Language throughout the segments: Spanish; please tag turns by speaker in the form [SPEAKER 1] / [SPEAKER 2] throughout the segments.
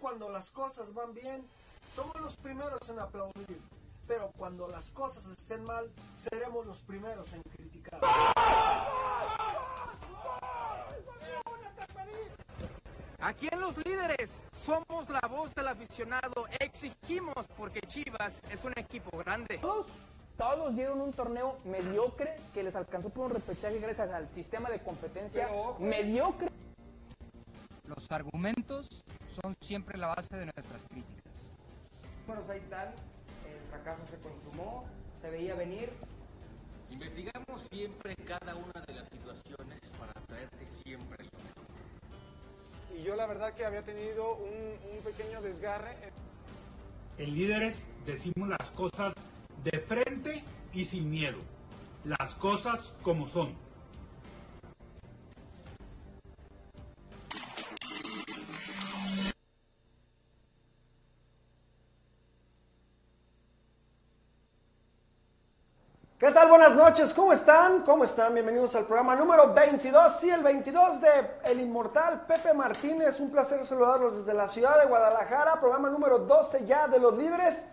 [SPEAKER 1] cuando las cosas van bien, somos los primeros en aplaudir, pero cuando las cosas estén mal, seremos los primeros en criticar.
[SPEAKER 2] Aquí en Los Líderes somos la voz del aficionado, exigimos porque Chivas es un equipo grande.
[SPEAKER 3] Todos, todos dieron un torneo mediocre que les alcanzó por un repechaje gracias al sistema de competencia
[SPEAKER 1] Pero ojo.
[SPEAKER 3] mediocre.
[SPEAKER 4] Los argumentos son siempre la base de nuestras críticas.
[SPEAKER 2] pues
[SPEAKER 5] Números ahí están, el fracaso se consumó, se veía venir.
[SPEAKER 6] Investigamos siempre cada una de las situaciones para traerte siempre lo mejor.
[SPEAKER 7] Y yo la verdad que había tenido un, un pequeño desgarre.
[SPEAKER 8] En líderes decimos las cosas de frente y sin miedo. Las cosas como son.
[SPEAKER 1] ¿Qué tal? Buenas noches, ¿cómo están? ¿Cómo están? Bienvenidos al programa número 22, sí, el 22 de El Inmortal Pepe Martínez. Un placer saludarlos desde la ciudad de Guadalajara, programa número 12 ya de los líderes.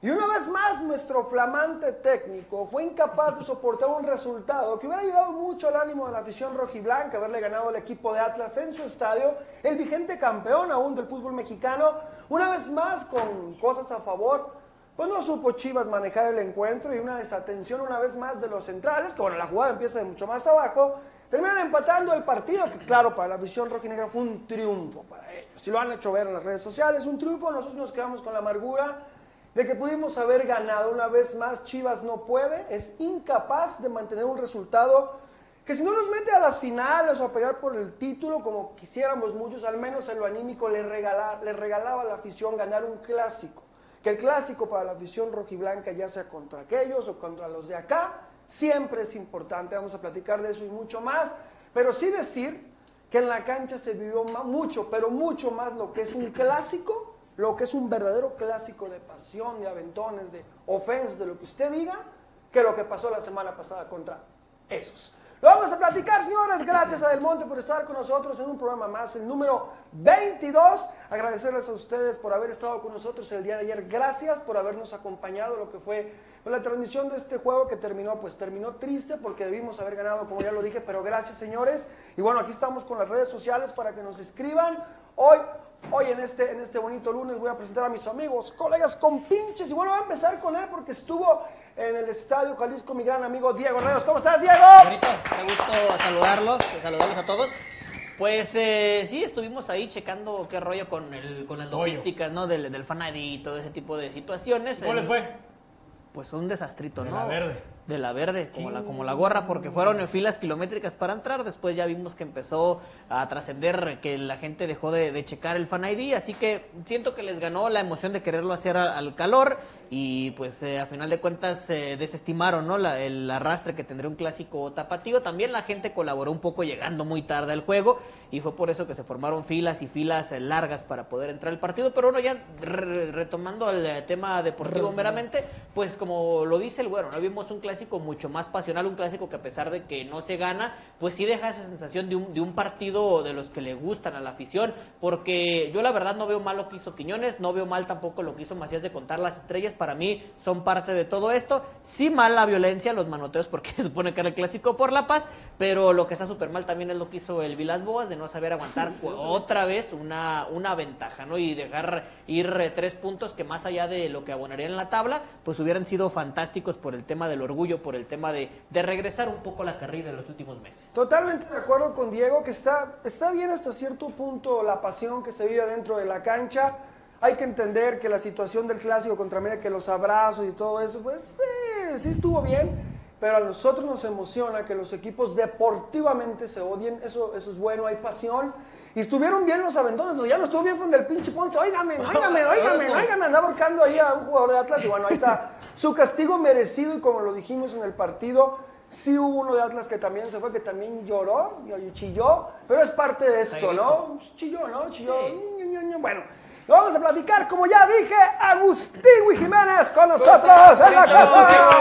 [SPEAKER 1] Y una vez más, nuestro flamante técnico fue incapaz de soportar un resultado que hubiera ayudado mucho al ánimo de la afición rojiblanca, haberle ganado al equipo de Atlas en su estadio, el vigente campeón aún del fútbol mexicano. Una vez más, con cosas a favor, pues no supo Chivas manejar el encuentro y una desatención una vez más de los centrales, que bueno, la jugada empieza de mucho más abajo, terminan empatando el partido, que claro, para la visión rojinegra fue un triunfo para ellos. Si lo han hecho ver en las redes sociales, un triunfo, nosotros nos quedamos con la amargura de que pudimos haber ganado una vez más. Chivas no puede, es incapaz de mantener un resultado que si no nos mete a las finales o a pelear por el título como quisiéramos muchos, al menos en lo anímico le, regala- le regalaba a la afición ganar un clásico. Que el clásico para la afición rojiblanca, ya sea contra aquellos o contra los de acá, siempre es importante. Vamos a platicar de eso y mucho más. Pero sí decir que en la cancha se vivió ma- mucho, pero mucho más lo que es un clásico, lo que es un verdadero clásico de pasión, de aventones, de ofensas, de lo que usted diga, que lo que pasó la semana pasada contra esos. Lo vamos a platicar, señores. Gracias a Del Monte por estar con nosotros en un programa más, el número 22. Agradecerles a ustedes por haber estado con nosotros el día de ayer. Gracias por habernos acompañado lo que fue la transmisión de este juego que terminó, pues terminó triste porque debimos haber ganado, como ya lo dije, pero gracias, señores. Y bueno, aquí estamos con las redes sociales para que nos escriban. Hoy Hoy en este, en este bonito lunes voy a presentar a mis amigos, colegas, compinches. Y bueno, voy a empezar con él porque estuvo en el Estadio Jalisco mi gran amigo Diego Reos. ¿Cómo estás, Diego?
[SPEAKER 9] Bonito, me gusto saludarlos, saludarlos a todos. Pues eh, sí, estuvimos ahí checando qué rollo con, el, con las logísticas, ¿no? Del, del fan ID y todo ese tipo de situaciones.
[SPEAKER 5] ¿Cómo les
[SPEAKER 9] Eh,
[SPEAKER 5] fue?
[SPEAKER 9] Pues un desastrito,
[SPEAKER 5] De
[SPEAKER 9] ¿no?
[SPEAKER 5] la verde.
[SPEAKER 9] De la verde, como la, como la gorra, porque fueron en filas kilométricas para entrar. Después ya vimos que empezó a trascender, que la gente dejó de, de checar el fan ID. Así que siento que les ganó la emoción de quererlo hacer a- al calor. Y pues eh, a final de cuentas eh, desestimaron ¿no? la- el arrastre que tendría un clásico tapatío. También la gente colaboró un poco llegando muy tarde al juego. Y fue por eso que se formaron filas y filas eh, largas para poder entrar al partido. Pero bueno, ya re- retomando el eh, tema deportivo meramente, pues como lo dice el güero, ¿no? vimos un clásico mucho más pasional, un clásico que a pesar de que no se gana, pues sí deja esa sensación de un, de un partido de los que le gustan a la afición, porque yo la verdad no veo mal lo que hizo Quiñones, no veo mal tampoco lo que hizo Macías de contar las estrellas, para mí son parte de todo esto, sí mal la violencia, los manoteos, porque se supone que era el clásico por la paz, pero lo que está súper mal también es lo que hizo el Vilas Boas, de no saber aguantar otra vez una, una ventaja, ¿no? Y dejar ir eh, tres puntos que más allá de lo que abonarían en la tabla, pues hubieran sido fantásticos por el tema del orgullo, por el tema de, de regresar un poco la carrera de los últimos meses.
[SPEAKER 1] Totalmente de acuerdo con Diego que está, está bien hasta cierto punto la pasión que se vive dentro de la cancha. Hay que entender que la situación del clásico contra América, que los abrazos y todo eso, pues sí, sí estuvo bien. Pero a nosotros nos emociona que los equipos deportivamente se odien. Eso, eso es bueno, hay pasión. Y estuvieron bien los aventones. Lo que Ya no estuvo bien fue el del pinche Ponce. Óigame, óigame, óigame, óigame. Andaba ahorcando ahí a un jugador de Atlas. Y bueno, ahí está su castigo merecido. Y como lo dijimos en el partido, Sí hubo uno de Atlas que también se fue, que también lloró, y chilló, pero es parte de esto, ¿no? Pues Chilló, ¿no? Chilló. Ñu, Ñu, Ñu, Ñu. Bueno, lo vamos a platicar, como ya dije, Agustín Gui Jiménez con nosotros en la casa.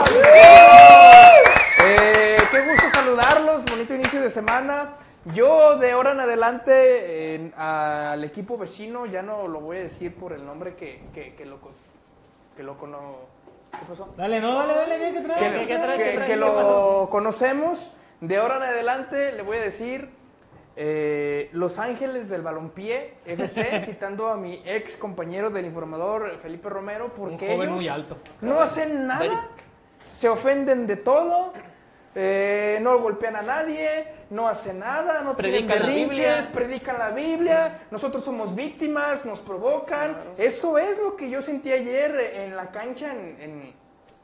[SPEAKER 3] Eh, qué gusto saludarlos, bonito inicio de semana. Yo de ahora en adelante en- al equipo vecino ya no lo voy a decir por el nombre que, que, que lo con- que lo cono- ¿Qué pasó?
[SPEAKER 10] Dale, no, dale, dale, ¿qué, qué traes?
[SPEAKER 3] que,
[SPEAKER 9] ¿Qué- qué traes,
[SPEAKER 3] que-
[SPEAKER 9] qué traes?
[SPEAKER 3] que
[SPEAKER 9] ¿Qué
[SPEAKER 3] lo
[SPEAKER 9] pasó?
[SPEAKER 3] conocemos. De ahora en adelante le voy a decir eh, Los Ángeles del Balompié FC, citando a mi ex compañero del informador Felipe Romero, porque
[SPEAKER 10] joven
[SPEAKER 3] ellos
[SPEAKER 10] muy alto.
[SPEAKER 3] no hacen nada, se ofenden de todo. eh, no golpean a nadie, no hacen nada, no
[SPEAKER 9] Predican la
[SPEAKER 3] tienen berrinches,
[SPEAKER 9] Biblia.
[SPEAKER 3] predican la Biblia, nosotros somos víctimas, nos provocan. Eso es lo que yo sentí ayer en la cancha, en, en-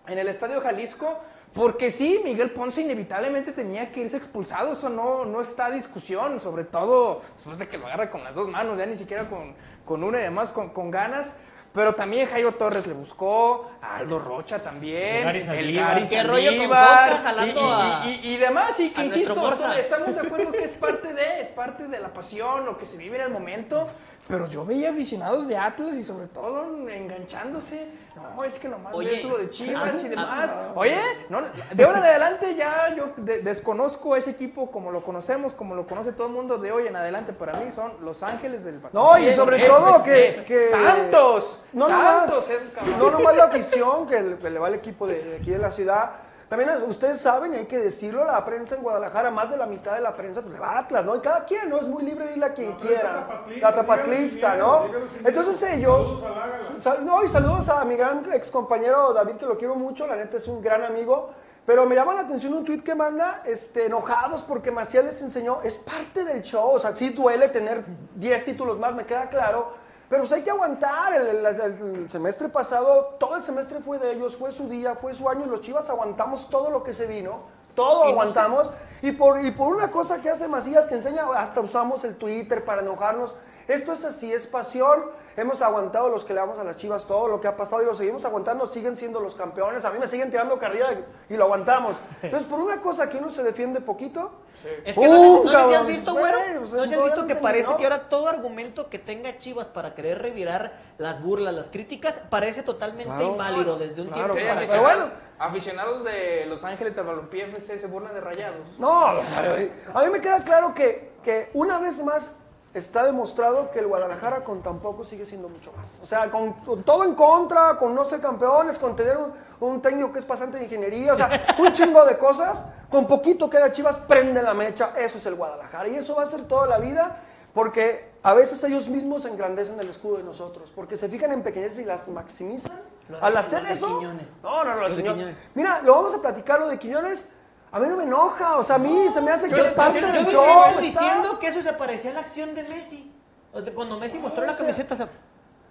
[SPEAKER 3] en el Estadio Jalisco, porque sí, Miguel Ponce inevitablemente tenía que irse expulsado, eso no, no está a discusión, sobre todo después de que lo agarra con las dos manos, ya ni siquiera con, con una y demás, con, con ganas. Pero también Jairo Torres le buscó, Aldo Rocha también,
[SPEAKER 10] El Gary
[SPEAKER 3] el
[SPEAKER 10] Saldívar.
[SPEAKER 3] Gary
[SPEAKER 9] ¿Qué rollo con
[SPEAKER 3] Saldívar,
[SPEAKER 9] Coca jalando
[SPEAKER 3] y- y-
[SPEAKER 9] a-
[SPEAKER 3] y- y, y demás, y que
[SPEAKER 9] a
[SPEAKER 3] insisto,
[SPEAKER 9] nuestro Borsa.
[SPEAKER 3] está- estamos de acuerdo que es parte de, es parte de la pasión, lo que se vive en el momento, pero yo veía aficionados de Atlas y sobre todo enganchándose, no, es que nomás
[SPEAKER 9] Oye,
[SPEAKER 3] ves lo de Chivas
[SPEAKER 9] ah,
[SPEAKER 3] y demás, oye, no, de ahora en adelante ya yo de- desconozco a ese equipo como lo conocemos, como lo conoce todo el mundo, de hoy en adelante para mí son Los Ángeles del
[SPEAKER 1] No, y
[SPEAKER 3] Bien,
[SPEAKER 1] sobre
[SPEAKER 3] FC.
[SPEAKER 1] todo que, que-
[SPEAKER 3] ¡Santos!
[SPEAKER 1] No
[SPEAKER 3] ¡Santos! esos
[SPEAKER 1] nomás,
[SPEAKER 3] cabrones.
[SPEAKER 1] no nomás la afición que le, que le va al equipo de, de aquí de la ciudad. También es- ustedes saben, y hay que decirlo, la prensa en Guadalajara, más de la mitad de la prensa pues, le va a Atlas, ¿no? Y cada quien, ¿no? Es muy libre de irle a quien
[SPEAKER 8] La prensa
[SPEAKER 1] quiera.
[SPEAKER 8] tapatlista,
[SPEAKER 1] La tapatlista,
[SPEAKER 8] díganos
[SPEAKER 1] ¿no?
[SPEAKER 8] sin miedo, díganos sin miedo.
[SPEAKER 1] Entonces ellos...
[SPEAKER 8] Saludos a Lágara.
[SPEAKER 1] sal- no, y saludos a mi gran ex compañero David, que lo quiero mucho, la neta es un gran amigo. Pero me llama la atención un tuit que manda, este, enojados porque Maciel les enseñó, es parte del show, o sea, sí duele tener 10 títulos más, me queda claro, pero pues hay que aguantar. El, el- el- el semestre pasado, todo el semestre fue de ellos, fue su día, fue su año, y los Chivas aguantamos todo lo que se vino. Todo aguantamos. Y por, y por una cosa que hace Macías, que enseña, hasta usamos el Twitter para enojarnos. Esto es así, es pasión. Hemos aguantado los que le damos a las chivas todo lo que ha pasado y lo seguimos aguantando. Siguen siendo los campeones. A mí me siguen tirando carrilla y lo aguantamos. Entonces, por una cosa que uno se defiende poquito,
[SPEAKER 9] Es que no,
[SPEAKER 1] ¡Uh,
[SPEAKER 9] no sé si has
[SPEAKER 1] cabrón!
[SPEAKER 9] visto, güero,
[SPEAKER 1] Güey,
[SPEAKER 9] no
[SPEAKER 1] pues,
[SPEAKER 9] sé si has
[SPEAKER 1] todavía
[SPEAKER 9] visto
[SPEAKER 1] no
[SPEAKER 9] que
[SPEAKER 1] entendí,
[SPEAKER 9] parece
[SPEAKER 1] ¿no?
[SPEAKER 9] que ahora todo argumento que tenga Chivas para querer revirar las burlas, las críticas, parece totalmente
[SPEAKER 1] Claro.
[SPEAKER 9] inválido desde un
[SPEAKER 1] Claro,
[SPEAKER 9] tiempo
[SPEAKER 1] claro.
[SPEAKER 9] para
[SPEAKER 1] Pero
[SPEAKER 9] acá.
[SPEAKER 1] bueno.
[SPEAKER 3] Aficionados de Los Ángeles del Balompié FC se burlan de rayados.
[SPEAKER 1] No, a mí me queda claro que, que una vez más está demostrado que el Guadalajara con tampoco sigue siendo mucho más. O sea, con, con todo en contra, con no ser campeones, con tener un, un técnico que es pasante de ingeniería, o sea, un chingo de cosas, con poquito que da Chivas prende la mecha, eso es el Guadalajara. Y eso va a ser toda la vida porque a veces ellos mismos engrandecen el escudo de nosotros, porque se fijan en pequeñeces y las maximizan.
[SPEAKER 9] Lo de-
[SPEAKER 1] Al hacer
[SPEAKER 9] lo de
[SPEAKER 1] eso...
[SPEAKER 9] Quiñones.
[SPEAKER 1] No, no, no, lo de
[SPEAKER 9] Lo de
[SPEAKER 1] Quiñones.
[SPEAKER 9] Quiñones.
[SPEAKER 1] Mira, lo vamos a platicar lo de Quiñones. A mí no me enoja, o sea, a mí se me hace que es parte
[SPEAKER 9] Yo
[SPEAKER 1] del
[SPEAKER 9] vi
[SPEAKER 1] show.
[SPEAKER 9] gente
[SPEAKER 1] está.
[SPEAKER 9] diciendo que eso se parecía a la acción de Messi. O de Cuando Messi mostró la camiseta, o sea,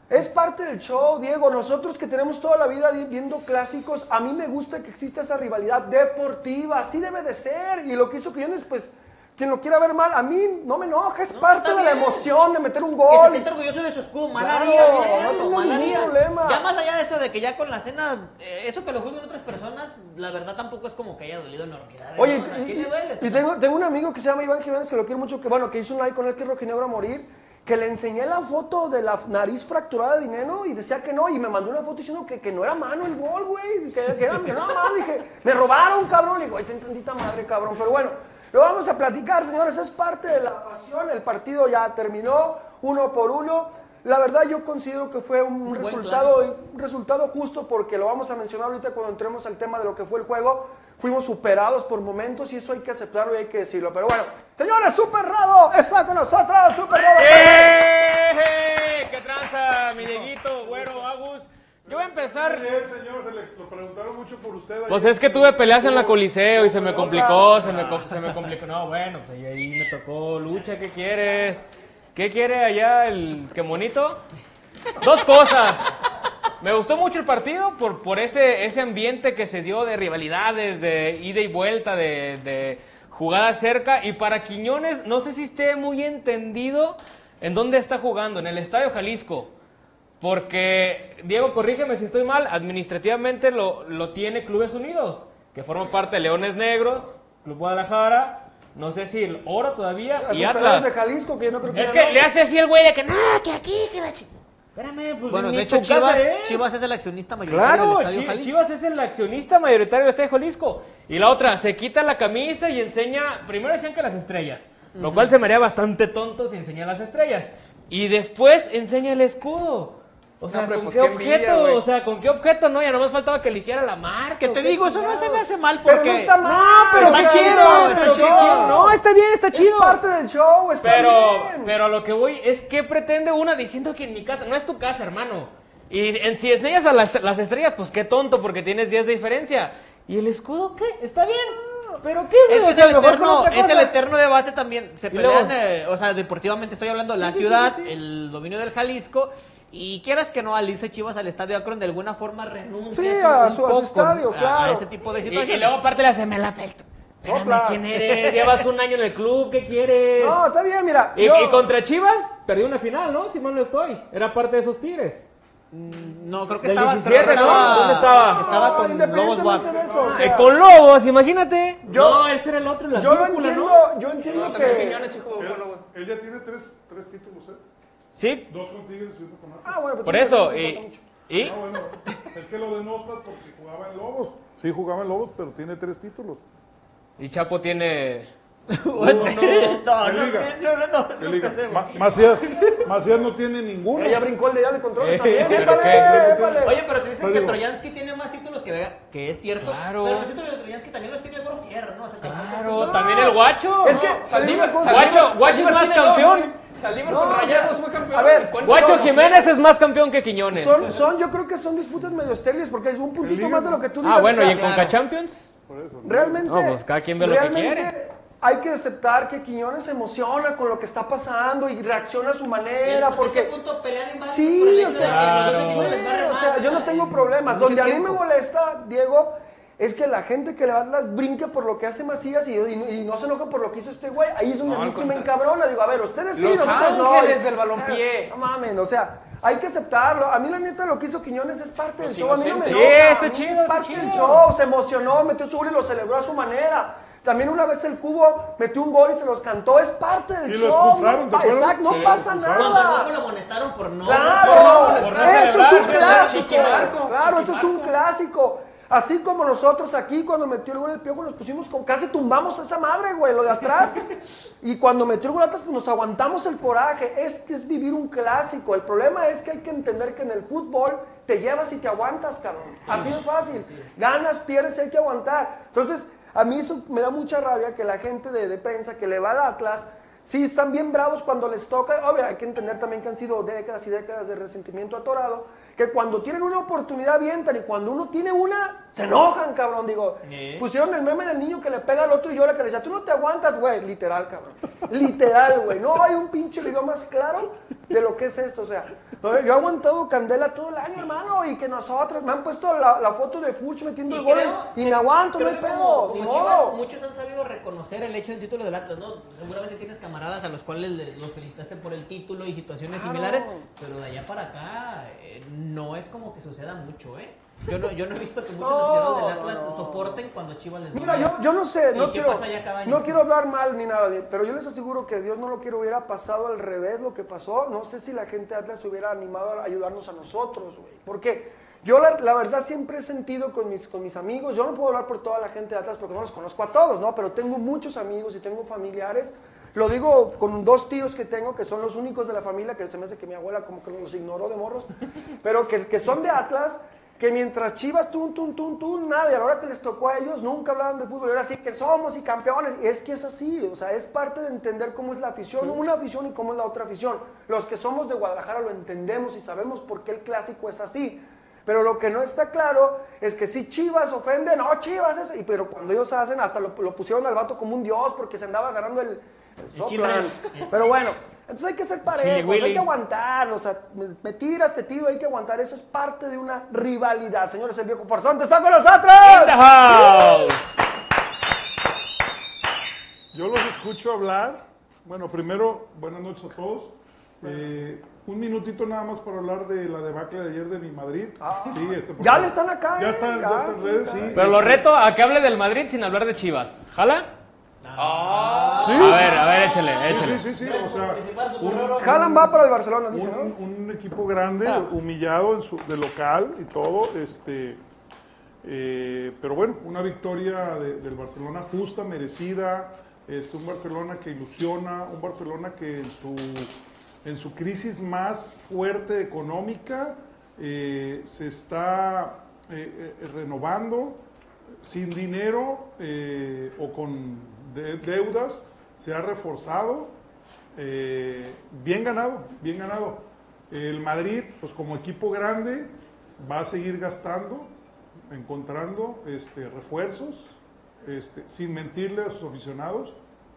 [SPEAKER 1] Es parte del show, Diego. Nosotros que tenemos toda la vida di- viendo clásicos, a mí me gusta que exista esa rivalidad deportiva. Así debe de ser. Y lo que hizo Quiñones, pues, quien lo quiera ver mal, a mí no me enoja. Es
[SPEAKER 9] No,
[SPEAKER 1] parte
[SPEAKER 9] está
[SPEAKER 1] de la
[SPEAKER 9] bien.
[SPEAKER 1] emoción de meter un
[SPEAKER 9] que se
[SPEAKER 1] gol.
[SPEAKER 9] siente orgulloso de su escudo, mal
[SPEAKER 1] Claro,
[SPEAKER 9] haría,
[SPEAKER 1] no
[SPEAKER 9] bien,
[SPEAKER 1] tengo
[SPEAKER 9] mal
[SPEAKER 1] ningún
[SPEAKER 9] haría.
[SPEAKER 1] problema.
[SPEAKER 9] Ya más allá de eso de que ya con la cena, eh, eso que lo juzgan otras personas, la verdad tampoco es como que haya dolido enormidades.
[SPEAKER 1] Oye,
[SPEAKER 9] ¿no? O sea,
[SPEAKER 1] y-
[SPEAKER 9] ¿qué
[SPEAKER 1] y,
[SPEAKER 9] le duele?
[SPEAKER 1] y tengo, tengo un amigo que se llama Iván Jiménez, que lo quiero mucho, que bueno, que hizo un live con él, que es rojinegro a morir, que le enseñé la foto de la nariz fracturada de dinero y decía que no, y me mandó una foto diciendo que, que no era mano el gol, güey, que, que era que no era mano, dije, me robaron, cabrón, le digo, ay, ten tantita madre, cabrón, pero bueno, lo vamos a platicar, señores, es parte de la pasión, el partido ya terminó, uno por uno. La verdad yo considero que fue un,
[SPEAKER 9] buen
[SPEAKER 1] resultado un resultado justo porque lo vamos a mencionar ahorita cuando entremos al tema de lo que fue el juego. Fuimos superados por momentos y eso hay que aceptarlo y hay que decirlo. Pero bueno, señores, Super Rado está con nosotros, Super Rado.
[SPEAKER 10] ¡Eh! ¡Qué tranza, mi Dieguito, güero, Agus! Yo voy a empezar.
[SPEAKER 8] Ayer, señor, se le lo preguntaron mucho por usted.
[SPEAKER 10] Pues
[SPEAKER 8] ayer.
[SPEAKER 10] es que tuve peleas en la
[SPEAKER 8] Tuvo-
[SPEAKER 10] Coliseo y se me
[SPEAKER 8] tuvo
[SPEAKER 10] complicó,
[SPEAKER 8] peleas.
[SPEAKER 10] se me, co- se me complicó. No, bueno, pues ahí- ahí me tocó lucha, ¿qué quieres? ¿Qué quiere allá el que monito? Dos cosas. Me gustó mucho el partido por, por ese, ese ambiente que se dio de rivalidades, de ida y vuelta, de, de jugada cerca. Y para Quiñones, no sé si esté muy entendido en dónde está jugando, en el Estadio Jalisco. Porque, Diego, corrígeme si estoy mal, administrativamente lo, lo tiene Clubes Unidos, que forma parte de Leones Negros, Club Guadalajara, no sé si el Oro todavía,
[SPEAKER 1] A
[SPEAKER 10] y
[SPEAKER 1] Superhéroes
[SPEAKER 10] Atlas.
[SPEAKER 1] de Jalisco, que yo no creo que ya
[SPEAKER 10] Es que
[SPEAKER 1] no.
[SPEAKER 10] le hace así el güey de que, no, que aquí, que la chi-". Espérame, pues
[SPEAKER 9] Bueno,
[SPEAKER 10] ni
[SPEAKER 9] de hecho,
[SPEAKER 10] tu casa
[SPEAKER 9] Chivas,
[SPEAKER 10] es.
[SPEAKER 9] Chivas es el accionista mayoritario
[SPEAKER 10] Claro,
[SPEAKER 9] del Estadio
[SPEAKER 10] Chi-
[SPEAKER 9] Jalisco.
[SPEAKER 10] Chivas es el accionista mayoritario del Estadio Jalisco. Y la otra, se quita la camisa y enseña. Primero decían que las estrellas. Lo cual se me haría bastante tonto si enseña las estrellas. Y después enseña el escudo. O sea,
[SPEAKER 3] No, hombre,
[SPEAKER 10] ¿con
[SPEAKER 3] pues,
[SPEAKER 10] qué,
[SPEAKER 3] qué
[SPEAKER 10] objeto?
[SPEAKER 3] envidia, güey.
[SPEAKER 10] o sea, ¿con qué objeto? No, ya nomás faltaba que le hiciera la marca.
[SPEAKER 9] Que te digo, eso no se me hace mal porque...
[SPEAKER 1] Pero no está mal.
[SPEAKER 9] pero está
[SPEAKER 1] o sea,
[SPEAKER 9] chido,
[SPEAKER 1] es
[SPEAKER 9] está
[SPEAKER 1] parte del
[SPEAKER 9] chido.
[SPEAKER 1] show.
[SPEAKER 10] No, está bien, está
[SPEAKER 1] Es
[SPEAKER 10] chido.
[SPEAKER 1] parte del show, está
[SPEAKER 10] Pero,
[SPEAKER 1] bien.
[SPEAKER 10] pero a lo que voy es que pretende una diciendo que en mi casa, no es tu casa, hermano. Y en- si enseñas a las, las estrellas, pues qué tonto, porque tienes 10 de diferencia. ¿Y el escudo qué? Está bien. ¿Pero qué, güey?
[SPEAKER 9] Es,
[SPEAKER 10] O
[SPEAKER 9] que es,
[SPEAKER 10] sea,
[SPEAKER 9] el
[SPEAKER 10] mejor con
[SPEAKER 9] eterno,
[SPEAKER 10] otra
[SPEAKER 9] es el
[SPEAKER 10] cosa.
[SPEAKER 9] eterno debate también. Se
[SPEAKER 10] Y luego-
[SPEAKER 9] pelean, eh, o sea, deportivamente estoy hablando, la
[SPEAKER 10] sí, sí,
[SPEAKER 9] ciudad,
[SPEAKER 10] sí, sí.
[SPEAKER 9] el dominio del Jalisco. Y quieras que no, al irse Chivas al estadio Akron, de alguna forma renuncia
[SPEAKER 1] Sí,
[SPEAKER 9] a,
[SPEAKER 1] a su- a su estadio,
[SPEAKER 9] a- a
[SPEAKER 1] claro.
[SPEAKER 9] ese tipo de
[SPEAKER 10] Y,
[SPEAKER 9] situaciones.
[SPEAKER 10] y luego aparte le hace, me la pelto. Espérame,
[SPEAKER 1] Soplas.
[SPEAKER 10] ¿quién eres? Llevas un año en el club, ¿qué quieres?
[SPEAKER 1] No, está bien, mira.
[SPEAKER 10] pues, y,
[SPEAKER 1] yo-
[SPEAKER 10] y contra Chivas, perdió una final, ¿no? Si mal no estoy. Era parte de esos tigres.
[SPEAKER 9] No, creo que
[SPEAKER 10] Del
[SPEAKER 9] estaba...
[SPEAKER 10] 17,
[SPEAKER 9] creo que
[SPEAKER 10] ¿no? ¿Dónde estaba?
[SPEAKER 9] Estaba
[SPEAKER 1] No,
[SPEAKER 9] con Lobos Guap.
[SPEAKER 1] independientemente de eso, o
[SPEAKER 10] Eh,
[SPEAKER 1] sea,
[SPEAKER 10] con Lobos, imagínate.
[SPEAKER 1] Yo-
[SPEAKER 10] no, ese era el otro en la
[SPEAKER 1] yo lo
[SPEAKER 10] película,
[SPEAKER 1] entiendo,
[SPEAKER 10] ¿no?
[SPEAKER 1] yo entiendo
[SPEAKER 3] También
[SPEAKER 1] que...
[SPEAKER 3] Quiñones sí jugó con Lobos.
[SPEAKER 8] Él ya tiene tres, tres títulos, ¿eh?
[SPEAKER 10] Sí,
[SPEAKER 8] Dos con Tigres y uno con Atlas.
[SPEAKER 1] Ah, bueno, pero
[SPEAKER 10] por
[SPEAKER 1] tiene
[SPEAKER 10] eso.
[SPEAKER 1] razón, falta
[SPEAKER 10] Y,
[SPEAKER 1] mucho.
[SPEAKER 10] y-
[SPEAKER 8] No, bueno, es que lo denostas porque jugaba en Lobos. Sí, jugaba en Lobos, pero tiene tres títulos.
[SPEAKER 10] y Chapo tiene.
[SPEAKER 9] No,
[SPEAKER 8] en
[SPEAKER 9] no,
[SPEAKER 8] liga.
[SPEAKER 9] no, no, no,
[SPEAKER 8] ¿Qué
[SPEAKER 9] no
[SPEAKER 8] liga?
[SPEAKER 9] empecemos.
[SPEAKER 8] Ma- Macías, Macías no tiene ninguno.
[SPEAKER 1] Ella brincó el de ya de controles
[SPEAKER 10] Eh,
[SPEAKER 1] también,
[SPEAKER 10] ¿pero
[SPEAKER 1] épale,
[SPEAKER 10] qué?
[SPEAKER 1] épale.
[SPEAKER 9] Oye, pero te dicen
[SPEAKER 8] Pero
[SPEAKER 9] que
[SPEAKER 8] digo-
[SPEAKER 9] Troyansky tiene más títulos que Vega, que es cierto.
[SPEAKER 10] Claro.
[SPEAKER 9] Pero los títulos de Troyansky también los tiene el Boro Fierro, ¿no? O sea, tampoco es
[SPEAKER 10] Claro, Oh, también el guacho.
[SPEAKER 1] Es que,
[SPEAKER 10] ¿no?
[SPEAKER 1] te digo una cosa,
[SPEAKER 10] guacho, guacho es
[SPEAKER 3] Saldívar
[SPEAKER 10] más
[SPEAKER 3] tiene dos,
[SPEAKER 10] campeón.
[SPEAKER 3] güey. Saldívar
[SPEAKER 1] No,
[SPEAKER 3] con
[SPEAKER 1] o sea,
[SPEAKER 3] Rayados fue campeón.
[SPEAKER 1] a ver,
[SPEAKER 3] ¿Cuántos
[SPEAKER 10] Guacho
[SPEAKER 3] son?
[SPEAKER 10] Jiménez es más campeón que Quiñones. Ah,
[SPEAKER 1] Son, son, yo creo que son disputas medio estériles porque es un puntito más de lo que tú digas.
[SPEAKER 10] ah,
[SPEAKER 1] o
[SPEAKER 10] bueno,
[SPEAKER 1] sea,
[SPEAKER 10] y en Conca Champions.
[SPEAKER 1] Realmente,
[SPEAKER 10] No, pues, cada quien ve lo que
[SPEAKER 1] realmente
[SPEAKER 10] quiere.
[SPEAKER 1] hay que aceptar que Quiñones se emociona con lo que está pasando y reacciona a su manera
[SPEAKER 9] porque
[SPEAKER 1] porque...
[SPEAKER 9] punto pelea de más por el
[SPEAKER 1] Sí, o
[SPEAKER 9] hecho de
[SPEAKER 1] sea,
[SPEAKER 9] que los dos equipos
[SPEAKER 1] güey,
[SPEAKER 9] les barren
[SPEAKER 1] o sea,
[SPEAKER 9] más,
[SPEAKER 1] yo no
[SPEAKER 9] ¿no?
[SPEAKER 1] tengo problemas. Donde a mí me molesta, Diego, es que la gente que le va las brinca por lo que hace Macías y, y- y no se enoja por lo que hizo este güey. Ahí es donde a mí sí me encabrona. Digo, a ver, ustedes sí,
[SPEAKER 3] Los
[SPEAKER 1] nosotros no.
[SPEAKER 3] ángeles
[SPEAKER 1] Y-
[SPEAKER 3] del balompié.
[SPEAKER 1] No mamen, o sea, hay que aceptarlo. A mí la neta lo que hizo Quiñones es parte del show. A mí no me
[SPEAKER 10] inocentes.
[SPEAKER 1] enoja.
[SPEAKER 10] Sí, está
[SPEAKER 1] a mí
[SPEAKER 10] chido,
[SPEAKER 1] es
[SPEAKER 10] está
[SPEAKER 1] parte del
[SPEAKER 10] chido.
[SPEAKER 1] show. Se emocionó, metió su gol y lo celebró a su manera. También una vez el cubo metió un gol y se los cantó. Es parte del
[SPEAKER 8] Y lo
[SPEAKER 1] show.
[SPEAKER 8] expulsaron,
[SPEAKER 1] no,
[SPEAKER 8] ¿te
[SPEAKER 1] pa-
[SPEAKER 8] acuerdas?
[SPEAKER 1] exacto,
[SPEAKER 8] Sí,
[SPEAKER 1] no
[SPEAKER 8] lo
[SPEAKER 1] pasa
[SPEAKER 8] expulsaron.
[SPEAKER 1] nada.
[SPEAKER 9] Cuando luego lo amonestaron por no.
[SPEAKER 1] ¡Claro!
[SPEAKER 3] Por no
[SPEAKER 1] ¡Eso es un
[SPEAKER 3] celebrar,
[SPEAKER 1] clásico!
[SPEAKER 3] por no chiquimarco.
[SPEAKER 1] ¡Claro, eso es un clásico! Así como nosotros aquí, cuando metió el gol el piojo, nos pusimos con. casi tumbamos a esa madre, güey, lo de atrás. Y cuando metió el gol atrás, pues nos aguantamos el coraje. Es que es vivir un clásico. El problema es que hay que entender que en el fútbol te llevas y te aguantas, cabrón. Así de fácil. Ganas, pierdes y hay que aguantar. Entonces, a mí eso me da mucha rabia que la gente de, de prensa que le va al Atlas Sí, están bien bravos cuando les toca. Obvio, hay que entender también que han sido décadas y décadas de resentimiento atorado. Que cuando tienen una oportunidad avientan y cuando uno tiene una, se enojan, cabrón. Digo, pusieron el meme del niño que le pega al otro y llora que le decía, tú no te aguantas, güey. Literal, cabrón. Literal, güey. No hay un pinche video más claro de lo que es esto. O sea, a ver, yo he aguantado candela todo el año, hermano. Y que nosotros, me han puesto la, la foto de Furch metiendo
[SPEAKER 9] Y
[SPEAKER 1] el gol
[SPEAKER 9] creo-
[SPEAKER 1] y me aguanto, no
[SPEAKER 9] creo
[SPEAKER 1] hay
[SPEAKER 9] que
[SPEAKER 1] pedo.
[SPEAKER 9] como-
[SPEAKER 1] ni
[SPEAKER 9] Como
[SPEAKER 1] modo.
[SPEAKER 9] Chivas, muchos han sabido reconocer el hecho del título del Atlas, ¿no? Seguramente tienes camaradas a los cuales le- los felicitaste por el título y situaciones
[SPEAKER 1] Claro.
[SPEAKER 9] similares, pero de allá para acá eh, no es como que suceda mucho, ¿eh? Yo no, yo no he visto que muchos
[SPEAKER 1] No,
[SPEAKER 9] aficionados del Atlas
[SPEAKER 1] no.
[SPEAKER 9] soporten cuando Chivas les
[SPEAKER 1] Mira,
[SPEAKER 9] gana.
[SPEAKER 1] yo, yo no sé,
[SPEAKER 9] ¿Y
[SPEAKER 1] no
[SPEAKER 9] qué
[SPEAKER 1] quiero,
[SPEAKER 9] pasa ya cada año?
[SPEAKER 1] no quiero hablar mal ni nada, de- pero yo les aseguro que Dios no lo quiero hubiera pasado al revés lo que pasó. No sé si la gente de Atlas se hubiera animado a ayudarnos a nosotros, güey. Porque yo la, la verdad siempre he sentido con mis, con mis amigos, yo no puedo hablar por toda la gente de Atlas porque no los conozco a todos, ¿no? Pero tengo muchos amigos y tengo familiares. Lo digo con dos tíos que tengo, que son los únicos de la familia, que se me hace que mi abuela como que los ignoró de morros, pero que, que son de Atlas, que mientras Chivas, tun, tun, tun, tun, nada, y a la hora que les tocó a ellos, nunca hablaban de fútbol, era así que somos y campeones, y es que es así, o sea, es parte de entender cómo es la afición, una afición y cómo es la otra afición. Los que somos de Guadalajara lo entendemos y sabemos por qué el clásico es así. Pero lo que no está claro es que si Chivas ofende, no, Chivas eso. Y, pero cuando ellos hacen, hasta lo, lo pusieron al vato como un dios porque se andaba agarrando el, el soplan. Pero bueno, entonces hay que ser parejos, hay que aguantar. O sea, me, me tiras, te tiro, hay que aguantar. Eso es parte de una rivalidad. Señores, el viejo farsante, ¡saco los
[SPEAKER 10] In the
[SPEAKER 1] otros!
[SPEAKER 10] house.
[SPEAKER 8] Yo los escucho hablar. Bueno, primero, buenas noches a todos. Eh, un minutito nada más para hablar de la debacle de ayer de mi Madrid. Sí, este,
[SPEAKER 1] Ah.
[SPEAKER 8] por
[SPEAKER 1] Ya
[SPEAKER 8] favor.
[SPEAKER 1] le están acá,
[SPEAKER 8] Ya
[SPEAKER 1] eh,
[SPEAKER 8] están,
[SPEAKER 1] ya
[SPEAKER 8] ya están en
[SPEAKER 1] están
[SPEAKER 8] redes,
[SPEAKER 1] acá.
[SPEAKER 8] sí.
[SPEAKER 10] Pero lo reto a que hable del Madrid sin hablar de Chivas. ¿Jala?
[SPEAKER 8] Sí,
[SPEAKER 10] A ver, a ver, échale,
[SPEAKER 8] sí,
[SPEAKER 10] échale.
[SPEAKER 8] sí, sí, sí, o sea,
[SPEAKER 9] Participar, su
[SPEAKER 8] un-
[SPEAKER 9] correo,
[SPEAKER 1] Jalan va para el Barcelona, dice, ¿no?
[SPEAKER 8] un, un equipo grande,
[SPEAKER 10] Ah.
[SPEAKER 8] humillado en su, de local y todo. Este, eh, pero bueno, una victoria de- del Barcelona justa, merecida, este, un Barcelona que ilusiona, un Barcelona que en su, en su crisis más fuerte económica eh, se está eh, eh, renovando sin dinero eh, o con de- deudas, se ha reforzado, eh, bien ganado, bien ganado. El Madrid, pues como equipo grande, va a seguir gastando, encontrando este, refuerzos, este, sin mentirle a sus aficionados,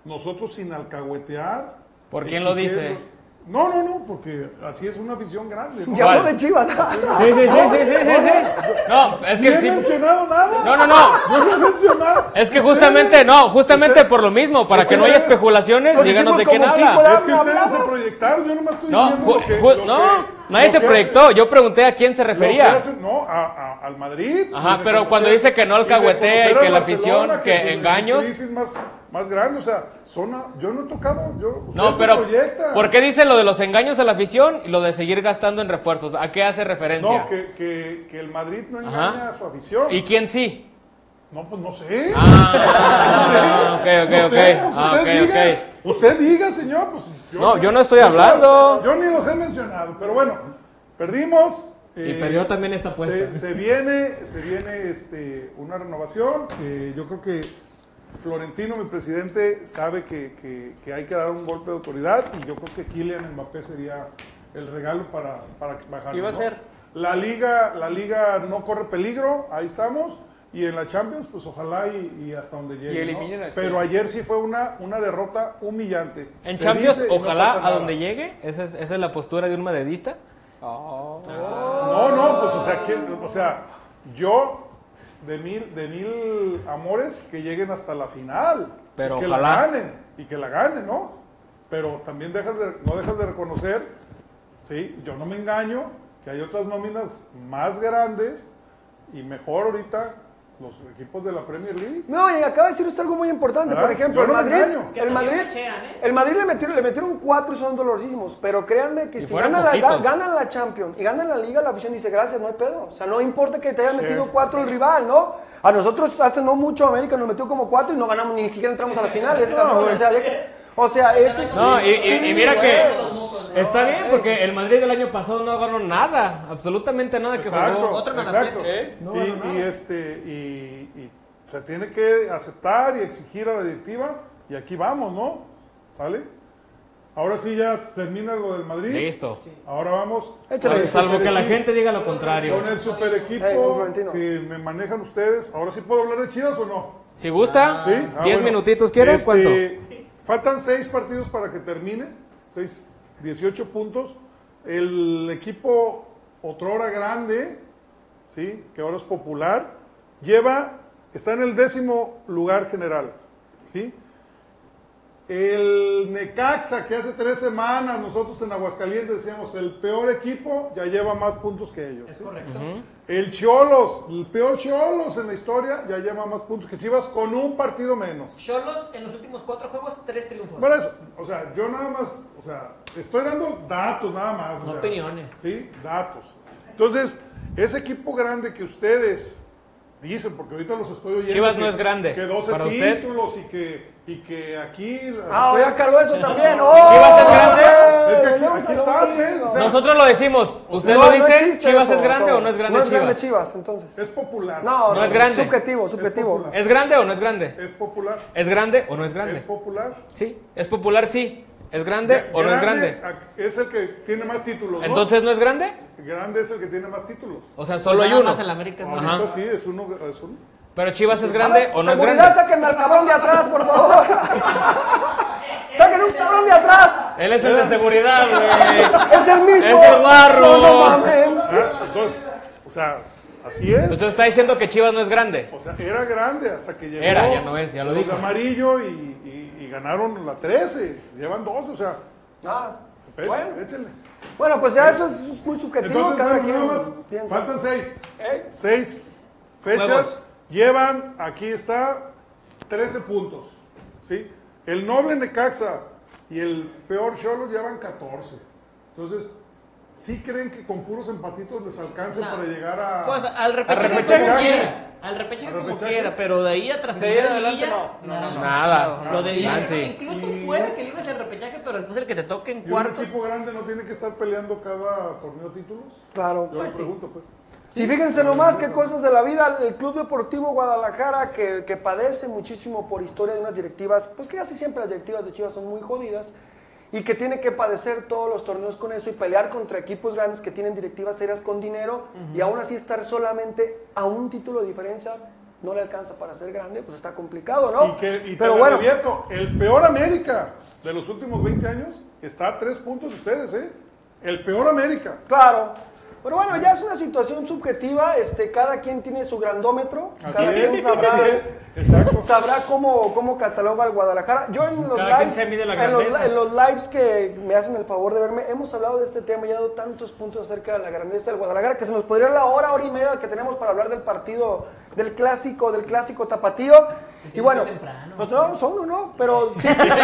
[SPEAKER 8] nosotros sin alcahuetear.
[SPEAKER 10] ¿Por quién lo
[SPEAKER 8] exigiendo-
[SPEAKER 10] dice?
[SPEAKER 8] No, no, no, porque así es una afición grande. ¿no?
[SPEAKER 10] Y habló de Chivas. Sí, sí, sí, sí, sí, sí, sí. No, es que
[SPEAKER 8] Ni he
[SPEAKER 10] sí-
[SPEAKER 8] mencionado nada.
[SPEAKER 10] No, no, no.
[SPEAKER 8] Yo no he mencionado.
[SPEAKER 10] Es que justamente, no, justamente por lo mismo, para que no haya especulaciones, díganos de quién
[SPEAKER 8] Es
[SPEAKER 10] habla.
[SPEAKER 8] que ustedes se proyectaron, yo nomás estoy
[SPEAKER 10] No,
[SPEAKER 8] diciendo
[SPEAKER 10] ju-
[SPEAKER 8] lo que...
[SPEAKER 10] ju-
[SPEAKER 8] lo
[SPEAKER 10] no,
[SPEAKER 8] que-
[SPEAKER 10] nadie
[SPEAKER 8] lo
[SPEAKER 10] se
[SPEAKER 8] que-
[SPEAKER 10] proyectó. Yo pregunté a quién se
[SPEAKER 8] lo que
[SPEAKER 10] refería.
[SPEAKER 8] hacen- no, a- a- al Madrid.
[SPEAKER 10] Ajá,
[SPEAKER 8] y
[SPEAKER 10] pero
[SPEAKER 8] reconocer-
[SPEAKER 10] cuando dice que no alcahuetea y
[SPEAKER 8] reconocer
[SPEAKER 10] que
[SPEAKER 8] al
[SPEAKER 10] la afición,
[SPEAKER 8] Barcelona,
[SPEAKER 10] que
[SPEAKER 8] su- su
[SPEAKER 10] engaños.
[SPEAKER 8] crisis más, más grande, o sea, son a- yo no he tocado, yo, ustedes
[SPEAKER 10] No,
[SPEAKER 8] se
[SPEAKER 10] pero
[SPEAKER 8] proyectan.
[SPEAKER 10] ¿por qué dice lo de los engaños a la afición y lo de seguir gastando en refuerzos? ¿A qué hace referencia?
[SPEAKER 8] No, que, que, que el Madrid no
[SPEAKER 10] Ajá.
[SPEAKER 8] engaña a su afición.
[SPEAKER 10] ¿Y quién sí?
[SPEAKER 8] No, pues no sé.
[SPEAKER 10] Ah,
[SPEAKER 8] No sé,
[SPEAKER 10] ok, ok,
[SPEAKER 8] no sé,
[SPEAKER 10] ok.
[SPEAKER 8] pues
[SPEAKER 10] Ah,
[SPEAKER 8] usted
[SPEAKER 10] ok,
[SPEAKER 8] diga,
[SPEAKER 10] ok.
[SPEAKER 8] Usted diga, señor, pues
[SPEAKER 10] No, yo no estoy
[SPEAKER 8] o sea,
[SPEAKER 10] hablando.
[SPEAKER 8] yo ni los he mencionado, pero bueno, perdimos. eh,
[SPEAKER 10] Y perdió también esta apuesta.
[SPEAKER 8] Se, se viene, se viene este, una renovación. eh, yo creo que Florentino, mi presidente, sabe que, que- que hay que dar un golpe de autoridad y yo creo que Kylian Mbappé sería el regalo para, para bajar.
[SPEAKER 3] Y va a ser.
[SPEAKER 8] La liga, la liga no corre peligro, ahí estamos. Y en la Champions, pues ojalá y, y hasta donde llegue. ¿no?
[SPEAKER 10] eliminen al
[SPEAKER 8] Pero
[SPEAKER 10] Chelsea.
[SPEAKER 8] ayer sí fue una, una derrota humillante.
[SPEAKER 10] En
[SPEAKER 8] Se
[SPEAKER 10] Champions,
[SPEAKER 8] dice y no
[SPEAKER 10] ojalá
[SPEAKER 8] pasa
[SPEAKER 10] a
[SPEAKER 8] nada.
[SPEAKER 10] donde llegue. Esa es, esa es la postura de un madridista.
[SPEAKER 8] No, no, pues o sea, ¿quién- o sea, yo de mil, de mil amores que lleguen hasta la final.
[SPEAKER 10] Pero
[SPEAKER 8] y que
[SPEAKER 10] ojalá.
[SPEAKER 8] la ganen, y que la ganen, ¿no? Pero también dejas de- no dejas de reconocer, sí, yo no me engaño, que hay otras nóminas más grandes y mejor ahorita los equipos de la Premier League.
[SPEAKER 1] No, y acaba de decir usted algo muy importante.
[SPEAKER 10] Ah,
[SPEAKER 8] ¿Verdad?
[SPEAKER 1] Por ejemplo,
[SPEAKER 8] Yo no
[SPEAKER 1] el
[SPEAKER 8] me ¿eh?
[SPEAKER 1] Madrid,
[SPEAKER 8] engaño. Que
[SPEAKER 1] el
[SPEAKER 8] también
[SPEAKER 1] Madrid, el Madrid le metieron, le metieron cuatro y son dolorosísimos. Pero créanme que si
[SPEAKER 10] fueron
[SPEAKER 1] ganan la, ga-
[SPEAKER 10] poquitos.
[SPEAKER 1] ganan la Champions y ganan la Liga, la afición dice gracias, no hay pedo. O sea, no importa que te hayan
[SPEAKER 10] Sí.
[SPEAKER 1] metido cuatro el rival, ¿no? A nosotros hace no mucho América nos metió como cuatro y no ganamos ni siquiera entramos a la final. Es cabrón,
[SPEAKER 10] güey.
[SPEAKER 1] o sea, deja- o sea, eso es.
[SPEAKER 10] No, y, y- y mira
[SPEAKER 1] Sí,
[SPEAKER 10] que
[SPEAKER 1] güey.
[SPEAKER 10] está bien porque el Madrid del año pasado no ganó nada, absolutamente nada que jugó.
[SPEAKER 8] Exacto, exacto.
[SPEAKER 10] ¿Eh? No
[SPEAKER 8] y,
[SPEAKER 10] ganó nada.
[SPEAKER 8] y este, y, y se tiene que aceptar y exigir a la directiva, y aquí vamos, ¿no? ¿Sale? Ahora sí ya termina lo del Madrid.
[SPEAKER 10] Listo.
[SPEAKER 8] Ahora vamos.
[SPEAKER 1] Échale.
[SPEAKER 8] con el
[SPEAKER 10] Salvo que la
[SPEAKER 8] superequipo-
[SPEAKER 10] gente diga lo contrario.
[SPEAKER 8] Con el super
[SPEAKER 10] Eh,
[SPEAKER 1] Ey, don
[SPEAKER 8] equipo
[SPEAKER 1] Florentino.
[SPEAKER 8] que me manejan ustedes. Ahora sí puedo hablar de Chivas o no.
[SPEAKER 10] Si gusta,
[SPEAKER 8] Sí,
[SPEAKER 10] 10
[SPEAKER 8] ah, bueno.
[SPEAKER 10] minutitos, ¿quieres?
[SPEAKER 8] Este,
[SPEAKER 10] ¿Cuánto?
[SPEAKER 8] Faltan seis partidos para que termine, seis, 18 puntos. El equipo otrora grande, ¿sí? que ahora es popular, lleva, está en el décimo lugar general. ¿sí? El Necaxa, que hace tres semanas nosotros en Aguascalientes decíamos el peor equipo, ya lleva más puntos que ellos. ¿sí? El Cholos, el peor Cholos en la historia, ya lleva más puntos que Chivas con un partido menos.
[SPEAKER 9] Cholos en los últimos cuatro juegos, tres triunfos.
[SPEAKER 8] Bueno, eso, o sea, yo nada más, o sea, estoy dando datos nada más. o
[SPEAKER 9] No
[SPEAKER 8] sea,
[SPEAKER 9] opiniones.
[SPEAKER 8] Sí, datos. Entonces, ese equipo grande que ustedes dicen, porque ahorita los estoy oyendo.
[SPEAKER 10] Chivas
[SPEAKER 8] que-
[SPEAKER 10] no es grande,
[SPEAKER 8] Que 12
[SPEAKER 10] ¿para usted?
[SPEAKER 8] títulos y que, y que aquí.
[SPEAKER 1] Ah, oye, caló eso también. ¡Oh!
[SPEAKER 10] Chivas es grande.
[SPEAKER 8] Es que aquí-
[SPEAKER 1] Volvemos
[SPEAKER 8] aquí
[SPEAKER 1] a lo
[SPEAKER 8] está,
[SPEAKER 1] mismo.
[SPEAKER 8] ¿eh? O sea,
[SPEAKER 10] Nosotros lo decimos. Usted
[SPEAKER 1] No,
[SPEAKER 10] lo
[SPEAKER 1] no
[SPEAKER 10] dice,
[SPEAKER 1] existe
[SPEAKER 10] Chivas
[SPEAKER 1] eso,
[SPEAKER 10] es grande
[SPEAKER 1] Pablo.
[SPEAKER 10] o no es grande
[SPEAKER 1] No es grande
[SPEAKER 10] Chivas.
[SPEAKER 1] Chivas, entonces.
[SPEAKER 8] Es popular.
[SPEAKER 1] No,
[SPEAKER 10] No es grande.
[SPEAKER 1] Subjetivo, subjetivo.
[SPEAKER 8] popular.
[SPEAKER 10] ¿Es grande o no es grande?
[SPEAKER 8] Es popular.
[SPEAKER 10] ¿Es grande o no es grande?
[SPEAKER 8] Es popular.
[SPEAKER 10] Sí, es popular, sí. ¿Es grande o no es grande?
[SPEAKER 8] a- Es el que tiene más títulos. ¿no?
[SPEAKER 10] Entonces, ¿no es grande?
[SPEAKER 8] Grande es el que tiene más títulos.
[SPEAKER 10] O sea, solo hay
[SPEAKER 9] Nada
[SPEAKER 10] uno.
[SPEAKER 9] más el América es más
[SPEAKER 10] Ajá.
[SPEAKER 8] Ahorita sí, es uno. Es uno.
[SPEAKER 10] Pero Chivas es grande o no es
[SPEAKER 1] Seguridad,
[SPEAKER 10] grande.
[SPEAKER 1] sáquenme al cabrón de atrás, por favor. ¡Sáquenme un cabrón de atrás!
[SPEAKER 10] Él es el de seguridad, güey.
[SPEAKER 1] ¡Es el mismo!
[SPEAKER 10] Es el barro.
[SPEAKER 1] ¡No, no mamen!
[SPEAKER 8] Ah, entonces, o sea, así es.
[SPEAKER 10] Entonces está diciendo que Chivas no es grande.
[SPEAKER 8] O sea, era grande hasta que llegó.
[SPEAKER 10] Era, ya no es, ya lo
[SPEAKER 8] los
[SPEAKER 10] dijo.
[SPEAKER 8] de amarillo y, y- y ganaron la 13. Llevan 12, o sea.
[SPEAKER 1] Ah,
[SPEAKER 8] pe-
[SPEAKER 1] bueno.
[SPEAKER 8] échenle.
[SPEAKER 1] Bueno, pues ya eso es muy subjetivo.
[SPEAKER 8] Entonces,
[SPEAKER 1] cada
[SPEAKER 8] bueno,
[SPEAKER 1] quien
[SPEAKER 8] nada más.
[SPEAKER 1] piensa.
[SPEAKER 8] Faltan 6.
[SPEAKER 1] ¿Eh?
[SPEAKER 8] 6 fechas.
[SPEAKER 10] Juegos.
[SPEAKER 8] Llevan, aquí está, 13 puntos. ¿Sí? El noble Necaxa y el peor Cholo llevan 14. Entonces, ¿Sí creen que con puros empatitos les alcance
[SPEAKER 9] No.
[SPEAKER 8] para llegar a.
[SPEAKER 9] Pues, al repechaje
[SPEAKER 8] al
[SPEAKER 9] como
[SPEAKER 8] repechaje?
[SPEAKER 9] quiera. Al repechaje como quiera, pero de ahí a trascender
[SPEAKER 10] De ahí en
[SPEAKER 9] a
[SPEAKER 10] adelante,
[SPEAKER 9] liguilla,
[SPEAKER 10] no, no,
[SPEAKER 9] nada.
[SPEAKER 10] no, nada.
[SPEAKER 9] Lo de
[SPEAKER 10] Nada,
[SPEAKER 9] Diego,
[SPEAKER 10] sí.
[SPEAKER 9] incluso puede que libres el repechaje, pero después el que te toque en
[SPEAKER 8] ¿Y un
[SPEAKER 9] cuartos.
[SPEAKER 8] equipo grande no tiene que estar peleando cada torneo títulos?
[SPEAKER 1] Claro.
[SPEAKER 8] Yo le pregunto, pues.
[SPEAKER 1] Y fíjense nomás qué cosas de la vida. El Club Deportivo Guadalajara, que, que padece muchísimo por historia de unas directivas, pues que casi siempre las directivas de Chivas son muy jodidas, y que tiene que padecer todos los torneos con eso y pelear contra equipos grandes que tienen directivas serias con dinero, y aún así estar solamente a un título de diferencia no le alcanza para ser grande, pues está complicado, ¿no?
[SPEAKER 8] Y que, y te
[SPEAKER 1] Pero
[SPEAKER 8] lo
[SPEAKER 1] bueno,
[SPEAKER 8] advierto, el peor América de los últimos 20 años está a tres puntos de ustedes, ¿eh? El peor América.
[SPEAKER 1] Claro. Pero bueno, ya es una situación subjetiva, este, cada quien tiene su grandómetro,
[SPEAKER 8] Así
[SPEAKER 1] cada
[SPEAKER 8] es,
[SPEAKER 1] quien sabrá,
[SPEAKER 8] así es, exacto.
[SPEAKER 1] sabrá cómo, cómo cataloga el Guadalajara. Yo en los,
[SPEAKER 10] Cada quien
[SPEAKER 1] lives,
[SPEAKER 10] se mide la
[SPEAKER 1] en, los,
[SPEAKER 10] grandeza.
[SPEAKER 1] en los lives que me hacen el favor de verme, hemos hablado de este tema, ya he dado tantos puntos acerca de la grandeza del Guadalajara, que se nos podría ir la hora, hora y media que tenemos para hablar del partido, del clásico, del clásico tapatío. Y bueno, pues no, son uno, pero sí,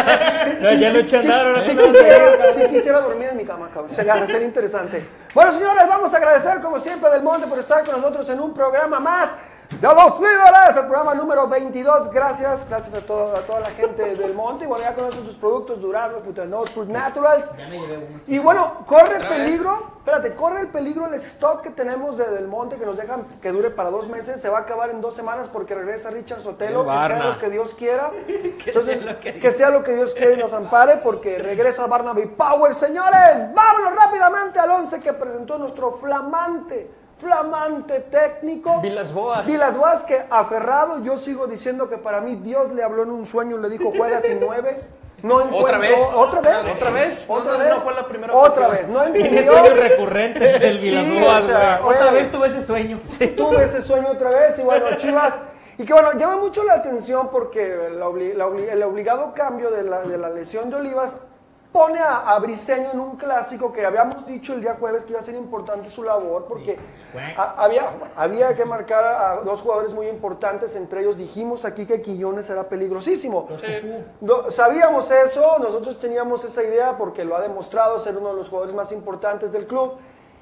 [SPEAKER 1] sí,
[SPEAKER 10] Ya-
[SPEAKER 1] sí,
[SPEAKER 10] ya
[SPEAKER 1] sí,
[SPEAKER 10] lo eché a
[SPEAKER 1] sí,
[SPEAKER 10] andar, ahora
[SPEAKER 1] sí
[SPEAKER 10] sí me voy a
[SPEAKER 1] quisiera, sí quisiera dormir en mi cama, cabrón. Sería, sería interesante. Bueno, señores, vamos a agradecer como siempre a Del Monte por estar con nosotros en un programa más de los líderes, el programa número 22. Gracias, gracias a, todo- a toda la gente de Del Monte. Y bueno, ya conocen sus productos, Duraznos, Frutanos, Fruit Naturals. Y bueno, corre el peligro, espérate, corre el peligro el stock que tenemos de Del Monte que nos dejan que dure para dos meses, se va a acabar en dos semanas porque regresa Richard Sotelo,
[SPEAKER 10] El
[SPEAKER 1] que sea
[SPEAKER 10] Barna.
[SPEAKER 1] lo que Dios quiera. Entonces, que sea lo que Dios quiera y nos ampare porque regresa Barnaby Power, señores. Vámonos rápidamente al 11 que presentó nuestro flamante, flamante técnico.
[SPEAKER 3] Vilas Boas.
[SPEAKER 1] Vilas Boas que aferrado, yo sigo diciendo que para mí Dios le habló en un sueño y le dijo, juega sin nueve. No encuentro-
[SPEAKER 3] vez.
[SPEAKER 1] otra vez,
[SPEAKER 3] Otra vez.
[SPEAKER 1] otra
[SPEAKER 3] No, no,
[SPEAKER 1] vez,
[SPEAKER 3] no fue la primera
[SPEAKER 1] otra
[SPEAKER 3] ocasión.
[SPEAKER 1] vez, no
[SPEAKER 10] Tiene
[SPEAKER 1] entendió.
[SPEAKER 10] sueños recurrentes del
[SPEAKER 1] Sí, o
[SPEAKER 10] Vilaboas,
[SPEAKER 1] sea,
[SPEAKER 10] güey.
[SPEAKER 9] Otra
[SPEAKER 1] güey.
[SPEAKER 9] vez tuve ese sueño.
[SPEAKER 1] tuve ese sueño otra vez y bueno, Chivas. Y que bueno, llama mucho la atención porque la obli- la obli- el obligado cambio de la, de la lesión de Olivas pone a, a Briseño en un clásico que habíamos dicho el día jueves que iba a ser importante su labor porque a- había, había que marcar a, a dos jugadores muy importantes, entre ellos dijimos aquí que Quiñones era peligrosísimo. No, sabíamos eso, nosotros teníamos esa idea porque lo ha demostrado ser uno de los jugadores más importantes del club.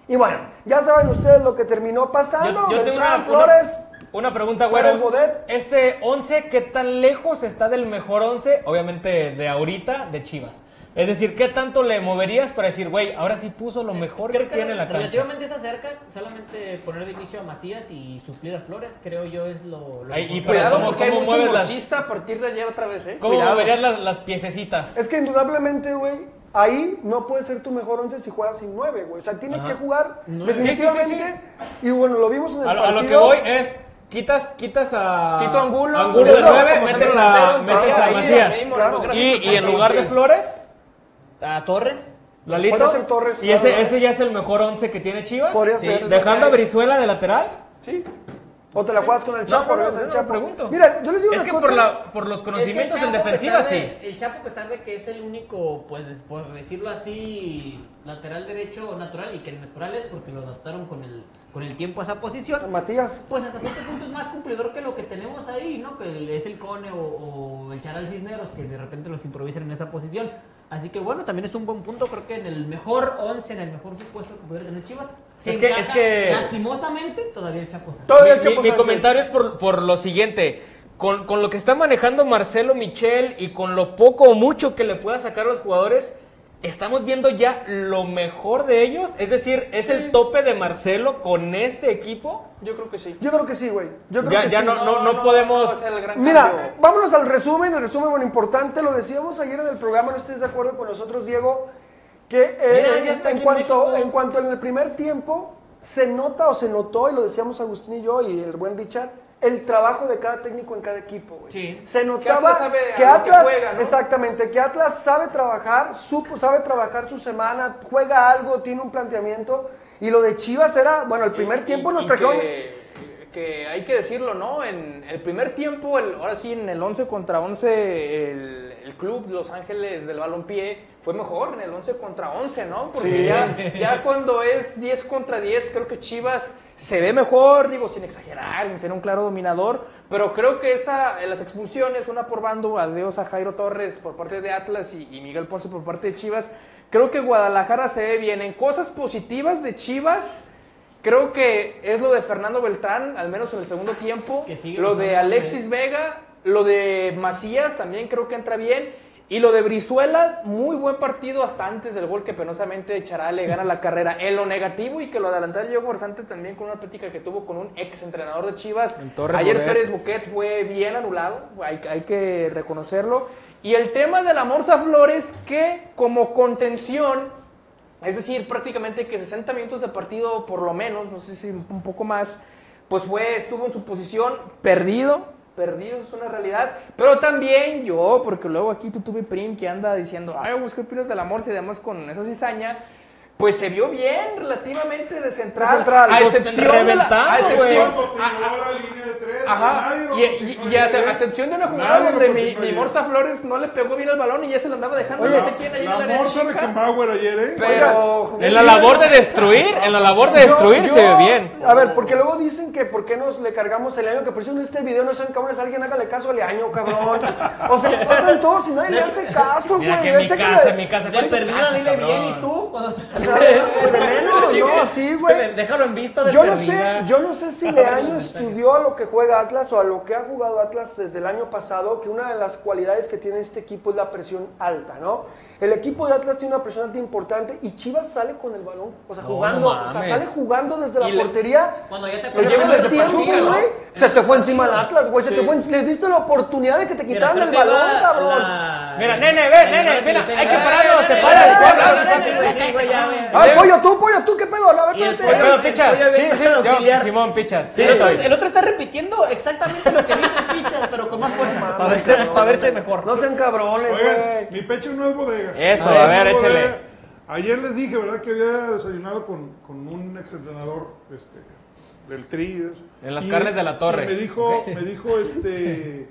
[SPEAKER 1] Y bueno, ya saben ustedes lo que terminó pasando.
[SPEAKER 10] Yo, yo tengo una,
[SPEAKER 1] Ah, Beltrán
[SPEAKER 10] una-
[SPEAKER 1] Flores.
[SPEAKER 10] una pregunta,
[SPEAKER 1] Flores
[SPEAKER 10] güero.
[SPEAKER 1] Bodet.
[SPEAKER 10] Este 11, ¿qué tan lejos está del mejor 11? Obviamente de ahorita, de Chivas. Es decir, ¿qué tanto le moverías para decir, güey, ahora sí puso lo mejor que,
[SPEAKER 9] Creo que
[SPEAKER 10] tiene en la cancha?
[SPEAKER 9] relativamente está cerca, solamente poner de inicio a Macías y suplir a Flores, creo yo es lo... lo
[SPEAKER 10] Ay, y
[SPEAKER 9] mejor.
[SPEAKER 10] pero
[SPEAKER 3] Cuidado
[SPEAKER 10] ¿cómo-
[SPEAKER 3] porque hay
[SPEAKER 10] cómo
[SPEAKER 3] mucho
[SPEAKER 10] mueves las-
[SPEAKER 3] bolsista a partir de ayer otra vez, ¿eh?
[SPEAKER 10] ¿Cómo
[SPEAKER 3] Cuidado.
[SPEAKER 10] moverías las, las piececitas?
[SPEAKER 1] Es que indudablemente, güey, ahí no puede ser tu mejor once si juegas sin nueve, güey. O sea, tienes que jugar definitivamente. Y bueno, lo vimos en el
[SPEAKER 10] A, lo- a
[SPEAKER 1] partido.
[SPEAKER 10] lo que voy es, quitas, quitas a...
[SPEAKER 3] Quito Angulo.
[SPEAKER 10] Angulo de
[SPEAKER 1] Angulo, Ah,
[SPEAKER 10] 9,
[SPEAKER 3] como
[SPEAKER 10] metes
[SPEAKER 3] centro
[SPEAKER 10] a,
[SPEAKER 3] delantero,
[SPEAKER 10] metes a
[SPEAKER 3] ahí sí,
[SPEAKER 10] Macías.
[SPEAKER 3] ahí,
[SPEAKER 1] Claro.
[SPEAKER 3] monográfico.
[SPEAKER 10] Y, y en
[SPEAKER 3] Así
[SPEAKER 10] lugar de
[SPEAKER 3] es.
[SPEAKER 10] Flores,
[SPEAKER 9] ¿A Torres?
[SPEAKER 10] Lalito.
[SPEAKER 1] Podría ser Torres,
[SPEAKER 10] y
[SPEAKER 1] claro.
[SPEAKER 10] ese, ese ya es el mejor 11 que tiene Chivas.
[SPEAKER 1] Podría ser.
[SPEAKER 10] Dejando a Brizuela de lateral.
[SPEAKER 3] Sí.
[SPEAKER 1] O te la juegas con el Chapo,
[SPEAKER 10] no, no,
[SPEAKER 1] regresas
[SPEAKER 10] no,
[SPEAKER 1] el
[SPEAKER 10] no,
[SPEAKER 1] Chapo.
[SPEAKER 10] pregunto.
[SPEAKER 1] Mira, yo les digo
[SPEAKER 10] Es
[SPEAKER 1] una
[SPEAKER 10] que
[SPEAKER 1] cosa.
[SPEAKER 10] por, la, por los
[SPEAKER 9] Es que el
[SPEAKER 10] conocimientos en
[SPEAKER 9] Chapo, a
[SPEAKER 10] defensiva,
[SPEAKER 9] pesar
[SPEAKER 10] sí.
[SPEAKER 9] de- El Chapo, a pesar de que es el único, pues, des- por decirlo así, lateral derecho natural, y que el natural es porque lo adaptaron con el, con el tiempo a esa posición,
[SPEAKER 1] Matías.
[SPEAKER 9] pues hasta cierto punto es más cumplidor que lo que tenemos ahí, ¿no? Que el- es el Cone o, o el Charal Cisneros, que de repente los improvisan en esa posición. Así que bueno, también es un buen punto, creo que en el mejor 11, en el mejor supuesto que pudiera tener Chivas, se
[SPEAKER 10] Es que-
[SPEAKER 9] encaja,
[SPEAKER 10] es que-
[SPEAKER 9] lastimosamente todavía el Chapo Sánchez.
[SPEAKER 1] Todavía el
[SPEAKER 10] Mi-
[SPEAKER 1] Chapo
[SPEAKER 10] mi, mi
[SPEAKER 1] Sánchez.
[SPEAKER 10] comentario es por, por lo siguiente. Con, con lo que está manejando Marcelo Michel y con lo poco o mucho que le pueda sacar los jugadores, estamos viendo ya lo mejor de ellos. Es decir, es el tope de Marcelo con este equipo.
[SPEAKER 3] Yo creo que sí.
[SPEAKER 1] Yo creo que sí, güey. Yo creo
[SPEAKER 10] Ya,
[SPEAKER 1] que
[SPEAKER 10] ya
[SPEAKER 1] sí.
[SPEAKER 10] no, no, no podemos.
[SPEAKER 3] va a ser el gran
[SPEAKER 1] Mira,
[SPEAKER 3] cambio.
[SPEAKER 1] eh, vámonos al resumen, el resumen, bueno, importante, lo decíamos ayer en el programa, no estés de acuerdo con nosotros, Diego, que eh,
[SPEAKER 10] Mira,
[SPEAKER 1] en,
[SPEAKER 10] ya está
[SPEAKER 1] en
[SPEAKER 10] aquí en
[SPEAKER 1] cuanto,
[SPEAKER 10] México.
[SPEAKER 1] en cuanto en el primer tiempo se nota o se notó, y lo decíamos Agustín y yo y el buen Richard, el trabajo de cada técnico en cada equipo, güey.
[SPEAKER 9] Sí.
[SPEAKER 1] Se notaba
[SPEAKER 3] Atlas sabe a
[SPEAKER 1] que
[SPEAKER 3] lo que
[SPEAKER 1] Atlas,
[SPEAKER 3] juega, ¿no?
[SPEAKER 1] exactamente, que Atlas sabe trabajar, supo, sabe trabajar su semana, juega algo, tiene un planteamiento, y lo de Chivas era, bueno, el primer
[SPEAKER 3] Y-
[SPEAKER 1] tiempo
[SPEAKER 3] y-
[SPEAKER 1] nos
[SPEAKER 3] y
[SPEAKER 1] trajeron...
[SPEAKER 3] Que, que hay que decirlo, ¿no? En el primer tiempo, el, ahora sí, en el 11 contra 11, el, el club Los Ángeles del Balompié fue mejor en el 11 contra 11, ¿no? Porque ya, ya cuando es 10 contra 10, creo que Chivas Se ve mejor, digo, sin exagerar, sin ser un claro dominador, pero creo que esa, eh, las expulsiones, una por bando, adiós a Jairo Torres por parte de Atlas y, y Miguel Ponce por parte de Chivas, creo que Guadalajara se ve bien. En cosas positivas de Chivas, creo que es lo de Fernando Beltrán, al menos en el segundo tiempo, lo de Alexis Vega, lo de Macías también creo que entra bien. Y lo de Brizuela, muy buen partido hasta antes del gol que penosamente Chará le gana la carrera. En lo negativo y que lo adelantara Diego Garzante también con una plática que tuvo con un ex entrenador de Chivas.
[SPEAKER 10] Torre
[SPEAKER 3] Ayer
[SPEAKER 10] Bodet.
[SPEAKER 3] Pérez Buquet fue bien anulado, hay, hay que reconocerlo. Y el tema de la Morsa Flores, que como contención, es decir, prácticamente que 60 minutos de partido por lo menos, no sé si un poco más, pues fue, estuvo en su posición perdido, perdido es una realidad, pero también yo, porque luego aquí tú tuve Prim que anda diciendo, ay, pues qué opinas del amor, si además con esa cizaña, pues se vio bien relativamente de central,
[SPEAKER 10] De central,
[SPEAKER 3] a
[SPEAKER 10] pues,
[SPEAKER 3] excepción de la, Pues, a
[SPEAKER 10] reventado, güey.
[SPEAKER 3] excepción,
[SPEAKER 8] Pues, la línea de tres,
[SPEAKER 3] Ajá,
[SPEAKER 8] nadie lo
[SPEAKER 3] y, y-
[SPEAKER 8] consiguió
[SPEAKER 3] y a,
[SPEAKER 8] ayer.
[SPEAKER 3] a excepción de una jugada
[SPEAKER 8] Nadie lo
[SPEAKER 3] donde mi,
[SPEAKER 8] consiguió
[SPEAKER 3] mi
[SPEAKER 8] ayer.
[SPEAKER 3] Morsa Flores no le pegó bien el balón y ya se lo andaba dejando
[SPEAKER 8] Oiga,
[SPEAKER 3] no sé quién ahí en
[SPEAKER 8] la
[SPEAKER 3] el área
[SPEAKER 8] morsa de
[SPEAKER 3] chica.
[SPEAKER 8] Kembauer ayer, ¿eh?
[SPEAKER 1] Pues,
[SPEAKER 3] Pero-
[SPEAKER 8] Oigan,
[SPEAKER 10] En la labor de destruir, en la labor de destruir se ve bien.
[SPEAKER 1] A ver, porque luego dicen que por qué nos le cargamos el año, que por eso en este video no sean cabrones, alguien hágale caso al año, cabrón. O sea, pasan todos y nadie le hace caso, güey.
[SPEAKER 10] Mira que en mi
[SPEAKER 1] Chécale-
[SPEAKER 10] casa, en mi casa.
[SPEAKER 1] De
[SPEAKER 10] ¿cuánto
[SPEAKER 1] perdida,
[SPEAKER 10] pasa,
[SPEAKER 1] dile
[SPEAKER 10] cabrón?
[SPEAKER 1] bien, ¿y
[SPEAKER 9] tú? Cuando te
[SPEAKER 1] O sea, de menos, no, sí, güey.
[SPEAKER 9] Déjalo en vista de
[SPEAKER 1] Yo no sé,
[SPEAKER 9] perdida.
[SPEAKER 1] yo no sé si Leaño estudió a lo que juega Atlas o a lo que ha jugado Atlas desde el año pasado, que una de las cualidades que tiene este equipo es la presión alta, ¿no? El equipo de Atlas tiene una presión alta importante y Chivas sale con el balón, o sea,
[SPEAKER 9] No
[SPEAKER 1] jugando, o sea,
[SPEAKER 9] mames.
[SPEAKER 1] sale jugando desde
[SPEAKER 9] Y
[SPEAKER 1] la
[SPEAKER 9] le-
[SPEAKER 1] portería.
[SPEAKER 9] Cuando ya te
[SPEAKER 1] Pero llega
[SPEAKER 9] acuerdas
[SPEAKER 1] el
[SPEAKER 9] de
[SPEAKER 1] tiempo,
[SPEAKER 9] Pachuca, ¿no?
[SPEAKER 1] güey. Se te fue encima el Atlas, güey. Se te fue en- Les diste la oportunidad de que te quitaran el balón, cabrón.
[SPEAKER 10] Mira, nene, ve, nene, mira, hay que pararnos, te paras, corras.
[SPEAKER 1] A ver, pollo, tú, pollo, tú, qué pedo. A ver,
[SPEAKER 10] ¿Qué pedo, pichas?
[SPEAKER 9] Oye,
[SPEAKER 10] Sí,
[SPEAKER 9] vete
[SPEAKER 10] sí,
[SPEAKER 9] al
[SPEAKER 10] yo,
[SPEAKER 9] auxiliar.
[SPEAKER 10] Simón, pichas.
[SPEAKER 9] Sí,
[SPEAKER 10] Sí,
[SPEAKER 9] el, otro,
[SPEAKER 10] estoy.
[SPEAKER 9] el otro está repitiendo exactamente lo que dice Pichas, pero con más fuerza. para verse,
[SPEAKER 8] cabrón,
[SPEAKER 9] para verse mejor.
[SPEAKER 1] No sean cabrones,
[SPEAKER 8] Oigan, mi pecho no es bodega.
[SPEAKER 3] Eh,
[SPEAKER 10] Eso,
[SPEAKER 8] Mi pecho
[SPEAKER 10] a ver,
[SPEAKER 8] no es
[SPEAKER 10] échale.
[SPEAKER 8] bodega. Ayer les dije, ¿verdad? Que había desayunado con, con un exentrenador este, del Tri. de eso.
[SPEAKER 10] En las
[SPEAKER 8] Y-
[SPEAKER 10] carnes de la torre.
[SPEAKER 8] y Me dijo, me dijo este...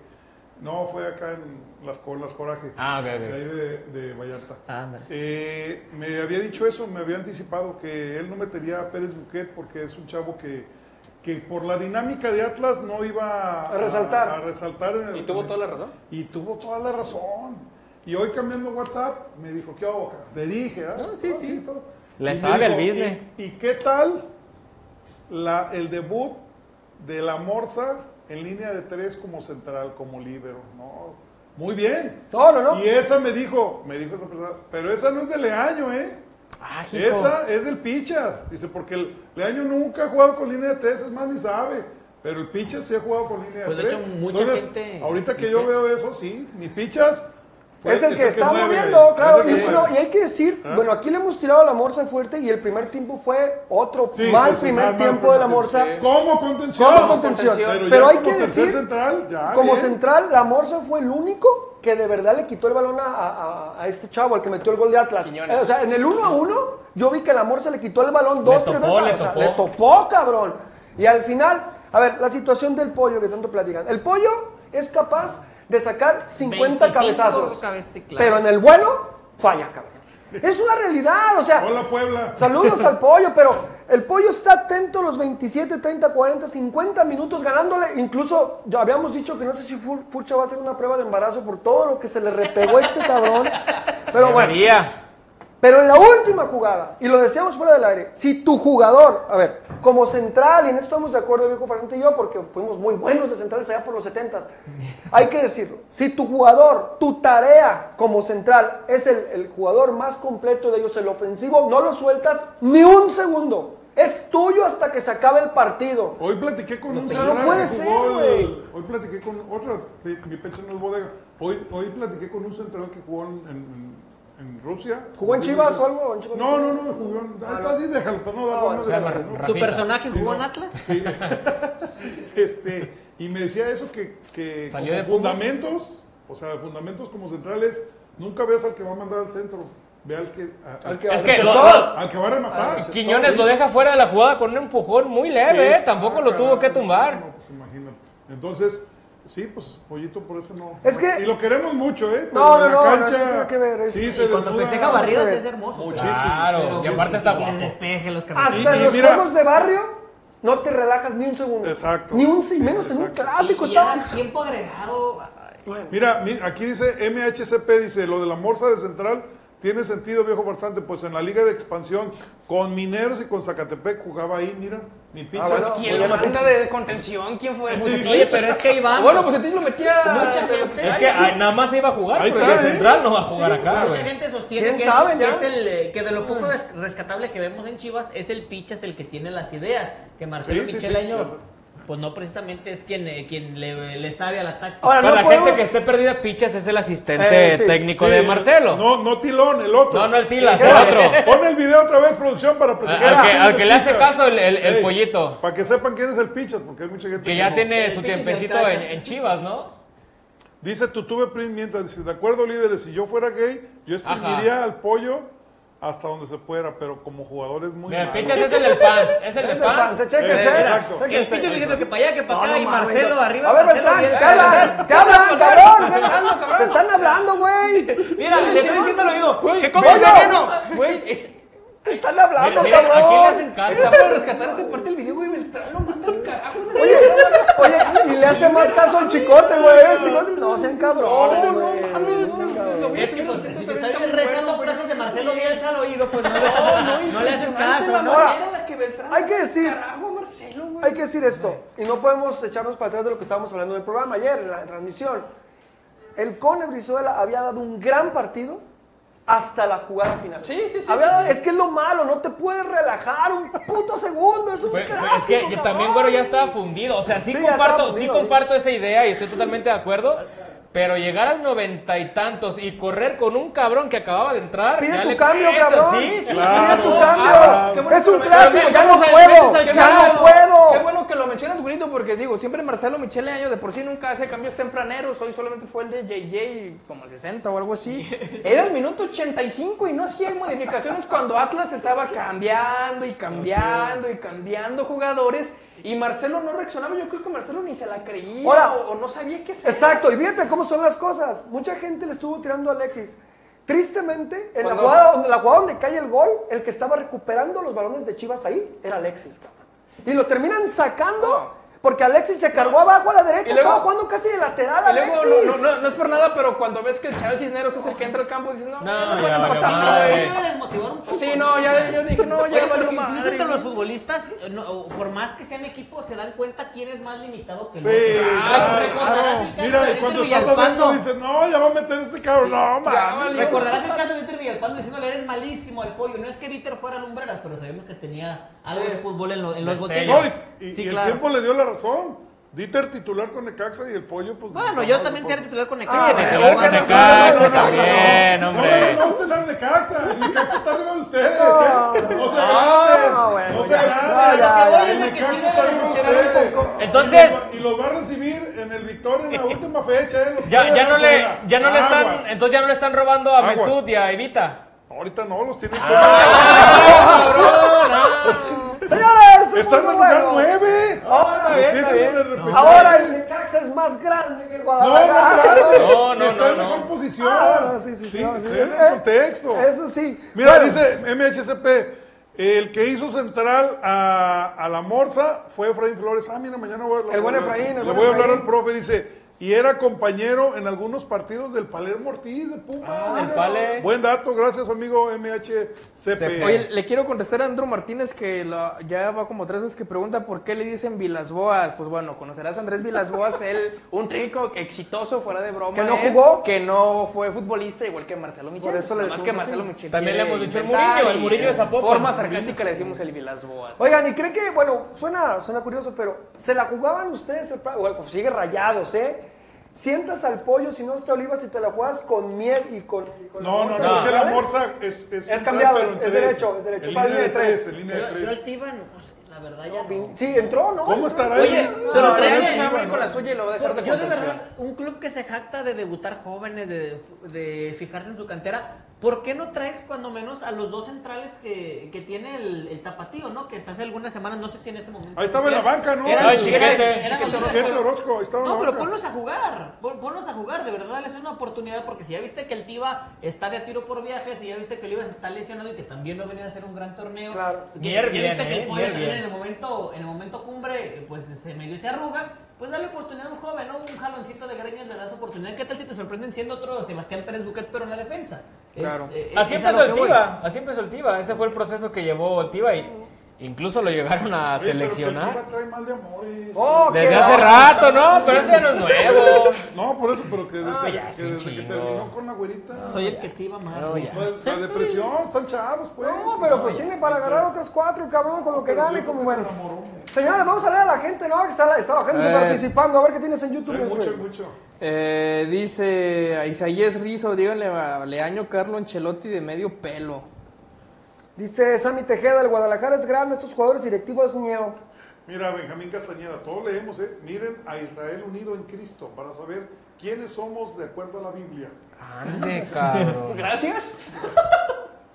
[SPEAKER 8] No, fue acá en Las Colas, Coraje.
[SPEAKER 10] Ah, ok, ok.
[SPEAKER 8] de ahí de, de Vallarta.
[SPEAKER 9] Ah, ándale.
[SPEAKER 8] Eh, me había dicho eso, me había anticipado que él no metería a Pérez Buquet porque es un chavo que, que por la dinámica de Atlas no iba
[SPEAKER 1] A resaltar.
[SPEAKER 8] a resaltar en el-
[SPEAKER 3] Y tuvo toda la razón.
[SPEAKER 8] y tuvo toda la razón. Y hoy cambiando WhatsApp me dijo, ¿qué hago? cara?". Le dije, ¿ah?
[SPEAKER 10] No, sí,
[SPEAKER 8] Ah,
[SPEAKER 10] sí.
[SPEAKER 8] todo.
[SPEAKER 10] Le
[SPEAKER 8] Y me
[SPEAKER 10] sabe al
[SPEAKER 8] dijo,
[SPEAKER 10] business.
[SPEAKER 8] ¿Y, y qué tal la, el debut de la Morsa en línea de tres como central, como líbero? No, muy bien.
[SPEAKER 1] No, no, no.
[SPEAKER 8] Y esa me dijo, me dijo esa persona, pero esa no es de Leaño, ¿eh? Esa es del Pichas. Dice, porque el Leaño nunca ha jugado con línea de tres, es más, ni sabe. Pero el Pichas sí ha jugado con línea
[SPEAKER 9] Pues,
[SPEAKER 8] de
[SPEAKER 9] de
[SPEAKER 8] tres.
[SPEAKER 9] hecho, mucha
[SPEAKER 8] Entonces,
[SPEAKER 9] gente
[SPEAKER 8] ahorita que
[SPEAKER 9] dice
[SPEAKER 8] yo
[SPEAKER 9] eso.
[SPEAKER 8] veo eso, sí, mi Pichas fue-
[SPEAKER 1] Es el que está
[SPEAKER 8] mueve,
[SPEAKER 1] moviendo,
[SPEAKER 8] es
[SPEAKER 1] claro.
[SPEAKER 8] el
[SPEAKER 1] Y,
[SPEAKER 8] que
[SPEAKER 1] no,
[SPEAKER 8] mueve.
[SPEAKER 1] y hay que decir,
[SPEAKER 8] ¿Ah?
[SPEAKER 1] bueno, aquí le hemos tirado a la morsa fuerte y el primer tiempo fue otro
[SPEAKER 8] Sí, pues,
[SPEAKER 1] mal
[SPEAKER 8] sí, sí,
[SPEAKER 1] primer
[SPEAKER 8] mal, mal
[SPEAKER 1] tiempo de la morsa.
[SPEAKER 8] Como contención.
[SPEAKER 1] Como contención.
[SPEAKER 8] ya
[SPEAKER 1] Pero hay
[SPEAKER 8] como
[SPEAKER 1] que
[SPEAKER 8] tercer
[SPEAKER 1] decir,
[SPEAKER 8] central, ya,
[SPEAKER 1] Como
[SPEAKER 8] Ah, bien.
[SPEAKER 1] central, la morsa fue el único que de verdad le quitó el balón a, a- a- a este chavo, al que metió el gol de Atlas.
[SPEAKER 3] Quiñones.
[SPEAKER 1] Eh, o sea, en el 1 a 1, yo vi que la morsa le quitó el balón dos, tres
[SPEAKER 10] topó,
[SPEAKER 1] veces.
[SPEAKER 10] le
[SPEAKER 1] o sea,
[SPEAKER 10] topó.
[SPEAKER 1] le topó, cabrón. Y al final, a ver, la situación del pollo que tanto platican. El pollo es capaz de sacar 50
[SPEAKER 9] 25
[SPEAKER 1] cabezazos.
[SPEAKER 9] cabezas, sí, claro.
[SPEAKER 1] Pero en el bueno, falla, cabrón. Es una realidad, o sea,
[SPEAKER 8] Hola, Puebla.
[SPEAKER 1] Saludos al pollo, pero el pollo está atento los 27, 30, 40, 50 minutos ganándole. Incluso ya habíamos dicho que no sé si Fur- Furcha va a hacer una prueba de embarazo por todo lo que se le repegó a este cabrón. Pero bueno, pero en la última jugada, y lo decíamos fuera del aire, si tu jugador, a ver, como central, y en esto estamos de acuerdo, Viejo Farsante y yo, porque fuimos muy buenos de centrales allá por los 70 hay que decirlo, si tu jugador, tu tarea como central es el, el jugador más completo de ellos, el ofensivo, no lo sueltas ni un segundo. Es tuyo hasta que se acabe el partido.
[SPEAKER 8] Hoy platiqué con un
[SPEAKER 1] no
[SPEAKER 8] central que
[SPEAKER 1] puede
[SPEAKER 8] jugó
[SPEAKER 1] ser,
[SPEAKER 8] el-
[SPEAKER 1] güey.
[SPEAKER 8] Hoy platiqué con otra, mi, mi pecho no es bodega. Hoy, hoy platiqué con un central que jugó en, en- en Rusia.
[SPEAKER 1] ¿Jugó en Chivas o algo?
[SPEAKER 8] No, no, no, jugó en.
[SPEAKER 1] Ah,
[SPEAKER 8] es
[SPEAKER 1] no.
[SPEAKER 8] así, déjalo, para no dar
[SPEAKER 1] Ah,
[SPEAKER 10] bueno,
[SPEAKER 8] nombres de la-
[SPEAKER 10] se llama
[SPEAKER 8] ¿no?
[SPEAKER 10] Ra-
[SPEAKER 9] ¿Su
[SPEAKER 10] Rafita.
[SPEAKER 9] personaje
[SPEAKER 8] Sí,
[SPEAKER 9] jugó en
[SPEAKER 8] no.
[SPEAKER 9] Atlas?
[SPEAKER 8] Sí. este, y me decía eso que, que
[SPEAKER 10] Salió
[SPEAKER 8] como
[SPEAKER 10] de Pumas.
[SPEAKER 8] fundamentos, o sea, fundamentos como centrales, nunca veas al que va a mandar al centro. Ve al que, a-
[SPEAKER 1] Al
[SPEAKER 8] al,
[SPEAKER 1] que-
[SPEAKER 10] Es que lo-
[SPEAKER 1] receptor.
[SPEAKER 10] lo-
[SPEAKER 8] al que va a
[SPEAKER 1] Ah,
[SPEAKER 8] rematar.
[SPEAKER 10] Quiñones lo deja fuera de la jugada con un empujón muy leve, ¿eh? Tampoco lo tuvo que
[SPEAKER 8] No,
[SPEAKER 10] tumbar.
[SPEAKER 8] pues imagínate. Entonces, sí, pues Pollito por eso no.
[SPEAKER 1] Es que-
[SPEAKER 8] Y lo queremos mucho, ¿eh?
[SPEAKER 1] No,
[SPEAKER 8] Pero en
[SPEAKER 1] no,
[SPEAKER 8] la
[SPEAKER 1] no, no, eso tiene que ver, es-
[SPEAKER 8] Sí,
[SPEAKER 1] Y
[SPEAKER 8] se
[SPEAKER 9] Cuando
[SPEAKER 8] desnuda
[SPEAKER 9] festeja barridas es hermoso.
[SPEAKER 8] Muchísimo.
[SPEAKER 10] Claro, y aparte está
[SPEAKER 9] Que
[SPEAKER 10] guapo.
[SPEAKER 9] despeje los
[SPEAKER 1] Hasta
[SPEAKER 8] Y-
[SPEAKER 1] en
[SPEAKER 8] y
[SPEAKER 1] los
[SPEAKER 8] mira-
[SPEAKER 1] juegos de barrio, no te relajas ni un segundo. Exacto. Ni un, y menos en un clásico.
[SPEAKER 9] Y era
[SPEAKER 1] Estaba...
[SPEAKER 9] tiempo agregado.
[SPEAKER 8] Mira, mi- aquí dice MHCP, dice, lo de la morsa de central tiene sentido, viejo farsante, pues en la liga de expansión con Mineros y con Zacatepec jugaba ahí, mira, ni pinche.
[SPEAKER 3] Ah, pues, ¿quién lo manda de contención? ¿quién fue? Pues, Bucetich.
[SPEAKER 8] Oye, pero es que ahí vamos.
[SPEAKER 3] Bueno, Bucetich lo metía.
[SPEAKER 9] Mucha gente.
[SPEAKER 10] Es que ah, nada más se iba a jugar,
[SPEAKER 8] Ahí
[SPEAKER 10] pero
[SPEAKER 8] está,
[SPEAKER 10] el
[SPEAKER 8] ¿eh?
[SPEAKER 10] central no va a jugar
[SPEAKER 8] Sí,
[SPEAKER 10] acá,
[SPEAKER 9] Mucha
[SPEAKER 10] güey.
[SPEAKER 9] gente sostiene
[SPEAKER 1] ¿Quién
[SPEAKER 9] que,
[SPEAKER 1] sabe
[SPEAKER 9] es,
[SPEAKER 1] ya?
[SPEAKER 9] que es el, eh, que de lo poco des- rescatable que vemos en Chivas es el pichas el que tiene las ideas. Que Marcelo
[SPEAKER 8] Sí, sí,
[SPEAKER 9] Michel
[SPEAKER 8] sí,
[SPEAKER 9] Año,
[SPEAKER 8] claro.
[SPEAKER 9] pues no precisamente es quien, eh, quien le, le sabe a la táctica.
[SPEAKER 1] Ahora,
[SPEAKER 10] Para
[SPEAKER 1] no
[SPEAKER 10] la
[SPEAKER 1] podemos-
[SPEAKER 10] gente que esté perdida, Pichas es el asistente
[SPEAKER 1] Eh, sí,
[SPEAKER 10] técnico
[SPEAKER 8] Sí,
[SPEAKER 10] de Marcelo. No,
[SPEAKER 8] No, no Tilón, el otro.
[SPEAKER 10] no, el Tilas, el
[SPEAKER 8] Pon-
[SPEAKER 10] otro.
[SPEAKER 8] Pon el video otra vez, producción, para Ah,
[SPEAKER 10] Al
[SPEAKER 8] presentar.
[SPEAKER 10] que, al que le hace caso el, el- el pollito,
[SPEAKER 8] Para que sepan quién es el Pichas, porque hay mucha gente
[SPEAKER 10] que ya
[SPEAKER 8] no.
[SPEAKER 10] tiene
[SPEAKER 9] El
[SPEAKER 10] su
[SPEAKER 9] Pichas y
[SPEAKER 10] tiempecito
[SPEAKER 9] el
[SPEAKER 10] en,
[SPEAKER 9] Cachas.
[SPEAKER 10] en Chivas, ¿no?
[SPEAKER 8] Dice Tutube Print mientras dice, de acuerdo líderes, si yo fuera gay, yo exprimiría al pollo hasta donde se pueda, pero como jugador es muy
[SPEAKER 10] Mira, el
[SPEAKER 8] malo.
[SPEAKER 10] Pichas es el del Pans, es el
[SPEAKER 1] Es
[SPEAKER 10] del
[SPEAKER 1] de
[SPEAKER 10] Pans.
[SPEAKER 1] panza, chéquense,
[SPEAKER 10] Eh,
[SPEAKER 8] exacto.
[SPEAKER 1] chéquense.
[SPEAKER 9] el pichas diciendo que para allá, que para
[SPEAKER 1] No,
[SPEAKER 9] acá,
[SPEAKER 1] no
[SPEAKER 9] y
[SPEAKER 1] mames,
[SPEAKER 9] Marcelo
[SPEAKER 1] no.
[SPEAKER 9] arriba.
[SPEAKER 1] A ver,
[SPEAKER 9] Marcelo
[SPEAKER 1] Beltrán,
[SPEAKER 9] bien
[SPEAKER 1] te
[SPEAKER 9] cerca.
[SPEAKER 1] hablan, te hablan, cabrón. te hablan. Te están hablando, güey. Te
[SPEAKER 9] Mira, le estoy diciendo al oído.
[SPEAKER 3] Güey,
[SPEAKER 9] que comas
[SPEAKER 1] Bello.
[SPEAKER 9] veneno?
[SPEAKER 3] Güey, es,
[SPEAKER 1] están hablando,
[SPEAKER 10] Mira, mira, ¿a quién le hacen
[SPEAKER 1] cabrón.
[SPEAKER 10] caso?
[SPEAKER 3] está para rescatar esa parte del video, güey. Beltrán lo manda al carajo.
[SPEAKER 1] Oye, oye, y le hace más caso al chicote, güey. El chicote, no sean cabrones, güey.
[SPEAKER 9] Es que pues, si te están rezando frases de Marcelo Bielsa al oído, pues no le, no le haces caso.
[SPEAKER 3] La
[SPEAKER 9] ¿no?
[SPEAKER 3] manera en la que Beltrán
[SPEAKER 1] Hay que decir,
[SPEAKER 3] carajo, Marcelo, güey.
[SPEAKER 1] Hay que decir esto, y no podemos echarnos para atrás de lo que estábamos hablando en el programa ayer, en la transmisión. El Cone Brizuela había dado un gran partido hasta la jugada final.
[SPEAKER 3] Sí, sí, sí,
[SPEAKER 1] Había
[SPEAKER 3] sí,
[SPEAKER 1] dado-
[SPEAKER 3] sí.
[SPEAKER 1] Es que es lo malo, no te puedes relajar un puto segundo, es un
[SPEAKER 10] Fue- fue-
[SPEAKER 1] clásico,
[SPEAKER 10] Pues, es que yo
[SPEAKER 1] cabrón.
[SPEAKER 10] también, güero, ya estaba fundido. O sea, sí,
[SPEAKER 1] Sí, ya estaba
[SPEAKER 10] comparto, sí
[SPEAKER 1] fundido,
[SPEAKER 10] comparto esa idea y estoy totalmente de acuerdo. Pero llegar al noventa y tantos y correr con un cabrón que acababa de entrar.
[SPEAKER 1] Pide
[SPEAKER 10] ya
[SPEAKER 1] tu
[SPEAKER 10] le
[SPEAKER 1] cambio,
[SPEAKER 10] cuesta,
[SPEAKER 1] cabrón.
[SPEAKER 10] sí, sí,
[SPEAKER 1] Pide tu
[SPEAKER 8] claro.
[SPEAKER 1] cambio.
[SPEAKER 8] Ah,
[SPEAKER 3] qué bueno
[SPEAKER 1] es
[SPEAKER 3] que
[SPEAKER 1] un
[SPEAKER 3] lo-
[SPEAKER 1] clásico,
[SPEAKER 10] pero
[SPEAKER 1] ya
[SPEAKER 10] vamos
[SPEAKER 1] no
[SPEAKER 10] a-
[SPEAKER 1] puedo,
[SPEAKER 10] metes al
[SPEAKER 1] ya no
[SPEAKER 10] carajo.
[SPEAKER 3] Qué
[SPEAKER 1] puedo.
[SPEAKER 3] bueno que lo mencionas, Gurito, porque digo, siempre Marcelo Michele Año de por sí nunca hace cambios tempraneros. Hoy solamente fue el de JJ, como el 60 o algo así. Era el minuto 85 y no hacía modificaciones cuando Atlas estaba cambiando y cambiando y cambiando jugadores. Y Marcelo no reaccionaba. Yo creo que Marcelo ni se la creía
[SPEAKER 1] Ahora.
[SPEAKER 3] o, o no sabía qué hacer.
[SPEAKER 1] Exacto, y fíjate cómo son las cosas. Mucha gente le estuvo tirando a Alexis. Tristemente, en la
[SPEAKER 3] Cuando-
[SPEAKER 1] jugada, donde, la jugada donde cae el gol, el que estaba recuperando los balones de Chivas ahí era Alexis. cabrón. Y lo terminan sacando porque Alexis se cargó abajo a la derecha,
[SPEAKER 3] Ah. Y luego-
[SPEAKER 1] estaba jugando casi de lateral
[SPEAKER 3] Y luego,
[SPEAKER 1] Alexis.
[SPEAKER 3] no, no- no- no es por nada, pero cuando ves que el Charles Cisneros es el que entra al campo, dices, no,
[SPEAKER 10] No, pues,
[SPEAKER 3] no,
[SPEAKER 10] ya
[SPEAKER 3] pueden
[SPEAKER 10] valió
[SPEAKER 3] empatar,
[SPEAKER 10] madre.
[SPEAKER 3] Ah, güey".
[SPEAKER 9] Sí, debe desmotivar un poco.
[SPEAKER 3] Sí, no, ya yo dije, no,
[SPEAKER 9] Oye,
[SPEAKER 3] ya
[SPEAKER 9] pero
[SPEAKER 3] valió
[SPEAKER 9] que
[SPEAKER 3] madre,
[SPEAKER 9] dicen que
[SPEAKER 3] güey.
[SPEAKER 9] los futbolistas, eh, no, o por más que sean equipos, se dan cuenta quién es más limitado que el
[SPEAKER 8] Sí,
[SPEAKER 9] otro.
[SPEAKER 8] claro.
[SPEAKER 9] Recordarás el caso
[SPEAKER 8] Mira,
[SPEAKER 9] de
[SPEAKER 8] y cuando
[SPEAKER 9] Inter
[SPEAKER 8] estás adentro
[SPEAKER 9] Villalpando.
[SPEAKER 8] dices, no, ya va a meter este cabrón. No,
[SPEAKER 3] Ya
[SPEAKER 8] man.
[SPEAKER 3] valió.
[SPEAKER 9] Recordarás el caso de Dieter Villalpando diciéndole eres malísimo al pollo. No es que Dieter fuera lumbreras, pero sabemos que tenía algo de fútbol en, lo- en los
[SPEAKER 10] Destellos.
[SPEAKER 9] botellos.
[SPEAKER 8] No, y, y-
[SPEAKER 9] Sí,
[SPEAKER 8] y el
[SPEAKER 9] claro.
[SPEAKER 8] tiempo le dio la razón. Dieter titular con Necaxa y el pollo, pues.
[SPEAKER 9] Bueno,
[SPEAKER 8] no,
[SPEAKER 9] yo
[SPEAKER 8] no,
[SPEAKER 9] también
[SPEAKER 8] no,
[SPEAKER 9] ser
[SPEAKER 8] no.
[SPEAKER 9] titular con
[SPEAKER 1] Ah,
[SPEAKER 9] Necaxa. de vez en
[SPEAKER 10] Titular
[SPEAKER 1] bueno,
[SPEAKER 10] con
[SPEAKER 9] cuando.
[SPEAKER 10] Necaxa
[SPEAKER 8] no, no, no,
[SPEAKER 10] también,
[SPEAKER 8] no,
[SPEAKER 10] hombre.
[SPEAKER 8] No, no, no, no, Necaxa. El Necaxa está arriba de ustedes.
[SPEAKER 1] No,
[SPEAKER 8] ¿eh? No se
[SPEAKER 1] no,
[SPEAKER 8] grandes.
[SPEAKER 1] bueno,
[SPEAKER 8] No se
[SPEAKER 1] ya.
[SPEAKER 8] grandes.
[SPEAKER 1] No, ya, ya.
[SPEAKER 8] El
[SPEAKER 9] Lo que voy es de que
[SPEAKER 8] Necaxa
[SPEAKER 9] sí debe
[SPEAKER 8] está arriba de
[SPEAKER 9] decepcionar un
[SPEAKER 8] ustedes.
[SPEAKER 9] poco.
[SPEAKER 10] Entonces-
[SPEAKER 8] Y los- Y los va a recibir en el Victoria en la última fecha. ¿eh? Los
[SPEAKER 10] Ya,
[SPEAKER 8] tiene
[SPEAKER 10] ya no le,
[SPEAKER 8] afuera.
[SPEAKER 10] ya no le están,
[SPEAKER 8] Aguas.
[SPEAKER 10] entonces ya no le están robando a
[SPEAKER 8] Aguas.
[SPEAKER 10] Mesut y a Evita.
[SPEAKER 8] Ahorita no, los
[SPEAKER 10] Ah.
[SPEAKER 8] tienen.
[SPEAKER 1] Ah, Señores, es
[SPEAKER 8] Están en
[SPEAKER 1] muy
[SPEAKER 8] lugar
[SPEAKER 1] bueno.
[SPEAKER 8] 9.
[SPEAKER 1] Ahora,
[SPEAKER 10] bien, está bien.
[SPEAKER 1] ahora el Necaxa es más grande que el
[SPEAKER 8] No, no,
[SPEAKER 1] Guadalajara.
[SPEAKER 10] No, no,
[SPEAKER 8] Está en
[SPEAKER 10] no, no.
[SPEAKER 8] mejor posición.
[SPEAKER 1] Ah, no, sí, sí, sí, no, sí.
[SPEAKER 8] está en
[SPEAKER 1] Eh,
[SPEAKER 8] contexto.
[SPEAKER 1] Eso sí.
[SPEAKER 8] Mira,
[SPEAKER 1] Bueno,
[SPEAKER 8] dice MHCP, el que hizo central a, a la Morsa fue Efraín Flores. Ah, mira, mañana voy a hablar.
[SPEAKER 1] El buen Efraín, el
[SPEAKER 8] Le
[SPEAKER 1] buen
[SPEAKER 8] voy a hablar
[SPEAKER 1] Efraín.
[SPEAKER 8] al profe, dice. Y era compañero en algunos partidos del Palermo Ortiz de Puma.
[SPEAKER 10] Ah, del
[SPEAKER 8] Mira.
[SPEAKER 10] Pale.
[SPEAKER 8] Buen dato, gracias amigo MHCP.
[SPEAKER 3] Oye, le quiero contestar a Andrew Martínez que la- ya va como tres veces que pregunta por qué le dicen Vilasboas. Pues bueno, conocerás a Andrés Vilasboas, él, un rico exitoso, fuera de broma.
[SPEAKER 1] ¿Que no
[SPEAKER 3] él,
[SPEAKER 1] jugó?
[SPEAKER 3] que no fue futbolista, igual que Marcelo Michel.
[SPEAKER 1] Por eso le
[SPEAKER 3] Nomás
[SPEAKER 1] decimos
[SPEAKER 3] que
[SPEAKER 1] así.
[SPEAKER 3] Marcelo Michel
[SPEAKER 10] También
[SPEAKER 3] quiere
[SPEAKER 10] le hemos dicho el
[SPEAKER 3] inventar
[SPEAKER 10] Murillo, el
[SPEAKER 3] y
[SPEAKER 10] Murillo de Zapopan.
[SPEAKER 3] forma sarcástica le decimos el Vilasboas.
[SPEAKER 1] Oigan, y creen que, bueno, suena, suena curioso, pero ¿se la jugaban ustedes? El, pra- bueno, pues sigue rayados, ¿eh? Sientas al pollo si no está oliva si te la juegas con miel y con. y con
[SPEAKER 8] No, no,
[SPEAKER 1] almuerzo
[SPEAKER 8] no, es
[SPEAKER 1] de
[SPEAKER 8] que la
[SPEAKER 1] frijoles.
[SPEAKER 8] Morsa es... Es,
[SPEAKER 1] Es cambiado, es-
[SPEAKER 8] central, pero en
[SPEAKER 1] es
[SPEAKER 8] tres.
[SPEAKER 1] derecho, es derecho.
[SPEAKER 8] En
[SPEAKER 1] Para
[SPEAKER 8] línea de tres. en línea de
[SPEAKER 9] Yo, yo
[SPEAKER 8] tres.
[SPEAKER 9] al Tiban, no sé, la verdad ya no.
[SPEAKER 1] Sí, entró, ¿no?
[SPEAKER 8] ¿Cómo estará
[SPEAKER 9] Oye,
[SPEAKER 8] ahí?
[SPEAKER 9] pero
[SPEAKER 3] No,
[SPEAKER 9] trae
[SPEAKER 3] él
[SPEAKER 9] bien,
[SPEAKER 3] se va a venir
[SPEAKER 9] bueno.
[SPEAKER 3] con la suya y lo va a dejar de
[SPEAKER 9] Yo de
[SPEAKER 3] contención.
[SPEAKER 9] verdad, un club que se jacta de debutar jóvenes, de, de fijarse en su cantera, ¿Por qué no traes cuando menos a los dos centrales que, que tiene el, el tapatío, ¿no? Que hasta hace algunas semanas, no sé si en este momento.
[SPEAKER 8] Ahí estaba en la
[SPEAKER 9] sean.
[SPEAKER 8] banca, ¿no?
[SPEAKER 9] Eran-
[SPEAKER 8] Ah, el
[SPEAKER 9] eran-
[SPEAKER 8] chiquete.
[SPEAKER 9] eran
[SPEAKER 8] Chiquete,
[SPEAKER 9] opciones,
[SPEAKER 8] chiquete,
[SPEAKER 9] pero-
[SPEAKER 8] Orozco, ahí estaba en
[SPEAKER 9] No,
[SPEAKER 8] la
[SPEAKER 9] pero
[SPEAKER 8] banca.
[SPEAKER 9] ponlos a jugar. pon- ponlos a jugar, de verdad, es una oportunidad porque si ya viste que el Tiva está de a tiro por viajes y ya viste que Olivas está lesionado y que también no venía a hacer un gran torneo. Claro. Que,
[SPEAKER 10] Mier
[SPEAKER 9] ya
[SPEAKER 10] bien,
[SPEAKER 9] viste que
[SPEAKER 10] ¿eh?
[SPEAKER 9] el pollo
[SPEAKER 10] Mier
[SPEAKER 9] también
[SPEAKER 10] bien.
[SPEAKER 9] en el momento, en el momento cumbre, eh, pues se medio se arruga. Pues dale oportunidad a un joven, ¿no? Un jaloncito de greñas le das oportunidad. ¿Qué tal si te sorprenden siendo otro Sebastián Pérez Buquet, pero en la defensa? Es-
[SPEAKER 10] Claro.
[SPEAKER 9] eh, es
[SPEAKER 10] así
[SPEAKER 9] a lo
[SPEAKER 10] empezó el
[SPEAKER 9] que voy.
[SPEAKER 10] Tiva, así empezó el Tiva. Ese fue el proceso que llevó el Tiva y incluso lo llegaron a
[SPEAKER 8] Oye, pero que el
[SPEAKER 10] seleccionar.
[SPEAKER 8] Tuca trae mal de amores.
[SPEAKER 1] Oh.
[SPEAKER 10] Desde hace rato, ¿no? Pero eso ya no es nuevo.
[SPEAKER 8] No, por eso, pero que desde,
[SPEAKER 10] No, ya
[SPEAKER 8] que,
[SPEAKER 10] es un
[SPEAKER 8] desde que
[SPEAKER 10] chingo.
[SPEAKER 8] terminó con la güerita.
[SPEAKER 9] Soy el que Tiva más.
[SPEAKER 10] No, ya.
[SPEAKER 8] Pues, la depresión, están chavos, pues.
[SPEAKER 1] No, pero pues tiene para agarrar otras cuatro el cabrón con lo que gane, como bueno. Señores, vamos a leer a la gente, ¿no? Que Está la, está la gente
[SPEAKER 11] Eh.
[SPEAKER 1] participando, a ver qué tienes en YouTube.
[SPEAKER 8] Hay
[SPEAKER 1] mi
[SPEAKER 8] mucho, hay
[SPEAKER 1] Fred.
[SPEAKER 8] mucho.
[SPEAKER 11] Eh, dice a Isaías Rizo, díganle a Leaño Carlo Ancelotti de medio pelo.
[SPEAKER 1] Dice Sammy Tejeda, el Guadalajara es grande, estos jugadores directivos es ñeo.
[SPEAKER 8] Mira, Benjamín Castañeda, todos leemos, ¿eh? Miren a Israel unido en Cristo para saber quiénes somos de acuerdo a la Biblia.
[SPEAKER 10] Ande, cabrón.
[SPEAKER 3] Gracias.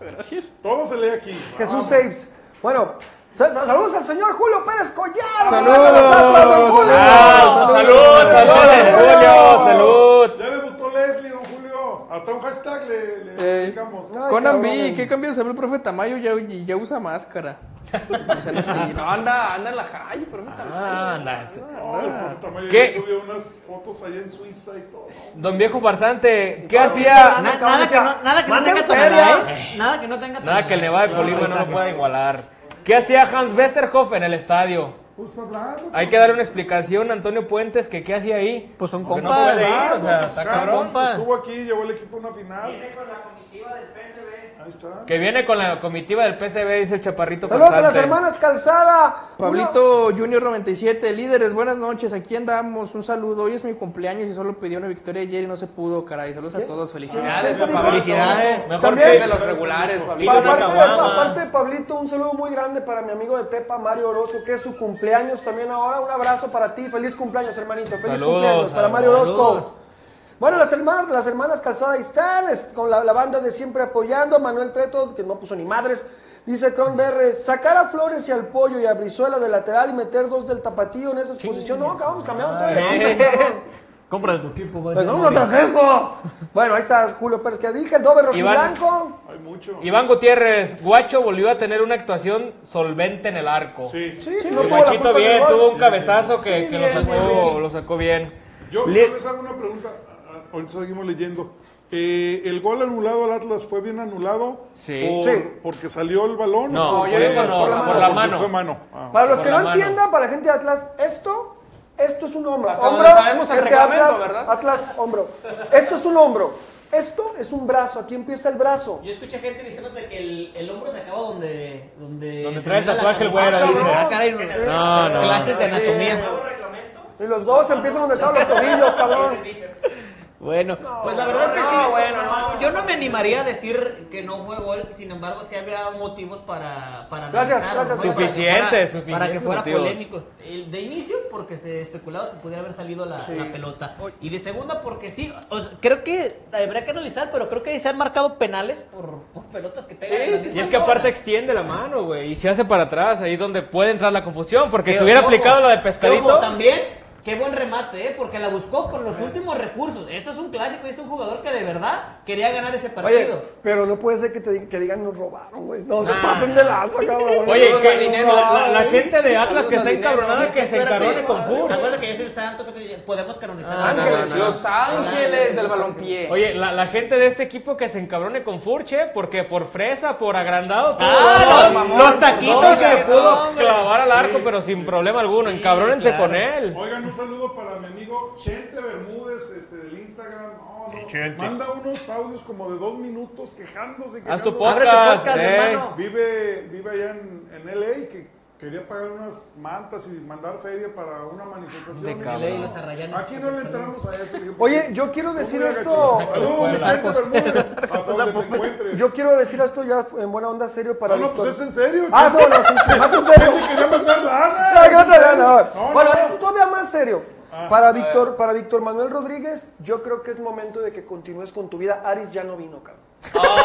[SPEAKER 11] Gracias.
[SPEAKER 8] Todo se lee aquí.
[SPEAKER 1] Jesús Saves. Bueno, sa- sa- saludos al señor Julio Pérez Collado.
[SPEAKER 11] Saludos,
[SPEAKER 1] Sácalo, sácalo, don Julio.
[SPEAKER 10] Ah, salud, salud, Julio, salud.
[SPEAKER 8] Ah, Ya debutó Leslie, don Julio. Hasta un hashtag le, le
[SPEAKER 11] Eh,
[SPEAKER 8] aplicamos.
[SPEAKER 11] Conan B, ¿qué cambios se ve el profe Tamayo? Ya, ya usa máscara. O sea, no sé, no, anda, anda en la calle, profe
[SPEAKER 10] Ah, anda.
[SPEAKER 8] No, el profe Tamayo
[SPEAKER 10] ¿Qué?
[SPEAKER 8] subió unas fotos allá en Suiza y todo.
[SPEAKER 10] Don viejo farsante, ¿qué
[SPEAKER 9] Na-
[SPEAKER 10] hacía?
[SPEAKER 9] nada, que no, nada que no
[SPEAKER 1] Manden
[SPEAKER 9] tenga
[SPEAKER 1] feria.
[SPEAKER 9] tonalá, ¿eh? Nada que no tenga
[SPEAKER 10] Nada que el Nevada de Colima no lo pueda igualar. ¿Qué hacía Hans Westerhoff en el estadio?
[SPEAKER 8] Pues hablando.
[SPEAKER 10] Hay que darle una explicación a Antonio Puentes que qué hacía ahí.
[SPEAKER 11] Pues son
[SPEAKER 10] Porque
[SPEAKER 11] compas.
[SPEAKER 10] No puede ir, o sea, está
[SPEAKER 8] Claro, pues,
[SPEAKER 10] cabrón.
[SPEAKER 8] Carlos Estuvo aquí, llevó el equipo a una final. Viene con la comitiva del PSB. Ahí está.
[SPEAKER 10] Que viene con la comitiva del PCB, dice el chaparrito.
[SPEAKER 1] Saludos a las
[SPEAKER 10] Farsante.
[SPEAKER 1] hermanas Calzada.
[SPEAKER 11] Pablito Junior 97, líderes, buenas noches, aquí andamos, un saludo, hoy es mi cumpleaños y solo pedí una victoria ayer y no se pudo, caray, saludos a todos, felicidades.
[SPEAKER 10] Felicidades, a Pablito.
[SPEAKER 9] Felicidades.
[SPEAKER 10] Mejor
[SPEAKER 1] También-
[SPEAKER 10] que de los regulares, Pablito.
[SPEAKER 1] Pa-
[SPEAKER 10] una
[SPEAKER 1] aparte, de,
[SPEAKER 10] caguama.
[SPEAKER 1] aparte de Pablito, un saludo muy grande para mi amigo de Tepa, Mario Orozco, que es su cumpleaños también ahora. Un abrazo para ti, feliz cumpleaños, hermanito. Feliz
[SPEAKER 10] Saludos,
[SPEAKER 1] cumpleaños para
[SPEAKER 10] saludos.
[SPEAKER 1] Mario Orozco. Bueno, las hermanas, las hermanas Calzada ahí están, es- con la, la banda de siempre apoyando. Manuel Treto, que no puso ni madres, dice Cronberre, sacar a Flores y al Pollo y a Brizuela de lateral y meter dos del tapatío en esa exposición. No, cabrón, cambiamos todo el
[SPEAKER 10] Eh.
[SPEAKER 1] equipo, cabrón.
[SPEAKER 9] Compra de tu equipo, güey.
[SPEAKER 1] Pues no, no te jefe. Bueno, ahí está Julio Pérez que dije, el doble rojiblanco.
[SPEAKER 8] Hay mucho.
[SPEAKER 10] Iván Gutiérrez, Guacho volvió a tener una actuación solvente en el arco.
[SPEAKER 8] Sí.
[SPEAKER 1] Sí,
[SPEAKER 10] El
[SPEAKER 1] no tuvo la
[SPEAKER 10] Guachito
[SPEAKER 1] culpa del
[SPEAKER 10] bien,
[SPEAKER 1] gol.
[SPEAKER 10] tuvo un cabezazo que, que
[SPEAKER 3] bien,
[SPEAKER 10] lo, sacó, lo sacó bien.
[SPEAKER 8] Yo, yo
[SPEAKER 10] Le-
[SPEAKER 8] les hago una pregunta. Ah, ah, Ahorita seguimos leyendo. Eh, ¿El gol anulado al Atlas fue bien anulado?
[SPEAKER 10] Sí.
[SPEAKER 8] Por-
[SPEAKER 1] Sí.
[SPEAKER 8] ¿Porque salió el balón?
[SPEAKER 10] No,
[SPEAKER 8] ¿O
[SPEAKER 10] yo
[SPEAKER 8] por-
[SPEAKER 10] digo no,
[SPEAKER 8] por la
[SPEAKER 10] por la mano.
[SPEAKER 8] Porque Fue mano. Ah.
[SPEAKER 1] Para los
[SPEAKER 10] Con
[SPEAKER 1] que
[SPEAKER 10] la
[SPEAKER 1] no
[SPEAKER 10] mano.
[SPEAKER 1] entiendan, para la gente de Atlas, esto, esto es un hombro.
[SPEAKER 10] Hasta donde
[SPEAKER 1] Hombro,
[SPEAKER 10] sabemos el
[SPEAKER 1] gente de
[SPEAKER 10] reglamento,
[SPEAKER 1] Atlas,
[SPEAKER 10] ¿verdad?
[SPEAKER 1] Atlas, hombro. Esto es un hombro. Esto es un brazo. Aquí empieza el brazo.
[SPEAKER 9] Yo escuché gente diciéndote que el, el hombro se acaba donde. Donde,
[SPEAKER 10] Donde trae el
[SPEAKER 9] termina la
[SPEAKER 10] tatuaje el
[SPEAKER 9] camisa.
[SPEAKER 10] güero,
[SPEAKER 9] Ah,
[SPEAKER 10] dice.
[SPEAKER 9] cabrón. caray,
[SPEAKER 10] No, no.
[SPEAKER 9] Clases de
[SPEAKER 1] Sí.
[SPEAKER 9] anatomía.
[SPEAKER 1] Y los dos empiezan donde están los tobillos, cabrón.
[SPEAKER 9] Bueno, pues la verdad es que sí.
[SPEAKER 1] no, bueno, no.
[SPEAKER 9] Yo no me animaría a decir que no fue gol, sin embargo, sí había motivos para. para
[SPEAKER 1] Gracias,
[SPEAKER 9] analizarlo,
[SPEAKER 1] gracias,
[SPEAKER 9] ¿no? Para que
[SPEAKER 10] Suficientes,
[SPEAKER 9] fuera-
[SPEAKER 10] suficientes
[SPEAKER 9] Para que fuera
[SPEAKER 10] motivos.
[SPEAKER 9] polémico. El De inicio, porque se especulaba que pudiera haber salido la, la pelota. Y de segunda, porque sí. o sea, creo que habría que analizar, pero creo que se han marcado penales por, por pelotas que pegan. en la
[SPEAKER 10] Sí,
[SPEAKER 9] misma
[SPEAKER 10] y es que
[SPEAKER 9] zona.
[SPEAKER 10] aparte extiende la mano, güey, y se hace para atrás, ahí es donde puede entrar la confusión, porque
[SPEAKER 9] Pero,
[SPEAKER 10] si hubiera
[SPEAKER 9] ojo,
[SPEAKER 10] aplicado la de
[SPEAKER 9] ojo,
[SPEAKER 10] pescadito,
[SPEAKER 9] también, qué buen remate, ¿eh? Porque la buscó con los últimos recursos. Eso es un clásico, es un jugador que de verdad quería ganar ese partido.
[SPEAKER 1] Oye, pero no puede ser que te digan, que digan nos robaron, güey. No, se pasen de lanza, cabrón.
[SPEAKER 10] oye,
[SPEAKER 1] No,
[SPEAKER 10] que
[SPEAKER 1] no,
[SPEAKER 10] la,
[SPEAKER 1] no,
[SPEAKER 10] la- la
[SPEAKER 1] no.
[SPEAKER 10] gente de Atlas que está encabronada que se
[SPEAKER 9] Espérate,
[SPEAKER 10] encarone con Fur.
[SPEAKER 9] Acuérdate que es el Santos, que podemos canonizar.
[SPEAKER 10] Ah, no,
[SPEAKER 1] Ángeles,
[SPEAKER 11] Los Ángeles del balompié.
[SPEAKER 10] Oye, la, la gente de este equipo que se encabrone con Furche, porque por fresa, por agrandado, tuvo
[SPEAKER 9] Ah,
[SPEAKER 10] dos-
[SPEAKER 9] los-
[SPEAKER 10] mamón,
[SPEAKER 9] los taquitos
[SPEAKER 10] dos que
[SPEAKER 9] que-
[SPEAKER 10] le pudo
[SPEAKER 9] no, hombre.
[SPEAKER 10] clavar al arco, pero sin problema alguno. Encabrónense
[SPEAKER 9] claro.
[SPEAKER 10] con él.
[SPEAKER 8] Oigan, un saludo para mi amigo Chente Bermúdez, este, del Instagram. No, no. Manda unos audios como de dos minutos quejándose. y
[SPEAKER 10] Haz
[SPEAKER 9] Abre
[SPEAKER 10] tu
[SPEAKER 8] quejándose.
[SPEAKER 9] tu
[SPEAKER 10] podcast,
[SPEAKER 9] podcast,
[SPEAKER 10] eh.
[SPEAKER 9] hermano.
[SPEAKER 8] Vive, vive allá en, en LA que quería pagar unas mantas y mandar feria para una
[SPEAKER 10] De
[SPEAKER 8] manifestación.
[SPEAKER 10] cabrón.
[SPEAKER 8] Y dije,
[SPEAKER 10] Los
[SPEAKER 9] arrayanes.
[SPEAKER 8] Aquí no le "Pues, entramos a eso. Dije,
[SPEAKER 1] Oye, yo quiero decir
[SPEAKER 8] Muy
[SPEAKER 1] esto.
[SPEAKER 8] agachados. Saludos, Vicente Bermúdez. Hasta donde te encuentres. Ah,
[SPEAKER 1] Yo quiero decir esto ya en buena onda serio para
[SPEAKER 8] No, no,
[SPEAKER 1] Víctor.
[SPEAKER 8] pues es en serio.
[SPEAKER 1] Ah, no, no, sí, sí, más en serio.
[SPEAKER 8] Gente quería mandar lana.
[SPEAKER 1] No, no, no, no.
[SPEAKER 8] No, Ah,
[SPEAKER 1] Bueno,
[SPEAKER 8] no.
[SPEAKER 1] esto todavía más serio. Para Víctor, para Víctor Manuel Rodríguez, yo creo que es momento de que continúes con tu vida. Aris ya no vino, cabrón.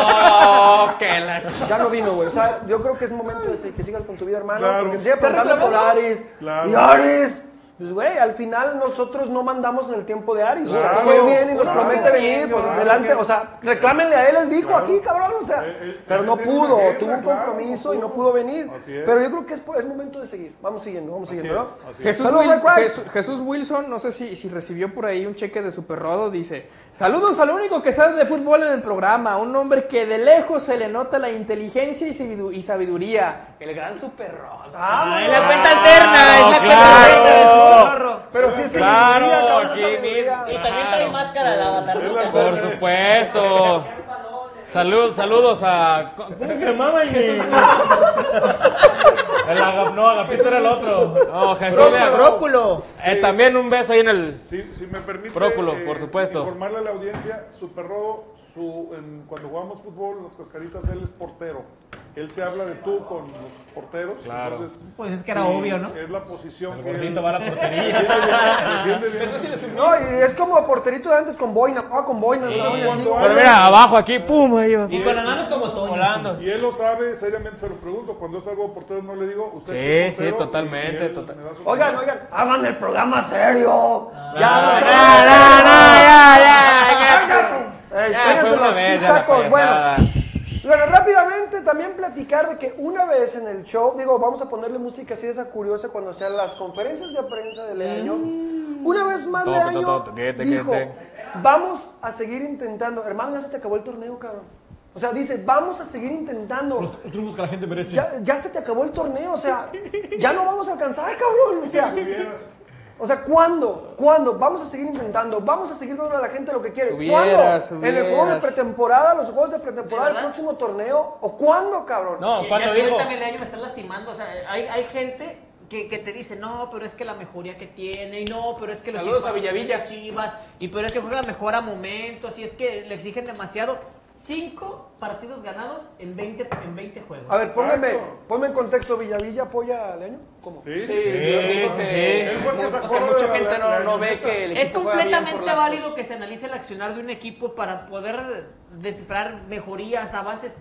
[SPEAKER 10] Oh, que la ch-
[SPEAKER 1] Ya no vino, güey. O sea, yo creo que es momento ese, que sigas con tu vida, hermano.
[SPEAKER 8] Claro.
[SPEAKER 1] Porque siempre
[SPEAKER 8] ¿Está
[SPEAKER 1] preguntando por
[SPEAKER 8] reclamando?
[SPEAKER 1] Aris.
[SPEAKER 8] Claro.
[SPEAKER 1] Y Aris. Pues, güey, al final nosotros no mandamos en el tiempo de Aris.
[SPEAKER 8] Claro.
[SPEAKER 1] O sea, si él viene y nos
[SPEAKER 8] Claro.
[SPEAKER 1] promete
[SPEAKER 8] Claro.
[SPEAKER 1] venir, pues
[SPEAKER 8] Claro.
[SPEAKER 1] delante. O sea, reclámenle a él, él dijo aquí, cabrón. O sea,
[SPEAKER 8] Eh,
[SPEAKER 1] pero no
[SPEAKER 8] él tiene
[SPEAKER 1] pudo,
[SPEAKER 8] una agenda,
[SPEAKER 1] tuvo un
[SPEAKER 8] eh, claro,
[SPEAKER 1] compromiso
[SPEAKER 8] no
[SPEAKER 1] y no
[SPEAKER 8] pudo.
[SPEAKER 1] pudo venir.
[SPEAKER 8] Así es.
[SPEAKER 1] Pero yo creo que es po- el momento de seguir. Vamos siguiendo, vamos siguiendo, ¿no?
[SPEAKER 3] Jesús,
[SPEAKER 1] Saludos,
[SPEAKER 3] Wil-
[SPEAKER 1] Mike Price.
[SPEAKER 3] Jesús- Jesús Wilson, no sé si, si recibió por ahí un cheque de Superrodo, dice, saludos al único que sabe de fútbol en el programa, un hombre que de lejos se le nota la inteligencia y, sabidu- y sabiduría. El gran Superrodo.
[SPEAKER 1] Ah,
[SPEAKER 9] es la cuenta alterna, es la cuenta
[SPEAKER 10] claro.
[SPEAKER 9] alterna del Superrorro.
[SPEAKER 1] Pero sí es
[SPEAKER 10] Claro,
[SPEAKER 1] sabiduría, cabrón,
[SPEAKER 10] aquí
[SPEAKER 1] sabiduría.
[SPEAKER 10] mismo.
[SPEAKER 9] Y también trae máscara la avatarruca.
[SPEAKER 10] Por supuesto. Salud, saludos a. ¿Cómo que maman? Jesús? El aga- no, Agapito era el otro. No, Jesús de Agapito.
[SPEAKER 9] Bróculo.
[SPEAKER 10] Eh, también un beso ahí en el.
[SPEAKER 8] Si, si me permite eh,
[SPEAKER 10] Próculo, por supuesto.
[SPEAKER 8] informarle a la audiencia, Superrodo, su, en- cuando jugamos fútbol, en las cascaritas, él es portero. Él se habla de tú con los porteros.
[SPEAKER 10] Claro.
[SPEAKER 8] entonces,
[SPEAKER 9] Pues es que era obvio, ¿no?
[SPEAKER 8] Es la posición
[SPEAKER 10] El
[SPEAKER 8] que él-
[SPEAKER 10] gordito va a la portería.
[SPEAKER 8] Defiende bien, defiende bien.
[SPEAKER 1] No, y es como porterito de antes con boina. Ah, con boina. ¿no?
[SPEAKER 8] cuando
[SPEAKER 1] Así,
[SPEAKER 8] hay-
[SPEAKER 10] Pero mira, abajo aquí, pum, ahí va.
[SPEAKER 9] Y con las manos como Toño.
[SPEAKER 10] Volando.
[SPEAKER 8] Y él lo sabe, seriamente se lo pregunto. Cuando es algo de porteros no le digo, usted
[SPEAKER 10] Sí,
[SPEAKER 8] que es
[SPEAKER 10] sí,
[SPEAKER 8] portero,
[SPEAKER 10] totalmente,
[SPEAKER 8] y él
[SPEAKER 10] total-
[SPEAKER 8] me da su-
[SPEAKER 1] Oigan, oigan, hagan el programa serio.
[SPEAKER 10] No,
[SPEAKER 1] Ya,
[SPEAKER 10] no,
[SPEAKER 1] no,
[SPEAKER 10] Ah, no, ya, ya.
[SPEAKER 1] Ey, eh, pónganse
[SPEAKER 10] Ya, fue una
[SPEAKER 1] los
[SPEAKER 10] vez, ya la
[SPEAKER 1] sacos. Bueno,
[SPEAKER 10] payasada.
[SPEAKER 1] bueno, rápidamente también platicar de que una vez en el show, digo, vamos a ponerle música así de esa curiosa cuando sean las conferencias de prensa de Leaño. Una vez más
[SPEAKER 10] Toc,
[SPEAKER 1] Leaño
[SPEAKER 10] toc, toc, quete,
[SPEAKER 1] dijo,
[SPEAKER 10] quete.
[SPEAKER 1] vamos a seguir intentando. Hermano, ya se te acabó el torneo, cabrón. O sea, dice, vamos a seguir intentando.
[SPEAKER 12] Los triunfos que la gente merece.
[SPEAKER 1] Ya, ya se te acabó el torneo, o sea, ya no vamos a alcanzar, cabrón. O sea, o sea, ¿cuándo? ¿Cuándo? Vamos a seguir intentando, vamos a seguir dando a la gente lo que quiere.
[SPEAKER 3] Hubieras,
[SPEAKER 1] ¿Cuándo? ¿En el juego de
[SPEAKER 3] hubieras.
[SPEAKER 1] pretemporada, los juegos de pretemporada,
[SPEAKER 9] ¿De
[SPEAKER 1] el
[SPEAKER 9] verdad?
[SPEAKER 1] próximo torneo? ¿O cuándo, cabrón?
[SPEAKER 10] No,
[SPEAKER 9] Ya
[SPEAKER 10] cuando dijo.
[SPEAKER 9] suéltame, Leaño, me están lastimando. O sea, hay, hay gente que, que te dice, no, pero es que la mejoría que tiene, y no, pero es que los
[SPEAKER 3] Saludos
[SPEAKER 9] chivas-
[SPEAKER 3] a Villavilla.
[SPEAKER 9] chivas, y pero es que juega mejor a momentos, y es que le exigen demasiado. Cinco partidos ganados en 20, en 20 juegos.
[SPEAKER 1] A ver, póngame, ponme en contexto, ¿Villavilla apoya a Leño? ¿Cómo?
[SPEAKER 8] Sí,
[SPEAKER 3] Sí, yo digo que,
[SPEAKER 8] sí.
[SPEAKER 3] mu-
[SPEAKER 8] Sacó
[SPEAKER 3] o sea,
[SPEAKER 8] la-
[SPEAKER 3] mucha
[SPEAKER 8] la-
[SPEAKER 3] gente no,
[SPEAKER 8] la-
[SPEAKER 3] no ve que el equipo juega
[SPEAKER 9] Es
[SPEAKER 3] bien por
[SPEAKER 9] completamente
[SPEAKER 3] lapsos.
[SPEAKER 9] válido que se analice el accionar de un equipo para poder descifrar mejorías, avances,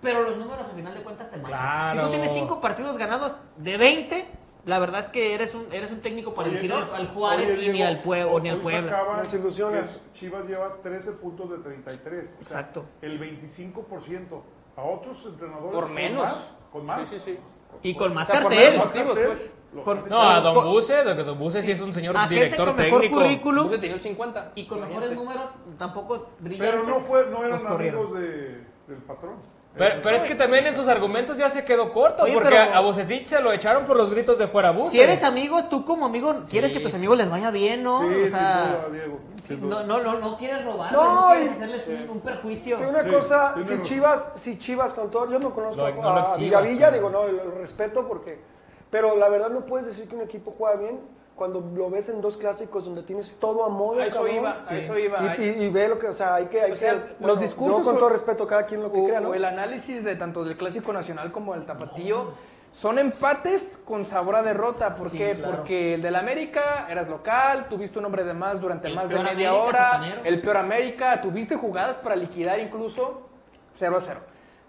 [SPEAKER 9] pero los números al final de cuentas te matan.
[SPEAKER 10] Claro.
[SPEAKER 9] Si tú tienes cinco partidos ganados de 20, la verdad es que eres un, eres un técnico para
[SPEAKER 8] Oye,
[SPEAKER 9] decir
[SPEAKER 8] no.
[SPEAKER 9] al, al Juárez
[SPEAKER 8] Oye,
[SPEAKER 9] y ni
[SPEAKER 8] Diego,
[SPEAKER 9] al Pueblo,
[SPEAKER 8] hoy-
[SPEAKER 9] ni al
[SPEAKER 8] hoy
[SPEAKER 9] Puebla.
[SPEAKER 8] sacaban
[SPEAKER 1] Las ilusiones.
[SPEAKER 8] que Chivas lleva 13 puntos de 33. o sea,
[SPEAKER 9] Exacto.
[SPEAKER 8] el 25%. A otros entrenadores.
[SPEAKER 3] Por
[SPEAKER 8] con
[SPEAKER 3] menos.
[SPEAKER 8] más, Con más.
[SPEAKER 3] Sí, sí, sí.
[SPEAKER 9] Y con más
[SPEAKER 3] O sea, por
[SPEAKER 9] cartel.
[SPEAKER 3] menos motivos, pues.
[SPEAKER 8] Los
[SPEAKER 9] Con-
[SPEAKER 8] han
[SPEAKER 10] No, a Don
[SPEAKER 9] Con-
[SPEAKER 10] Buse, don don Buse sí es un señor
[SPEAKER 9] A gente
[SPEAKER 10] director
[SPEAKER 9] con mejor
[SPEAKER 10] técnico.
[SPEAKER 9] currículum
[SPEAKER 3] Buse tenía el 50.
[SPEAKER 9] y con mejores números, tampoco brillantes.
[SPEAKER 8] Pero no, fue, no eran
[SPEAKER 9] los corrieron.
[SPEAKER 8] amigos de- del patrón.
[SPEAKER 10] Pero, pero es que también en sus argumentos ya se quedó corto,
[SPEAKER 9] Oye,
[SPEAKER 10] porque
[SPEAKER 9] pero-
[SPEAKER 10] a Bucetich se lo echaron por los gritos de fuera Buse.
[SPEAKER 9] Si eres amigo, tú como amigo quieres que tus amigos les vaya bien, ¿no?
[SPEAKER 8] Sí,
[SPEAKER 9] o sea,
[SPEAKER 8] sin duda, Diego. sin duda.
[SPEAKER 9] no, no, no, no quieres robarles,
[SPEAKER 1] No,
[SPEAKER 9] no,
[SPEAKER 1] y-
[SPEAKER 9] quieres hacerles un, un perjuicio.
[SPEAKER 1] Que una
[SPEAKER 8] Sí,
[SPEAKER 1] cosa,
[SPEAKER 8] tiene
[SPEAKER 1] si
[SPEAKER 8] razón.
[SPEAKER 1] Chivas, si Chivas con todo, yo no conozco
[SPEAKER 10] No,
[SPEAKER 1] a,
[SPEAKER 10] no lo eh.
[SPEAKER 1] a
[SPEAKER 10] exhibas,
[SPEAKER 1] Villavilla,
[SPEAKER 10] claro.
[SPEAKER 1] digo, no, lo respeto porque, pero la verdad no puedes decir que un equipo juega bien cuando lo ves en dos clásicos donde tienes todo a modo.
[SPEAKER 3] A eso iba, a eso iba.
[SPEAKER 1] Y, y- y ve lo que, o sea, hay que, hay
[SPEAKER 3] O sea,
[SPEAKER 1] que-
[SPEAKER 3] los
[SPEAKER 1] bueno,
[SPEAKER 3] discursos
[SPEAKER 1] yo con
[SPEAKER 3] o-
[SPEAKER 1] todo respeto cada quien lo que
[SPEAKER 3] o,
[SPEAKER 1] crea, ¿no?
[SPEAKER 3] o el análisis de tanto del clásico nacional como del tapatío son empates con sabor a derrota. ¿Por qué? Porque el del América eras local, tuviste un hombre de más durante
[SPEAKER 9] El
[SPEAKER 3] más de
[SPEAKER 9] peor
[SPEAKER 3] media
[SPEAKER 9] América,
[SPEAKER 3] hora,
[SPEAKER 9] sotanero.
[SPEAKER 3] el peor América, tuviste jugadas para liquidar incluso 0 a 0.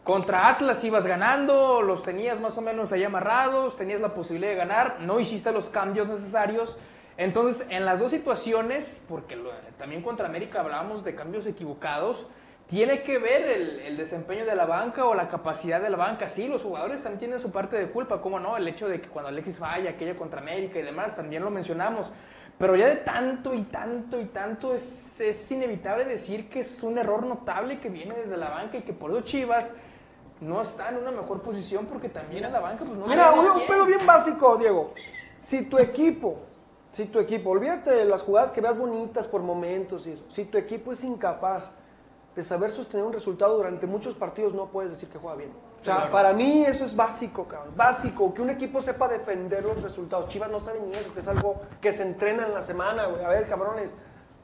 [SPEAKER 3] Contra Atlas ibas ganando, los tenías más o menos ahí amarrados, tenías la posibilidad de ganar, no hiciste los cambios necesarios. Entonces, en las dos situaciones, porque lo- también contra América hablábamos de cambios equivocados, tiene que ver el, el desempeño de la banca o la capacidad de la banca. Sí, los jugadores también tienen su parte de culpa, cómo no, el hecho de que cuando Alexis falla, aquella contra América y demás, también lo mencionamos. Pero ya de tanto y tanto y tanto es, es inevitable decir que es un error notable que viene desde la banca y que por eso Chivas no está en una mejor posición porque también a la banca pues no le
[SPEAKER 1] Mira,
[SPEAKER 3] va
[SPEAKER 1] un, un
[SPEAKER 3] bien.
[SPEAKER 1] pedo bien básico, Diego. Si tu equipo, si tu equipo, olvídate de las jugadas que veas bonitas por momentos y eso. Si tu equipo es incapaz de saber sostener un resultado durante muchos partidos, no puedes decir que juega bien. O sea, para mí eso es básico, cabrón. Básico, que un equipo sepa defender los resultados. Chivas no sabe ni eso, que es algo que se entrena en la semana, güey. A ver, cabrones,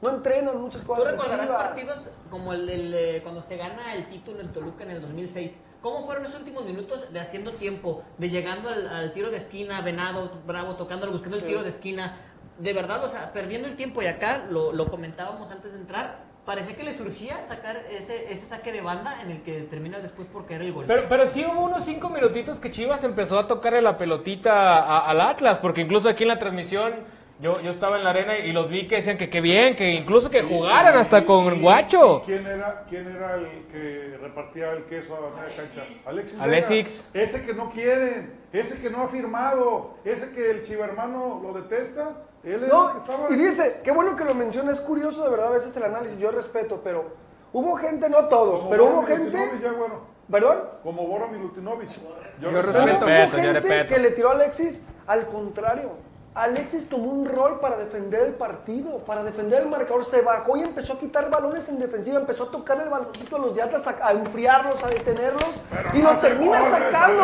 [SPEAKER 1] no entrenan muchas
[SPEAKER 9] Tú
[SPEAKER 1] cosas. en
[SPEAKER 9] recordarás
[SPEAKER 1] Chivas.
[SPEAKER 9] partidos como el del eh, cuando se gana el título en Toluca en el 2006. ¿Cómo fueron esos últimos minutos de haciendo tiempo, de llegando al, al tiro de esquina, Venado, Bravo, tocando, buscando el tiro de esquina? De verdad, o sea, perdiendo el tiempo. Y acá lo, lo comentábamos antes de entrar. parecía que le surgía sacar ese, ese saque de banda en el que termina después por caer el gol. Eh,
[SPEAKER 10] Pero, pero sí hubo unos cinco minutitos que Chivas empezó a tocarle la pelotita a- al Atlas, porque incluso aquí en la transmisión yo, yo estaba en la arena y los vi que decían que qué bien, que incluso que jugaran hasta con Guacho.
[SPEAKER 8] ¿Quién era, ¿Quién era el que repartía el queso a la media cancha? Alexis. Vega.
[SPEAKER 10] Alexis.
[SPEAKER 8] Ese que no quieren, ese que no ha firmado, ese que el chivermano lo detesta. Él era el
[SPEAKER 1] No,
[SPEAKER 8] que estaba-
[SPEAKER 1] y dice, qué bueno que lo menciona, es curioso de verdad a veces el análisis, yo respeto, pero hubo gente, no todos,
[SPEAKER 8] Como
[SPEAKER 1] pero
[SPEAKER 8] Bora
[SPEAKER 1] hubo gente,
[SPEAKER 8] Milutinovic, ya, bueno.
[SPEAKER 1] ¿perdón?
[SPEAKER 8] Como Bora Milutinovic.
[SPEAKER 1] Hubo- hubo gente que le tiró a Alexis al contrario. Alexis tomó un rol para defender el partido, para defender el marcador, se bajó y empezó a quitar balones en defensiva, empezó a tocar el baloncito a los diatas, a, a enfriarlos, a detenerlos, y lo termina sacando.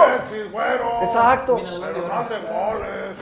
[SPEAKER 1] Exacto.
[SPEAKER 8] Pero no hace goles.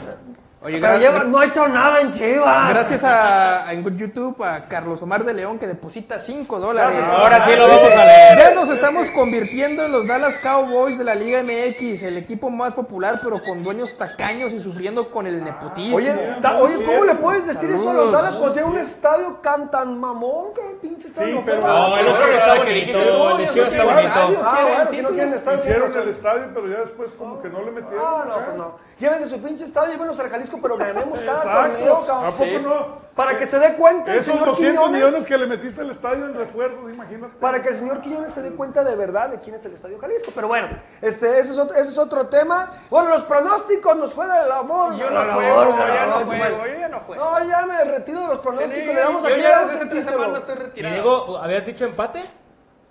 [SPEAKER 11] Oye,
[SPEAKER 1] Pero lleva- no ha hecho nada en Chivas.
[SPEAKER 11] Gracias a, a YouTube, a Carlos Omar de León, que deposita 5 dólares.
[SPEAKER 10] Gracias. Ahora sí lo vamos a leer.
[SPEAKER 11] Ya nos estamos convirtiendo en los Dallas Cowboys de la Liga MX, el equipo más popular, pero con dueños tacaños y sufriendo con
[SPEAKER 3] Ah.
[SPEAKER 11] el nepotismo.
[SPEAKER 1] Oye, ta- oye, ¿cómo le puedes decir eso a los
[SPEAKER 11] Saludos.
[SPEAKER 1] Dallas cuando tiene un estadio can tan mamón, que pinche estadio?
[SPEAKER 8] Sí,
[SPEAKER 1] no
[SPEAKER 8] pero-
[SPEAKER 1] fue barato.
[SPEAKER 10] No, el otro no está bonito, el de Chivas está bonito.
[SPEAKER 1] Ah, bueno, que no quieren estadio.
[SPEAKER 8] Hicieron
[SPEAKER 1] siempre
[SPEAKER 8] el
[SPEAKER 1] se-
[SPEAKER 8] estadio, pero ya después como que no le metieron.
[SPEAKER 1] Ah, no, pues no. Llévense su pinche estadio, llévenos al Jalisco, pero ganemos cada
[SPEAKER 8] Exacto.
[SPEAKER 1] torneo, cabrón.
[SPEAKER 8] ¿A poco no?
[SPEAKER 1] Para que se dé cuenta el
[SPEAKER 8] Esos
[SPEAKER 1] señor
[SPEAKER 8] 200
[SPEAKER 1] Quiñones.
[SPEAKER 8] millones que le metiste al estadio en refuerzos, imagínate.
[SPEAKER 1] Para que el señor Quiñones se dé cuenta de verdad de quién es el Estadio Jalisco. Pero bueno, este, ese, es otro, ese es otro tema. Bueno, los pronósticos nos fue del amor.
[SPEAKER 11] Yo
[SPEAKER 1] del
[SPEAKER 11] no
[SPEAKER 1] amor,
[SPEAKER 11] juego,
[SPEAKER 1] del
[SPEAKER 11] yo ya no
[SPEAKER 1] amor,
[SPEAKER 11] juego, yo ya no juego.
[SPEAKER 1] No, ya me retiro de los pronósticos. Le damos
[SPEAKER 11] Yo
[SPEAKER 1] aquí
[SPEAKER 11] ya
[SPEAKER 1] le damos
[SPEAKER 11] desde
[SPEAKER 1] el
[SPEAKER 11] tres
[SPEAKER 1] título.
[SPEAKER 11] semanas estoy
[SPEAKER 3] Ah,
[SPEAKER 11] retirado.
[SPEAKER 10] Diego, ¿habías dicho empate?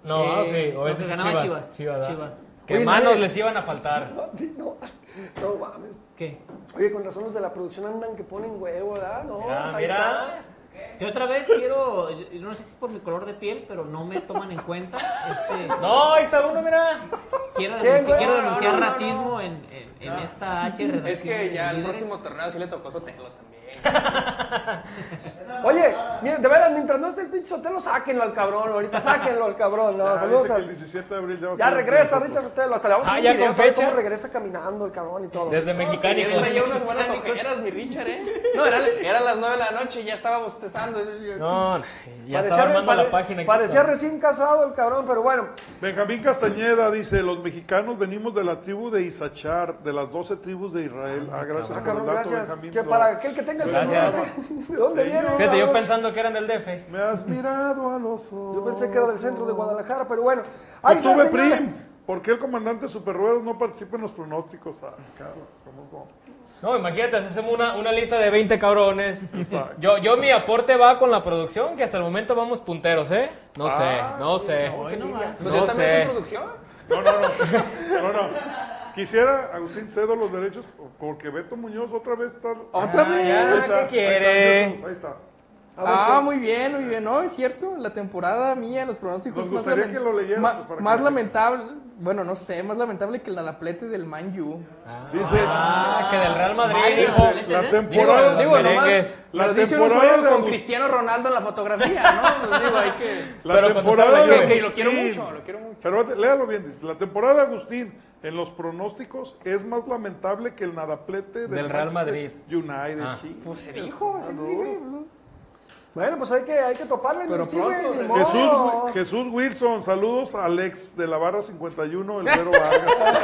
[SPEAKER 10] No,
[SPEAKER 9] Eh,
[SPEAKER 10] sí,
[SPEAKER 9] no,
[SPEAKER 10] o habías
[SPEAKER 9] que
[SPEAKER 10] dicho
[SPEAKER 9] ganaba
[SPEAKER 10] Chivas.
[SPEAKER 9] Chivas,
[SPEAKER 10] ¿verdad?
[SPEAKER 9] Chivas.
[SPEAKER 10] Que
[SPEAKER 1] Oye,
[SPEAKER 10] manos
[SPEAKER 1] nadie-
[SPEAKER 10] les iban a faltar.
[SPEAKER 1] No, no mames.
[SPEAKER 9] ¿Qué?
[SPEAKER 1] Oye, con razón los de la producción andan que ponen huevo, ¿verdad? No,
[SPEAKER 10] Ah, Mira,
[SPEAKER 1] pues
[SPEAKER 10] mira.
[SPEAKER 9] Y otra vez quiero, yo- yo no sé si es por mi color de piel, pero no me toman en cuenta. Este,
[SPEAKER 10] No, ahí está uno, mira.
[SPEAKER 9] quiero
[SPEAKER 1] ¿Qué,
[SPEAKER 9] denunciar,
[SPEAKER 1] güey?
[SPEAKER 9] quiero
[SPEAKER 1] No, no,
[SPEAKER 9] denunciar
[SPEAKER 1] no, no.
[SPEAKER 9] racismo en, en- en esta H redacción
[SPEAKER 11] Es que ya
[SPEAKER 9] de
[SPEAKER 11] el
[SPEAKER 9] líderes.
[SPEAKER 11] próximo torneo sí le tocó Sotelo también.
[SPEAKER 1] Oye, mira, de veras, mientras no esté el pinche Sotelo, sáquenlo al cabrón, ahorita sáquenlo al cabrón. No,
[SPEAKER 8] Ya,
[SPEAKER 1] Ah, saludos
[SPEAKER 8] dice que el
[SPEAKER 1] al...
[SPEAKER 8] 17 de abril ya, va a
[SPEAKER 1] Ya
[SPEAKER 8] ser
[SPEAKER 1] regresa
[SPEAKER 8] nosotros.
[SPEAKER 1] Richard Sotelo, hasta le vamos a
[SPEAKER 10] Ah,
[SPEAKER 1] hacer
[SPEAKER 10] ya
[SPEAKER 1] un video
[SPEAKER 10] con
[SPEAKER 1] para ver
[SPEAKER 10] fecha.
[SPEAKER 1] cómo regresa caminando el cabrón y todo.
[SPEAKER 10] Desde pues. Mexicánicos.
[SPEAKER 11] Traía unas buenas ojeras, mi Richard, ¿eh? No, eran era las 9 de la noche y ya estaba bostezando. eso sí.
[SPEAKER 10] No, ya estaba armando
[SPEAKER 1] pare-
[SPEAKER 10] la página. aquí.
[SPEAKER 1] parecía recién casado el cabrón, pero bueno.
[SPEAKER 8] Pues Benjamín Castañeda dice, los mexicanos venimos de la tribu de Isachar, de las 12 tribus de Israel. Ah, gracias
[SPEAKER 1] Ah,
[SPEAKER 8] por el
[SPEAKER 1] cabrón,
[SPEAKER 8] dato,
[SPEAKER 1] gracias.
[SPEAKER 8] Benjamín.
[SPEAKER 1] Que
[SPEAKER 8] No.
[SPEAKER 1] para aquel que tenga el
[SPEAKER 10] Gracias.
[SPEAKER 1] pendiente, ¿de dónde viene?
[SPEAKER 10] Fíjate, yo
[SPEAKER 1] cabrón?
[SPEAKER 10] pensando que eran del DF.
[SPEAKER 8] Me has mirado a los ojos.
[SPEAKER 1] Yo pensé que era del centro de Guadalajara, pero bueno. Ahí
[SPEAKER 8] Ahí
[SPEAKER 1] está,
[SPEAKER 8] estuve,
[SPEAKER 1] señora.
[SPEAKER 8] Pues Prim. ¿Por qué el comandante Superruedas no participa en los pronósticos? Ah, cabrón, ¿cómo son?
[SPEAKER 10] No, imagínate, hacemos una, una lista de 20 cabrones.
[SPEAKER 8] Exacto.
[SPEAKER 10] Yo, yo mi aporte va con la producción, que hasta el momento vamos punteros, ¿eh? No
[SPEAKER 8] Ah,
[SPEAKER 10] sé, no sé.
[SPEAKER 11] Pues yo
[SPEAKER 10] No
[SPEAKER 11] también
[SPEAKER 10] sé.
[SPEAKER 11] soy producción.
[SPEAKER 8] No, no, no. No, no. Quisiera, Agustín, cedo los derechos porque Beto Muñoz otra vez está...
[SPEAKER 11] Otra
[SPEAKER 10] Ah,
[SPEAKER 11] vez.
[SPEAKER 10] ya. ¿qué
[SPEAKER 8] Ahí está, ahí está,
[SPEAKER 10] quiere?
[SPEAKER 8] Ahí está. pues-
[SPEAKER 11] Ah, muy bien, muy bien. No, es cierto. La temporada mía, los pronósticos
[SPEAKER 8] Nos
[SPEAKER 11] más,
[SPEAKER 8] gustaría
[SPEAKER 11] lamen-
[SPEAKER 8] que lo leyeras, pues,
[SPEAKER 11] ma-
[SPEAKER 8] para que
[SPEAKER 11] más
[SPEAKER 8] lo
[SPEAKER 11] lamentable. Bueno, no sé, más lamentable que el nadaplete del Man U.
[SPEAKER 8] Dice,
[SPEAKER 10] Ah, que del Real Madrid.
[SPEAKER 8] dice, la
[SPEAKER 11] Digo,
[SPEAKER 8] temporada...
[SPEAKER 10] los
[SPEAKER 11] digo nomás.
[SPEAKER 10] merengues.
[SPEAKER 8] La
[SPEAKER 11] Lo dice un
[SPEAKER 8] temporada
[SPEAKER 11] usuario
[SPEAKER 8] de
[SPEAKER 11] con
[SPEAKER 8] Agust-
[SPEAKER 11] Cristiano Ronaldo en la fotografía, ¿no? Pues digo, hay que.
[SPEAKER 8] La
[SPEAKER 10] Pero cuando
[SPEAKER 8] temporada
[SPEAKER 10] estaba yo-
[SPEAKER 8] de
[SPEAKER 11] Que, que lo quiero
[SPEAKER 8] Agustín.
[SPEAKER 11] mucho, lo quiero mucho.
[SPEAKER 8] Pero léalo bien, dice, la temporada de Agustín en los pronósticos es más lamentable que el nadaplete del,
[SPEAKER 10] Del Real
[SPEAKER 8] Manchester United,
[SPEAKER 10] Ah.
[SPEAKER 8] ching.
[SPEAKER 11] Pues se dijo, se dijo.
[SPEAKER 1] Bueno, pues hay que, hay que toparle.
[SPEAKER 11] Pero
[SPEAKER 1] mi güey,
[SPEAKER 11] pronto,
[SPEAKER 1] ni
[SPEAKER 11] Jesús,
[SPEAKER 8] Jesús,
[SPEAKER 1] modo.
[SPEAKER 8] Wi- Jesús Wilson, saludos a Alex de la barra 51, el güero Vargas.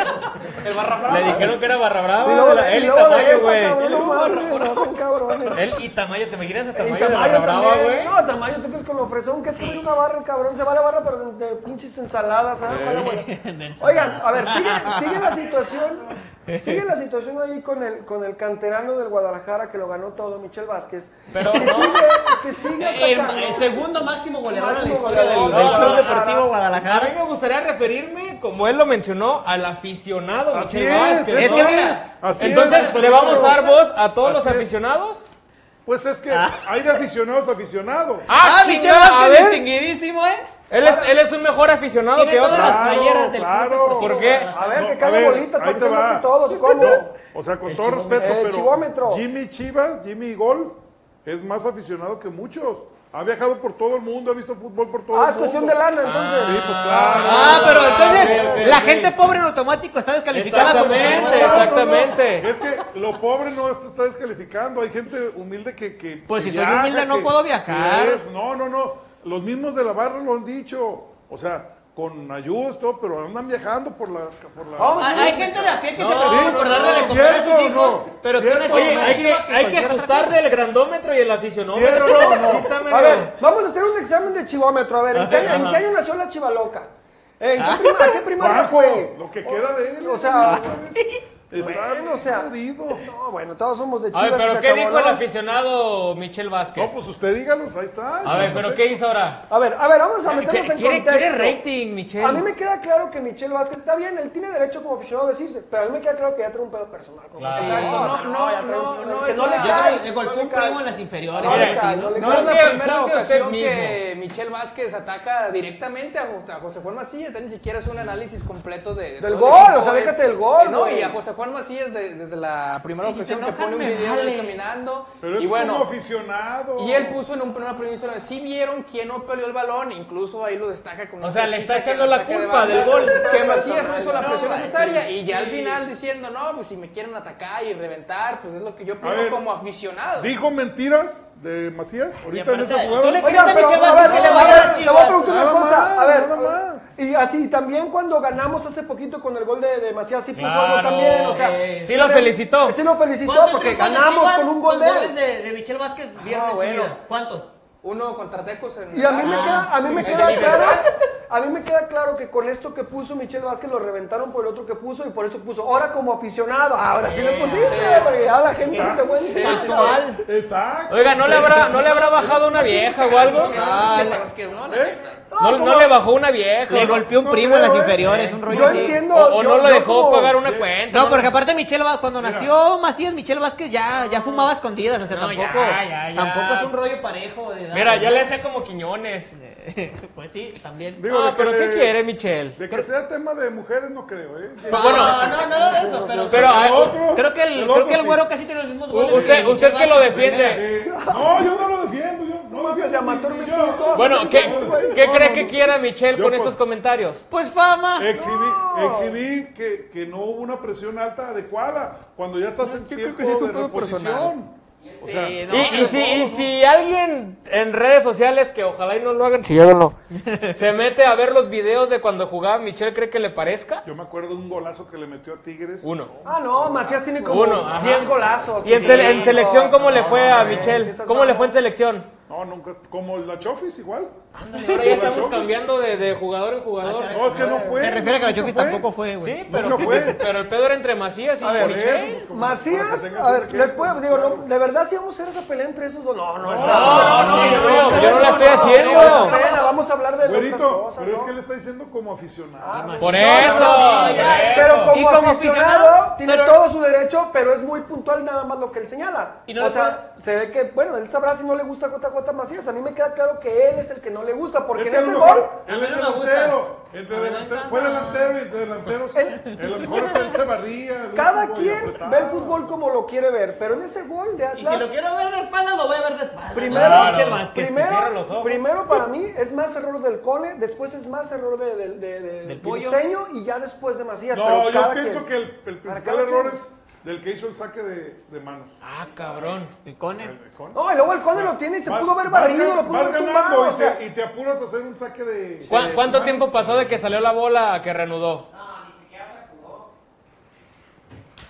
[SPEAKER 11] El barra brava.
[SPEAKER 10] Le dijeron que era Barra
[SPEAKER 1] Y
[SPEAKER 10] Brava.
[SPEAKER 1] luego,
[SPEAKER 10] la-
[SPEAKER 1] de- y
[SPEAKER 10] él y
[SPEAKER 1] luego de
[SPEAKER 10] Tamayo,
[SPEAKER 1] eso,
[SPEAKER 10] güey.
[SPEAKER 1] cabrón, no mames, no son cabrones.
[SPEAKER 10] Él y Tamayo, ¿te imaginas a Tamayo,
[SPEAKER 1] Y
[SPEAKER 10] de
[SPEAKER 1] Tamayo
[SPEAKER 10] Barra Brava,
[SPEAKER 1] también.
[SPEAKER 10] güey?
[SPEAKER 1] No, Tamayo, tú crees con lo fresón que es comer una barra, el cabrón. Se va a la barra, pero de, de pinches ensaladas. ¿sabes? Ojalá, güey. Oigan, a ver, sigue, sigue la situación. Sigue la situación ahí con el, con el canterano del Guadalajara que lo ganó todo, Michel Vázquez.
[SPEAKER 10] Pero
[SPEAKER 1] que,
[SPEAKER 10] no.
[SPEAKER 1] sigue, que sigue
[SPEAKER 9] El,
[SPEAKER 1] atacando.
[SPEAKER 9] el segundo máximo goleador en la
[SPEAKER 1] Máximo
[SPEAKER 9] historia del,
[SPEAKER 1] goleador.
[SPEAKER 9] del
[SPEAKER 10] No,
[SPEAKER 9] Club
[SPEAKER 10] no,
[SPEAKER 9] Deportivo
[SPEAKER 10] A mí
[SPEAKER 9] Guadalajara.
[SPEAKER 10] me gustaría referirme, como él lo mencionó, al aficionado.
[SPEAKER 8] Así
[SPEAKER 10] Michel
[SPEAKER 8] es,
[SPEAKER 10] Vázquez.
[SPEAKER 8] es
[SPEAKER 10] ¿no?
[SPEAKER 8] que mira, así
[SPEAKER 10] Entonces,
[SPEAKER 8] es,
[SPEAKER 10] ¿le vamos a dar
[SPEAKER 8] pero-
[SPEAKER 10] voz Ah. a todos los
[SPEAKER 8] Así es.
[SPEAKER 10] aficionados?
[SPEAKER 8] Pues es que hay de aficionados a aficionados.
[SPEAKER 9] Ah, Michel
[SPEAKER 10] chingada, a
[SPEAKER 9] Vázquez,
[SPEAKER 10] ver.
[SPEAKER 9] distinguidísimo, ¿eh?
[SPEAKER 10] Él es, él es un mejor aficionado
[SPEAKER 9] Tiene
[SPEAKER 10] que
[SPEAKER 9] todas
[SPEAKER 10] otro.
[SPEAKER 9] las
[SPEAKER 8] Claro,
[SPEAKER 9] playeras del
[SPEAKER 8] claro.
[SPEAKER 9] Club Deportivo
[SPEAKER 10] ¿Por qué?
[SPEAKER 9] Guadalajara.
[SPEAKER 1] A ver,
[SPEAKER 8] No,
[SPEAKER 1] que caigan bolitas para
[SPEAKER 8] ahí
[SPEAKER 1] que
[SPEAKER 8] te
[SPEAKER 1] sean más
[SPEAKER 8] va.
[SPEAKER 1] que todos. ¿Cómo?
[SPEAKER 8] O sea, con todo respeto,
[SPEAKER 1] El
[SPEAKER 8] pero
[SPEAKER 1] chivómetro.
[SPEAKER 8] Jimmy Chivas, Jimmy Gol, es más aficionado que muchos. Ha viajado por todo el mundo, ha visto fútbol por todo
[SPEAKER 1] Ah,
[SPEAKER 8] el
[SPEAKER 1] es
[SPEAKER 8] mundo.
[SPEAKER 1] cuestión de lana, entonces.
[SPEAKER 8] Sí, pues claro.
[SPEAKER 9] Ah, pero entonces
[SPEAKER 10] ok, ok,
[SPEAKER 9] la
[SPEAKER 10] ok.
[SPEAKER 9] gente pobre en automático está descalificada por su
[SPEAKER 10] Exactamente,
[SPEAKER 9] figura.
[SPEAKER 10] exactamente.
[SPEAKER 8] Es que lo pobre no te está descalificando. Hay gente humilde que. que
[SPEAKER 9] Pues
[SPEAKER 8] que
[SPEAKER 9] si soy humilde, no
[SPEAKER 8] que-
[SPEAKER 9] puedo viajar.
[SPEAKER 8] que es- No, no, no. los mismos de la barra lo han dicho. O sea, con ayudas, todo, pero andan viajando por la. Por la
[SPEAKER 9] Vamos, Hay- hay gente de a pie que se preocupa por darle de comer a sus hijos, pero que una
[SPEAKER 10] Oye,
[SPEAKER 9] chiva
[SPEAKER 10] hay
[SPEAKER 9] más
[SPEAKER 10] que,
[SPEAKER 9] chiva que
[SPEAKER 10] hay que
[SPEAKER 9] cualquier otra
[SPEAKER 10] ajustarle el grandómetro y el aficionómetro.
[SPEAKER 1] ¿Cierto o no?
[SPEAKER 10] Sí está medio-
[SPEAKER 1] A ver, vamos a hacer un examen de chivómetro. A ver, ¿en qué,
[SPEAKER 10] Ajá.
[SPEAKER 1] en qué año nació la chivaloca? ¿En
[SPEAKER 8] Ah.
[SPEAKER 1] qué, prima- a qué primaria
[SPEAKER 8] Juanjo,
[SPEAKER 1] fue?
[SPEAKER 8] lo que queda de él
[SPEAKER 1] O
[SPEAKER 8] es
[SPEAKER 1] sea,
[SPEAKER 8] Está
[SPEAKER 1] bueno, o sea, no, Oh, bueno, todos somos de
[SPEAKER 10] A
[SPEAKER 1] chivas. y
[SPEAKER 10] ver, pero
[SPEAKER 1] pues, se
[SPEAKER 10] ¿qué
[SPEAKER 1] acabó,
[SPEAKER 10] dijo
[SPEAKER 1] ¿no?
[SPEAKER 10] el aficionado Michel Vázquez?
[SPEAKER 8] No, pues usted díganos, ahí está.
[SPEAKER 10] A ver, pero ¿qué hizo ahora?
[SPEAKER 1] A ver, a ver, vamos a meternos en
[SPEAKER 10] ¿Quiere-
[SPEAKER 1] contexto.
[SPEAKER 10] quiere rating, Michel?
[SPEAKER 1] A mí me queda claro que Michelle Vázquez está bien, él tiene derecho como aficionado a decirse, pero a mí me queda claro que ya trae un pedo personal. con
[SPEAKER 9] Claro.
[SPEAKER 1] Michelle.
[SPEAKER 9] Exacto, no,
[SPEAKER 1] no, ya trae un- que no le
[SPEAKER 9] cae.
[SPEAKER 1] cae.
[SPEAKER 9] Le golpeó un primo en las inferiores.
[SPEAKER 1] No le
[SPEAKER 9] algo
[SPEAKER 1] cae,
[SPEAKER 9] así,
[SPEAKER 1] no le
[SPEAKER 9] ¿no?
[SPEAKER 1] cae.
[SPEAKER 11] No es la
[SPEAKER 1] Juzgue-
[SPEAKER 11] primera
[SPEAKER 1] juzgue usted
[SPEAKER 11] ocasión que Michelle Vázquez ataca directamente a Jo- a José Juan Macías. ya Ni siquiera es un análisis completo de, de
[SPEAKER 1] Del
[SPEAKER 11] todo el
[SPEAKER 1] gol,
[SPEAKER 11] equipo,
[SPEAKER 1] o sea,
[SPEAKER 11] es-
[SPEAKER 1] déjate el gol,
[SPEAKER 11] No,
[SPEAKER 1] güey.
[SPEAKER 11] y a José Juan Macías de- desde la primera
[SPEAKER 1] Y si se
[SPEAKER 11] ocasión que
[SPEAKER 1] enojan,
[SPEAKER 11] pone un
[SPEAKER 1] me
[SPEAKER 11] video de
[SPEAKER 1] vale.
[SPEAKER 11] él caminando.
[SPEAKER 8] Pero es
[SPEAKER 11] y bueno,
[SPEAKER 8] como aficionado.
[SPEAKER 11] y él puso en un, en una premisa, sí vieron quién no peleó el balón, incluso ahí lo destaca con
[SPEAKER 10] O
[SPEAKER 11] una
[SPEAKER 10] sea, le
[SPEAKER 11] flechita
[SPEAKER 10] está
[SPEAKER 11] que
[SPEAKER 10] echando
[SPEAKER 11] lo
[SPEAKER 10] la
[SPEAKER 11] saca de
[SPEAKER 10] culpa
[SPEAKER 11] banda,
[SPEAKER 10] del gol.
[SPEAKER 11] Que Macías no hizo la
[SPEAKER 10] No,
[SPEAKER 11] presión
[SPEAKER 10] manches.
[SPEAKER 11] necesaria y ya al
[SPEAKER 10] Sí.
[SPEAKER 11] final diciendo, no, pues si me quieren atacar y reventar, pues es lo que yo
[SPEAKER 8] A ver,
[SPEAKER 11] pido como aficionado.
[SPEAKER 8] ¿Dijo mentiras de Macías ahorita en
[SPEAKER 11] aparte,
[SPEAKER 8] esa
[SPEAKER 11] ¿tú
[SPEAKER 8] jugada?
[SPEAKER 11] le crees
[SPEAKER 1] Oigan, pero, a ver,
[SPEAKER 8] no,
[SPEAKER 1] a ver,
[SPEAKER 8] no,
[SPEAKER 1] te voy a preguntar una
[SPEAKER 8] nada
[SPEAKER 1] cosa.
[SPEAKER 8] más,
[SPEAKER 1] A ver,
[SPEAKER 8] nada más.
[SPEAKER 1] y así también cuando ganamos hace poquito con el gol de, de Macías, sí puso
[SPEAKER 10] Claro.
[SPEAKER 1] algo Pues también. O
[SPEAKER 9] eh,
[SPEAKER 1] sea,
[SPEAKER 10] Sí. Sí lo
[SPEAKER 1] pero-
[SPEAKER 10] felicitó.
[SPEAKER 1] Sí lo felicitó
[SPEAKER 9] ¿Cuántos
[SPEAKER 1] porque
[SPEAKER 9] triunfos de
[SPEAKER 1] ganamos
[SPEAKER 9] Chivas
[SPEAKER 1] con un gol de
[SPEAKER 9] goles
[SPEAKER 1] él.
[SPEAKER 9] de, de Michel Vázquez vieron
[SPEAKER 11] Ah,
[SPEAKER 9] en su
[SPEAKER 11] bueno.
[SPEAKER 9] vida? ¿Cuántos?
[SPEAKER 11] Uno contra Tecos en
[SPEAKER 1] Y a mí me
[SPEAKER 9] Ah.
[SPEAKER 1] queda, a mí me
[SPEAKER 9] El
[SPEAKER 1] queda
[SPEAKER 9] de
[SPEAKER 1] claro, a mí me queda claro que con esto que puso Michelle Vázquez lo reventaron por el otro que puso y por eso puso. Ahora como aficionado, ahora sí le pusiste, porque ya la gente se te puede decir.
[SPEAKER 8] Exacto. Exacto.
[SPEAKER 10] Oiga, ¿no le habrá, no le habrá bajado una vieja o algo?
[SPEAKER 11] Ah, Vázquez, ¿no? La
[SPEAKER 8] ¿eh?
[SPEAKER 11] neta.
[SPEAKER 10] No, no le bajó una vieja.
[SPEAKER 9] Le
[SPEAKER 10] ¿no?
[SPEAKER 9] golpeó un
[SPEAKER 10] No
[SPEAKER 9] primo en
[SPEAKER 10] creo,
[SPEAKER 9] las
[SPEAKER 10] ¿eh?
[SPEAKER 9] inferiores, un rollo
[SPEAKER 1] Yo
[SPEAKER 9] así.
[SPEAKER 1] entiendo.
[SPEAKER 10] O, o
[SPEAKER 1] yo-
[SPEAKER 10] no lo
[SPEAKER 1] yo
[SPEAKER 10] dejó
[SPEAKER 1] como-
[SPEAKER 10] pagar una cuenta.
[SPEAKER 9] No, porque aparte Michel Vázquez, cuando nació Macías, Michel Vázquez ya, ya fumaba a escondidas, o sea,
[SPEAKER 10] No,
[SPEAKER 9] tampoco,
[SPEAKER 10] ya, ya, ya.
[SPEAKER 9] tampoco es un rollo parejo de edad.
[SPEAKER 10] Mira, ya le hacía como Quiñones.
[SPEAKER 9] Pues sí, también.
[SPEAKER 8] Digo,
[SPEAKER 10] Ah,
[SPEAKER 8] de que
[SPEAKER 10] pero ¿qué
[SPEAKER 8] le-
[SPEAKER 10] quiere, Michel?
[SPEAKER 8] De que sea tema de mujeres no creo, ¿eh?
[SPEAKER 9] Ah,
[SPEAKER 10] Pero bueno.
[SPEAKER 9] no, no, no de eso, pero,
[SPEAKER 10] Pero, ah,
[SPEAKER 8] otro,
[SPEAKER 9] creo que el,
[SPEAKER 8] el
[SPEAKER 9] creo
[SPEAKER 8] otro
[SPEAKER 9] que el
[SPEAKER 8] sí.
[SPEAKER 9] güero casi tiene los mismos goles.
[SPEAKER 10] Usted,
[SPEAKER 9] Michel
[SPEAKER 10] usted que lo
[SPEAKER 9] Vázquez en
[SPEAKER 10] defiende.
[SPEAKER 8] Eh, no, yo no lo defiendo, yo no lo defiendo.
[SPEAKER 1] amateur
[SPEAKER 8] ni- ni
[SPEAKER 1] me
[SPEAKER 8] yo.
[SPEAKER 1] siento así.
[SPEAKER 10] Bueno, ¿qué, qué
[SPEAKER 8] No,
[SPEAKER 10] cree
[SPEAKER 8] no,
[SPEAKER 10] que
[SPEAKER 8] no.
[SPEAKER 10] quiera Michelle
[SPEAKER 8] Yo
[SPEAKER 10] con
[SPEAKER 8] con-
[SPEAKER 10] estos comentarios?
[SPEAKER 9] Pues fama.
[SPEAKER 8] Exhibir,
[SPEAKER 1] No.
[SPEAKER 8] exhibir que, que no hubo una presión alta adecuada cuando ya estás en
[SPEAKER 11] yo creo
[SPEAKER 8] tiempo
[SPEAKER 11] que sí es un
[SPEAKER 8] de
[SPEAKER 11] pedo personal.
[SPEAKER 8] reposición. O sea,
[SPEAKER 9] Sí, no, pues,
[SPEAKER 10] Y, y
[SPEAKER 9] pero
[SPEAKER 10] si,
[SPEAKER 9] no,
[SPEAKER 10] y si alguien en redes sociales, que ojalá y no lo hagan, se mete a ver los videos de cuando jugaba Michelle, ¿cree que le parezca?
[SPEAKER 8] yo me acuerdo de un golazo que le metió a Tigres.
[SPEAKER 10] Uno.
[SPEAKER 1] Ah, no, Macías tiene como
[SPEAKER 10] Uno, ajá.
[SPEAKER 1] 10 golazos.
[SPEAKER 10] ¿Y en, sele- en selección cómo le fue a
[SPEAKER 1] Michelle?
[SPEAKER 10] Michelle? ¿Cómo le fue en selección?
[SPEAKER 8] No, nunca. Como la Chofis, igual.
[SPEAKER 10] Ahora ya
[SPEAKER 8] Como la
[SPEAKER 10] estamos
[SPEAKER 8] Chofis.
[SPEAKER 10] cambiando de, de jugador en jugador.
[SPEAKER 8] No, es que no fue.
[SPEAKER 9] Se refiere a que la
[SPEAKER 8] nunca
[SPEAKER 9] Chofis
[SPEAKER 8] fue.
[SPEAKER 9] tampoco fue, güey.
[SPEAKER 10] Sí, pero,
[SPEAKER 8] No fue.
[SPEAKER 10] pero el pedo era entre Macías y
[SPEAKER 8] A ver,
[SPEAKER 10] Michelle.
[SPEAKER 8] pues, como- para que
[SPEAKER 1] Macías,
[SPEAKER 8] tengas
[SPEAKER 1] a
[SPEAKER 8] un
[SPEAKER 1] ver,
[SPEAKER 8] ejemplo,
[SPEAKER 1] les puedo, digo,
[SPEAKER 8] claro.
[SPEAKER 1] no, de verdad si vamos a hacer esa pelea entre esos dos. No, no, está.
[SPEAKER 10] no, no, yo no- yo no la estoy haciendo.
[SPEAKER 1] esa pelea, vamos a hablar de otras
[SPEAKER 8] Güerito,
[SPEAKER 1] cosas,
[SPEAKER 8] pero es
[SPEAKER 1] ¿no?
[SPEAKER 8] que le está diciendo como aficionado.
[SPEAKER 10] Por
[SPEAKER 1] No,
[SPEAKER 10] eso.
[SPEAKER 1] no, no,
[SPEAKER 10] por eso.
[SPEAKER 1] Pero como,
[SPEAKER 9] Y como
[SPEAKER 1] aficionado,
[SPEAKER 9] aficionado,
[SPEAKER 1] tiene
[SPEAKER 9] pero-
[SPEAKER 1] todo su derecho, pero es muy puntual nada más lo que él señala.
[SPEAKER 9] Y no
[SPEAKER 1] o
[SPEAKER 9] le
[SPEAKER 1] sea, se ve que, bueno, él sabrá si no le gusta JJ Macías. A mí me queda claro que él es el que no le gusta, porque
[SPEAKER 8] Es
[SPEAKER 1] en
[SPEAKER 8] que a lo
[SPEAKER 1] ese
[SPEAKER 8] mejor
[SPEAKER 1] gol...
[SPEAKER 8] Él es
[SPEAKER 9] A mí no me gusta.
[SPEAKER 8] delantero. entre
[SPEAKER 9] A mí me
[SPEAKER 8] delante-
[SPEAKER 9] encanta.
[SPEAKER 8] Fue delantero y entre delanteros. A lo mejor él se barría. el
[SPEAKER 1] Cada
[SPEAKER 8] último y
[SPEAKER 1] quien
[SPEAKER 8] apretaba.
[SPEAKER 1] ve el fútbol como lo quiere ver, pero en ese gol de
[SPEAKER 9] Y
[SPEAKER 1] Atlas...
[SPEAKER 9] si lo quiero ver de espaldas, lo voy a ver de espaldas.
[SPEAKER 1] Primero,
[SPEAKER 9] No, Michel Vázquez.
[SPEAKER 10] cierra los ojos.
[SPEAKER 1] primero, primero para mí es más error del Cone, después es más error de, de- de- de-
[SPEAKER 9] Del Pollo.
[SPEAKER 1] Briseño y ya después de Macías.
[SPEAKER 8] No,
[SPEAKER 1] pero
[SPEAKER 8] yo
[SPEAKER 1] cada
[SPEAKER 8] pienso
[SPEAKER 1] quien.
[SPEAKER 8] que el, el
[SPEAKER 1] Para
[SPEAKER 8] principal
[SPEAKER 1] cada
[SPEAKER 8] error
[SPEAKER 1] quien.
[SPEAKER 8] es del que hizo el saque de, de manos.
[SPEAKER 10] Ah, cabrón.
[SPEAKER 9] Picone.
[SPEAKER 8] El de Cone.
[SPEAKER 1] No, y luego el Cone lo tiene y se
[SPEAKER 8] Vas-
[SPEAKER 1] pudo haber
[SPEAKER 8] vas
[SPEAKER 1] barrido,
[SPEAKER 8] gan-
[SPEAKER 1] lo pudo
[SPEAKER 8] vas
[SPEAKER 1] haber
[SPEAKER 8] ganando
[SPEAKER 1] tumbado.
[SPEAKER 8] y,
[SPEAKER 1] o sea,
[SPEAKER 8] te, y te apuras a hacer un saque de.
[SPEAKER 10] ¿Cu-
[SPEAKER 8] de
[SPEAKER 10] ¿Cuánto
[SPEAKER 8] manos.
[SPEAKER 10] tiempo pasó de que salió la bola que reanudó?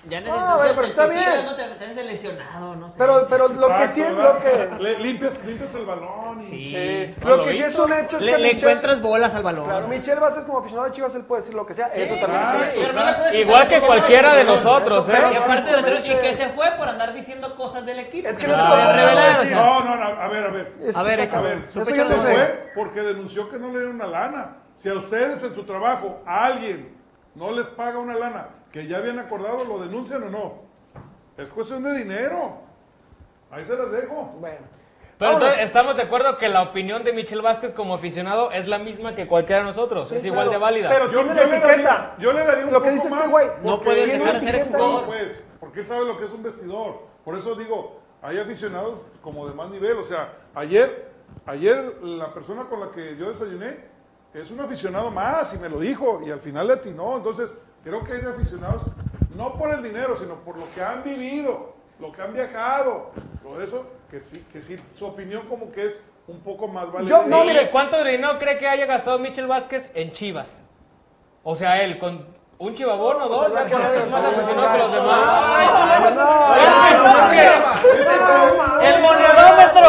[SPEAKER 9] Ya
[SPEAKER 1] No, a ver, pero está
[SPEAKER 9] perspectiva,
[SPEAKER 1] bien.
[SPEAKER 9] No te, te has lesionado, no sé.
[SPEAKER 1] Pero, pero lo que sí es lo
[SPEAKER 8] Exacto,
[SPEAKER 1] que
[SPEAKER 8] ¿verdad? Le- limpias, limpias el balón. Y...
[SPEAKER 9] Sí.
[SPEAKER 10] No,
[SPEAKER 1] lo que sí
[SPEAKER 10] hizo.
[SPEAKER 1] es un hecho es
[SPEAKER 9] Le,
[SPEAKER 1] que
[SPEAKER 9] le
[SPEAKER 1] Michel,
[SPEAKER 9] encuentras bolas al balón.
[SPEAKER 1] claro, Michel Vázquez como aficionado de Chivas él puede decir lo que sea, eso también
[SPEAKER 8] sí.
[SPEAKER 1] es cierto.
[SPEAKER 9] Pero no le puedes
[SPEAKER 10] Igual
[SPEAKER 9] quitar
[SPEAKER 10] que
[SPEAKER 9] los
[SPEAKER 10] cualquiera de
[SPEAKER 9] goles,
[SPEAKER 10] nosotros,
[SPEAKER 1] Eso,
[SPEAKER 9] Y
[SPEAKER 10] ¿eh?
[SPEAKER 1] pero-
[SPEAKER 9] aparte del otro- y que
[SPEAKER 1] Exactamente.
[SPEAKER 9] se fue por andar diciendo cosas del equipo.
[SPEAKER 1] Es que
[SPEAKER 9] no
[SPEAKER 1] no
[SPEAKER 9] te
[SPEAKER 1] te
[SPEAKER 9] podías
[SPEAKER 1] podemos
[SPEAKER 9] Ah, revelar, o
[SPEAKER 1] decir,
[SPEAKER 9] sea.
[SPEAKER 8] No, no, no, a ver, a ver.
[SPEAKER 1] Es-
[SPEAKER 9] A ver,
[SPEAKER 1] es-
[SPEAKER 9] échalo.
[SPEAKER 8] A ver,
[SPEAKER 1] Eso
[SPEAKER 8] se
[SPEAKER 1] yo no sé.
[SPEAKER 8] fue porque denunció que no le dieron una lana. Si a ustedes en su trabajo a alguien no les paga una lana que ya habían acordado, ¿lo denuncian o no? Es cuestión de dinero. Ahí se las dejo.
[SPEAKER 1] Bueno.
[SPEAKER 10] Pero
[SPEAKER 1] Vámonos.
[SPEAKER 10] entonces, estamos de acuerdo que la opinión de Michel Vázquez como aficionado es la misma que cualquiera de nosotros.
[SPEAKER 1] Sí,
[SPEAKER 10] es igual
[SPEAKER 1] claro.
[SPEAKER 10] de válida.
[SPEAKER 1] Pero tiene la
[SPEAKER 8] le
[SPEAKER 1] etiqueta.
[SPEAKER 8] daría- yo le daría un
[SPEAKER 1] Lo que
[SPEAKER 8] poco
[SPEAKER 1] dice este
[SPEAKER 8] más
[SPEAKER 1] güey,
[SPEAKER 8] porque
[SPEAKER 9] no puedes
[SPEAKER 8] tiene
[SPEAKER 9] dejar de ser
[SPEAKER 1] etiqueta
[SPEAKER 9] jugador.
[SPEAKER 1] ahí.
[SPEAKER 8] pues, porque él sabe lo que es un vestidor. Por eso digo, hay aficionados como de más nivel. O sea, ayer, ayer la persona con la que yo desayuné es un aficionado más y me lo dijo y al final le atinó. Entonces, creo que hay de aficionados no por el dinero, sino por lo que han vivido, lo que han viajado, lo de eso, que sí, que sí, su opinión como que es un poco más vale.
[SPEAKER 10] Yo, no, mire. ¿Cuánto dinero cree que haya gastado Michel Vázquez en Chivas? O sea, él, con un chivabón o
[SPEAKER 1] pues,
[SPEAKER 10] dos, ya con eso es más aficionado que los demás.
[SPEAKER 9] ¡El monedómetro!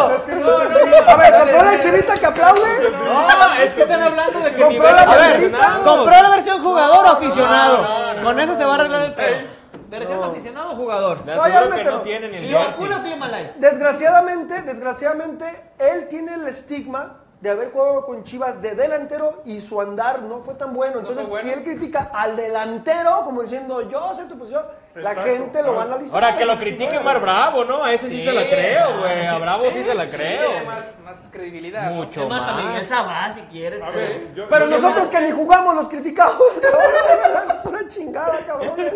[SPEAKER 1] A ver, ¿compró la chivita que aplaude?
[SPEAKER 10] No, es que están hablando de que.
[SPEAKER 1] ¿Compró la chivita?
[SPEAKER 9] ¿Compró la versión jugador o aficionado? Con eso se va a arreglar el tema. ¿Versión aficionado o jugador?
[SPEAKER 10] No, yo que no tiene ni el Chelsea.
[SPEAKER 9] Puro clima light.
[SPEAKER 1] Desgraciadamente, desgraciadamente, él tiene el estigma de haber jugado con Chivas de delantero y su andar no fue tan bueno. Entonces, si él critica al delantero, como diciendo, yo sé tu posición, la
[SPEAKER 8] Exacto,
[SPEAKER 1] gente lo va a
[SPEAKER 8] claro.
[SPEAKER 1] analizar.
[SPEAKER 10] Ahora que lo
[SPEAKER 1] Sí,
[SPEAKER 10] critique
[SPEAKER 1] puede.
[SPEAKER 10] Mar Bravo, ¿no? A ese sí, se la creo, güey. A Bravo sí, se la creo.
[SPEAKER 11] Tiene más, más credibilidad. ¿no?
[SPEAKER 10] Mucho
[SPEAKER 9] Además, también
[SPEAKER 10] más.
[SPEAKER 9] el Sabá, si quieres.
[SPEAKER 8] A
[SPEAKER 9] pero-
[SPEAKER 8] ver, yo-
[SPEAKER 1] Pero
[SPEAKER 8] yo-
[SPEAKER 1] nosotros que ni jugamos los criticamos, cabrón. Es una chingada, cabrón. Pues,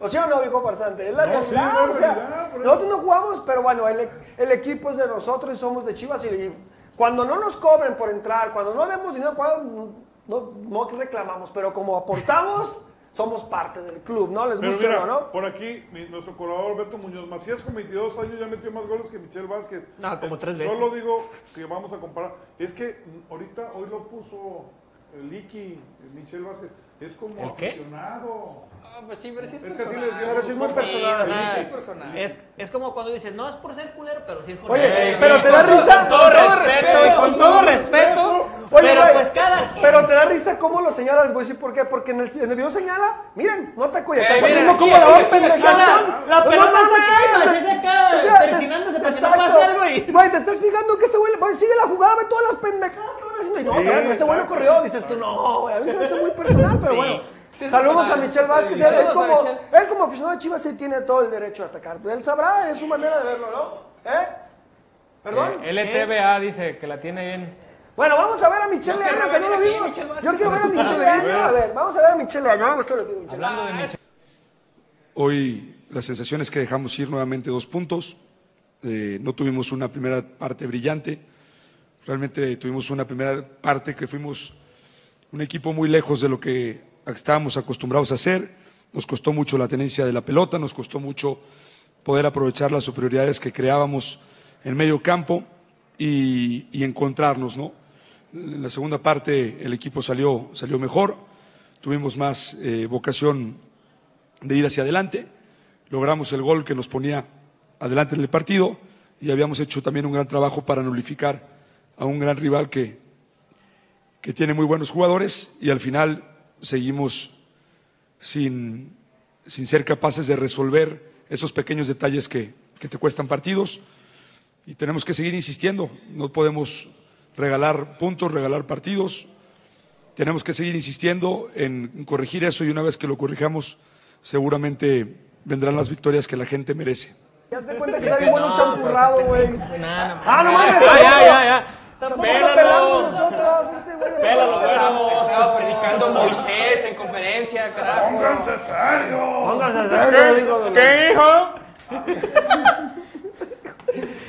[SPEAKER 1] O sea, no, viejo farsante. Es la
[SPEAKER 8] No, sí,
[SPEAKER 1] realidad.
[SPEAKER 8] es la
[SPEAKER 1] o sea,
[SPEAKER 8] realidad, por eso.
[SPEAKER 1] nosotros no jugamos, pero bueno, el, el equipo es de nosotros y somos de Chivas. Y, y cuando no nos cobren por entrar, cuando no demos dinero, cuando no, no reclamamos, pero como aportamos, somos parte del club, ¿no? Les
[SPEAKER 8] Pero
[SPEAKER 1] gusta o
[SPEAKER 8] mira,
[SPEAKER 1] no, ¿no?
[SPEAKER 8] por aquí, mi- nuestro colaborador Alberto Muñoz Macías con 22 años ya metió más goles que Michel Vázquez.
[SPEAKER 9] No, como
[SPEAKER 8] Eh,
[SPEAKER 9] tres veces.
[SPEAKER 8] Solo digo que vamos a comparar. Es que mm, ahorita, hoy lo puso el Iki, el Michel Vázquez. Es como
[SPEAKER 10] ¿El qué?
[SPEAKER 8] aficionado.
[SPEAKER 11] Ah, pues sí, pero sí es,
[SPEAKER 8] Es que así
[SPEAKER 11] personal.
[SPEAKER 8] les dio.
[SPEAKER 1] Pero sí es muy personal.
[SPEAKER 9] o sea,
[SPEAKER 11] Sí, es personal.
[SPEAKER 9] Es, es como cuando dices, no es por ser culero, pero sí es por ser
[SPEAKER 1] Oye,
[SPEAKER 9] culero.
[SPEAKER 1] pero te da risa.
[SPEAKER 10] Con todo respeto y
[SPEAKER 9] con todo respeto,
[SPEAKER 1] Oye,
[SPEAKER 9] pero
[SPEAKER 1] güey,
[SPEAKER 9] pues cada quien.
[SPEAKER 1] Pero te da risa cómo lo señala. Les voy a decir por qué. Porque en el, en el video señala, miren, no te cuida.
[SPEAKER 10] Eh,
[SPEAKER 1] Estás
[SPEAKER 10] miren,
[SPEAKER 1] viendo
[SPEAKER 10] aquí,
[SPEAKER 1] cómo la
[SPEAKER 10] aquí,
[SPEAKER 1] va
[SPEAKER 10] aquí,
[SPEAKER 1] pendejando.
[SPEAKER 9] La
[SPEAKER 1] No
[SPEAKER 9] pelota
[SPEAKER 1] mames,
[SPEAKER 9] está aquí,
[SPEAKER 1] güey.
[SPEAKER 9] así se acaba,
[SPEAKER 1] O sea, te-
[SPEAKER 9] persinándose para que no
[SPEAKER 1] exacto.
[SPEAKER 9] pase algo y-
[SPEAKER 1] Güey, te estás fijando que ese güey, güey, sigue la jugada, ve todas las pendejadas que van haciendo. Y no,
[SPEAKER 8] Sí,
[SPEAKER 1] cabrón, ese güey no
[SPEAKER 8] exacto.
[SPEAKER 1] corrió. Dices tú, no, güey. A mí se me hace muy personal, pero bueno. Saludos a Michel Vázquez. Él,
[SPEAKER 11] Saludos a
[SPEAKER 1] como,
[SPEAKER 11] Michel.
[SPEAKER 1] él como aficionado de Chivas sí tiene todo el derecho a atacar. Él sabrá, es su manera de verlo, ¿no? ¿Eh? ¿Perdón?
[SPEAKER 10] Eh, LTBA dice que la tiene bien.
[SPEAKER 1] Bueno, vamos a ver a Michelle
[SPEAKER 11] quiero
[SPEAKER 1] Leaño, que
[SPEAKER 11] ver
[SPEAKER 1] no lo
[SPEAKER 11] aquí a
[SPEAKER 1] vimos.
[SPEAKER 11] Michelle Vázquez
[SPEAKER 1] Yo quiero ver a Michelle Leaño. A ver, vamos a ver a Michelle Leaño. Me gustó lo que dijo Michelle.
[SPEAKER 10] Hablando de Michel.
[SPEAKER 13] Hoy la sensación es que dejamos ir nuevamente dos puntos. Eh, no tuvimos una primera parte brillante. Realmente tuvimos una primera parte que fuimos un equipo muy lejos de lo que estábamos acostumbrados a hacer. Nos costó mucho la tenencia de la pelota, nos costó mucho poder aprovechar las superioridades que creábamos en medio campo y, y encontrarnos, ¿no? En la segunda parte el equipo salió, salió mejor, tuvimos más eh, vocación de ir hacia adelante. Logramos el gol que nos ponía adelante en el partido y habíamos hecho también un gran trabajo para nulificar a un gran rival que, que tiene muy buenos jugadores y al final seguimos sin, sin ser capaces de resolver esos pequeños detalles que, que te cuestan partidos y tenemos que seguir insistiendo. No podemos regalar puntos, regalar partidos. Tenemos que seguir insistiendo en corregir eso y una vez que lo corrijamos seguramente vendrán las victorias que la gente merece.
[SPEAKER 1] Ya se cuenta que está bien bueno champurrado, güey.
[SPEAKER 10] Ah,
[SPEAKER 1] Ah, no mames.
[SPEAKER 10] Ya, ya, ya, ya.
[SPEAKER 1] Tampoco lo
[SPEAKER 10] Pélalo.
[SPEAKER 1] pelamos nosotros, este güey.
[SPEAKER 10] Pélalo, pélalo.
[SPEAKER 11] Estaba predicando Moisés en conferencia, carajo.
[SPEAKER 8] ¡Pónganse serio!
[SPEAKER 1] Pónganse de acuerdo, digo, de los-
[SPEAKER 10] ¿Qué hijo?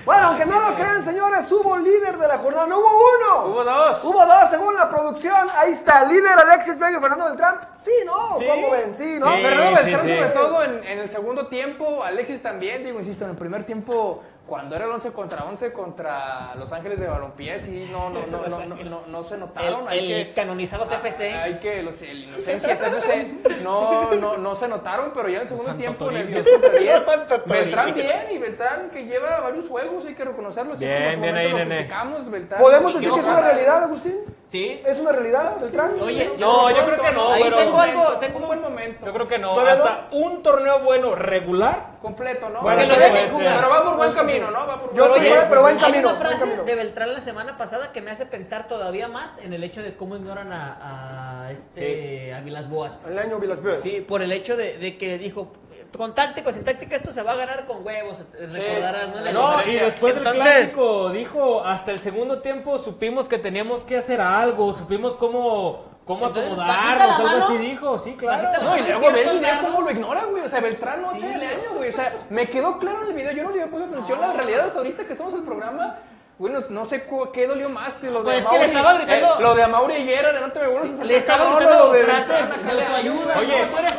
[SPEAKER 1] Bueno, aunque no lo crean, señores, hubo líder de la jornada. No hubo uno.
[SPEAKER 11] Hubo dos.
[SPEAKER 1] Hubo dos, según la producción. Ahí está, líder Alexis Vega y Fernando Beltrán. Sí, ¿no? ¿Cómo ven? Sí, ¿no?
[SPEAKER 10] Sí.
[SPEAKER 11] Fernando Beltrán,
[SPEAKER 10] sí.
[SPEAKER 11] sobre todo en, en el segundo tiempo, Alexis también, digo, insisto, en el primer tiempo, cuando era el 11 contra 11 contra Los Ángeles de Balompié, sí, no, no, no, no, no, no, no se notaron.
[SPEAKER 9] El,
[SPEAKER 11] hay
[SPEAKER 9] el
[SPEAKER 11] que- Ah,
[SPEAKER 9] canonizado CFC.
[SPEAKER 11] Hay que, los, el inocencia, CFC, no, no, no se notaron, pero ya en el segundo tiempo, en el 10 contra 10, Beltrán bien, y Beltrán que lleva varios juegos, hay que reconocerlo. así como
[SPEAKER 10] Bien,
[SPEAKER 11] en su
[SPEAKER 10] bien
[SPEAKER 11] momento
[SPEAKER 10] ahí,
[SPEAKER 11] lo
[SPEAKER 10] nene.
[SPEAKER 11] criticamos, Beltrán.
[SPEAKER 1] ¿Podemos
[SPEAKER 9] Y
[SPEAKER 1] decir
[SPEAKER 9] yo-
[SPEAKER 1] que es una realidad, Agustín?
[SPEAKER 9] Sí.
[SPEAKER 1] ¿Es una realidad, Beltrán?
[SPEAKER 9] Oye,
[SPEAKER 10] No, yo creo que no,
[SPEAKER 9] Ahí
[SPEAKER 10] pero-
[SPEAKER 9] tengo algo, tengo
[SPEAKER 11] un buen momento.
[SPEAKER 10] Yo creo que no.
[SPEAKER 1] Todavía no.
[SPEAKER 10] Hasta un torneo bueno regular.
[SPEAKER 11] completo, ¿no?
[SPEAKER 10] Bueno,
[SPEAKER 11] Porque
[SPEAKER 10] sí
[SPEAKER 11] lo
[SPEAKER 10] puede
[SPEAKER 11] dejen jugar.
[SPEAKER 10] ser.
[SPEAKER 11] Pero va por buen camino, ¿no? Va por
[SPEAKER 1] Yo
[SPEAKER 11] buen
[SPEAKER 1] estoy
[SPEAKER 11] camino.
[SPEAKER 1] fuera, pero va en
[SPEAKER 9] Hay
[SPEAKER 1] camino.
[SPEAKER 9] una
[SPEAKER 1] va en
[SPEAKER 9] frase
[SPEAKER 1] camino.
[SPEAKER 9] de Beltrán la semana pasada que me hace pensar todavía más en el hecho de cómo ignoran a, a este a Vilas Boas.
[SPEAKER 1] El año Vilas Boas.
[SPEAKER 9] Sí, por el hecho de, de que dijo, con táctica, sin táctica, esto se va a ganar con huevos, recordarás, ¿no? En la
[SPEAKER 10] No, y
[SPEAKER 9] conferencia.
[SPEAKER 10] después del
[SPEAKER 9] Entonces,
[SPEAKER 10] clásico dijo, hasta el segundo tiempo supimos que teníamos que hacer algo, supimos cómo, cómo
[SPEAKER 9] Entonces,
[SPEAKER 10] acomodarnos,
[SPEAKER 9] bajita la
[SPEAKER 10] algo así
[SPEAKER 9] mano.
[SPEAKER 10] dijo, sí,
[SPEAKER 9] Bajita
[SPEAKER 10] claro.
[SPEAKER 9] la
[SPEAKER 11] No, y
[SPEAKER 9] Es
[SPEAKER 11] luego ve el
[SPEAKER 9] cierto,
[SPEAKER 11] video
[SPEAKER 9] Leandro.
[SPEAKER 11] cómo lo ignora, güey. O sea, Beltrán no hace el año, güey. O sea, me quedó claro en el video. Yo no le había puesto atención. La realidad es ahorita que estamos en el programa. Güey, no, no sé cu- qué dolió más. si Lo de
[SPEAKER 9] Pues es que
[SPEAKER 11] Amauri-
[SPEAKER 9] le estaba gritando-
[SPEAKER 11] eh, lo de Amauri Higuera, de no te me vuelvas a
[SPEAKER 9] le
[SPEAKER 11] sacar,
[SPEAKER 9] estaba
[SPEAKER 11] no,
[SPEAKER 9] gritando
[SPEAKER 11] lo de Beltrán,
[SPEAKER 9] frases de
[SPEAKER 11] acá,
[SPEAKER 9] autoayuda.
[SPEAKER 10] Oye,
[SPEAKER 9] ¿cómo tú eres?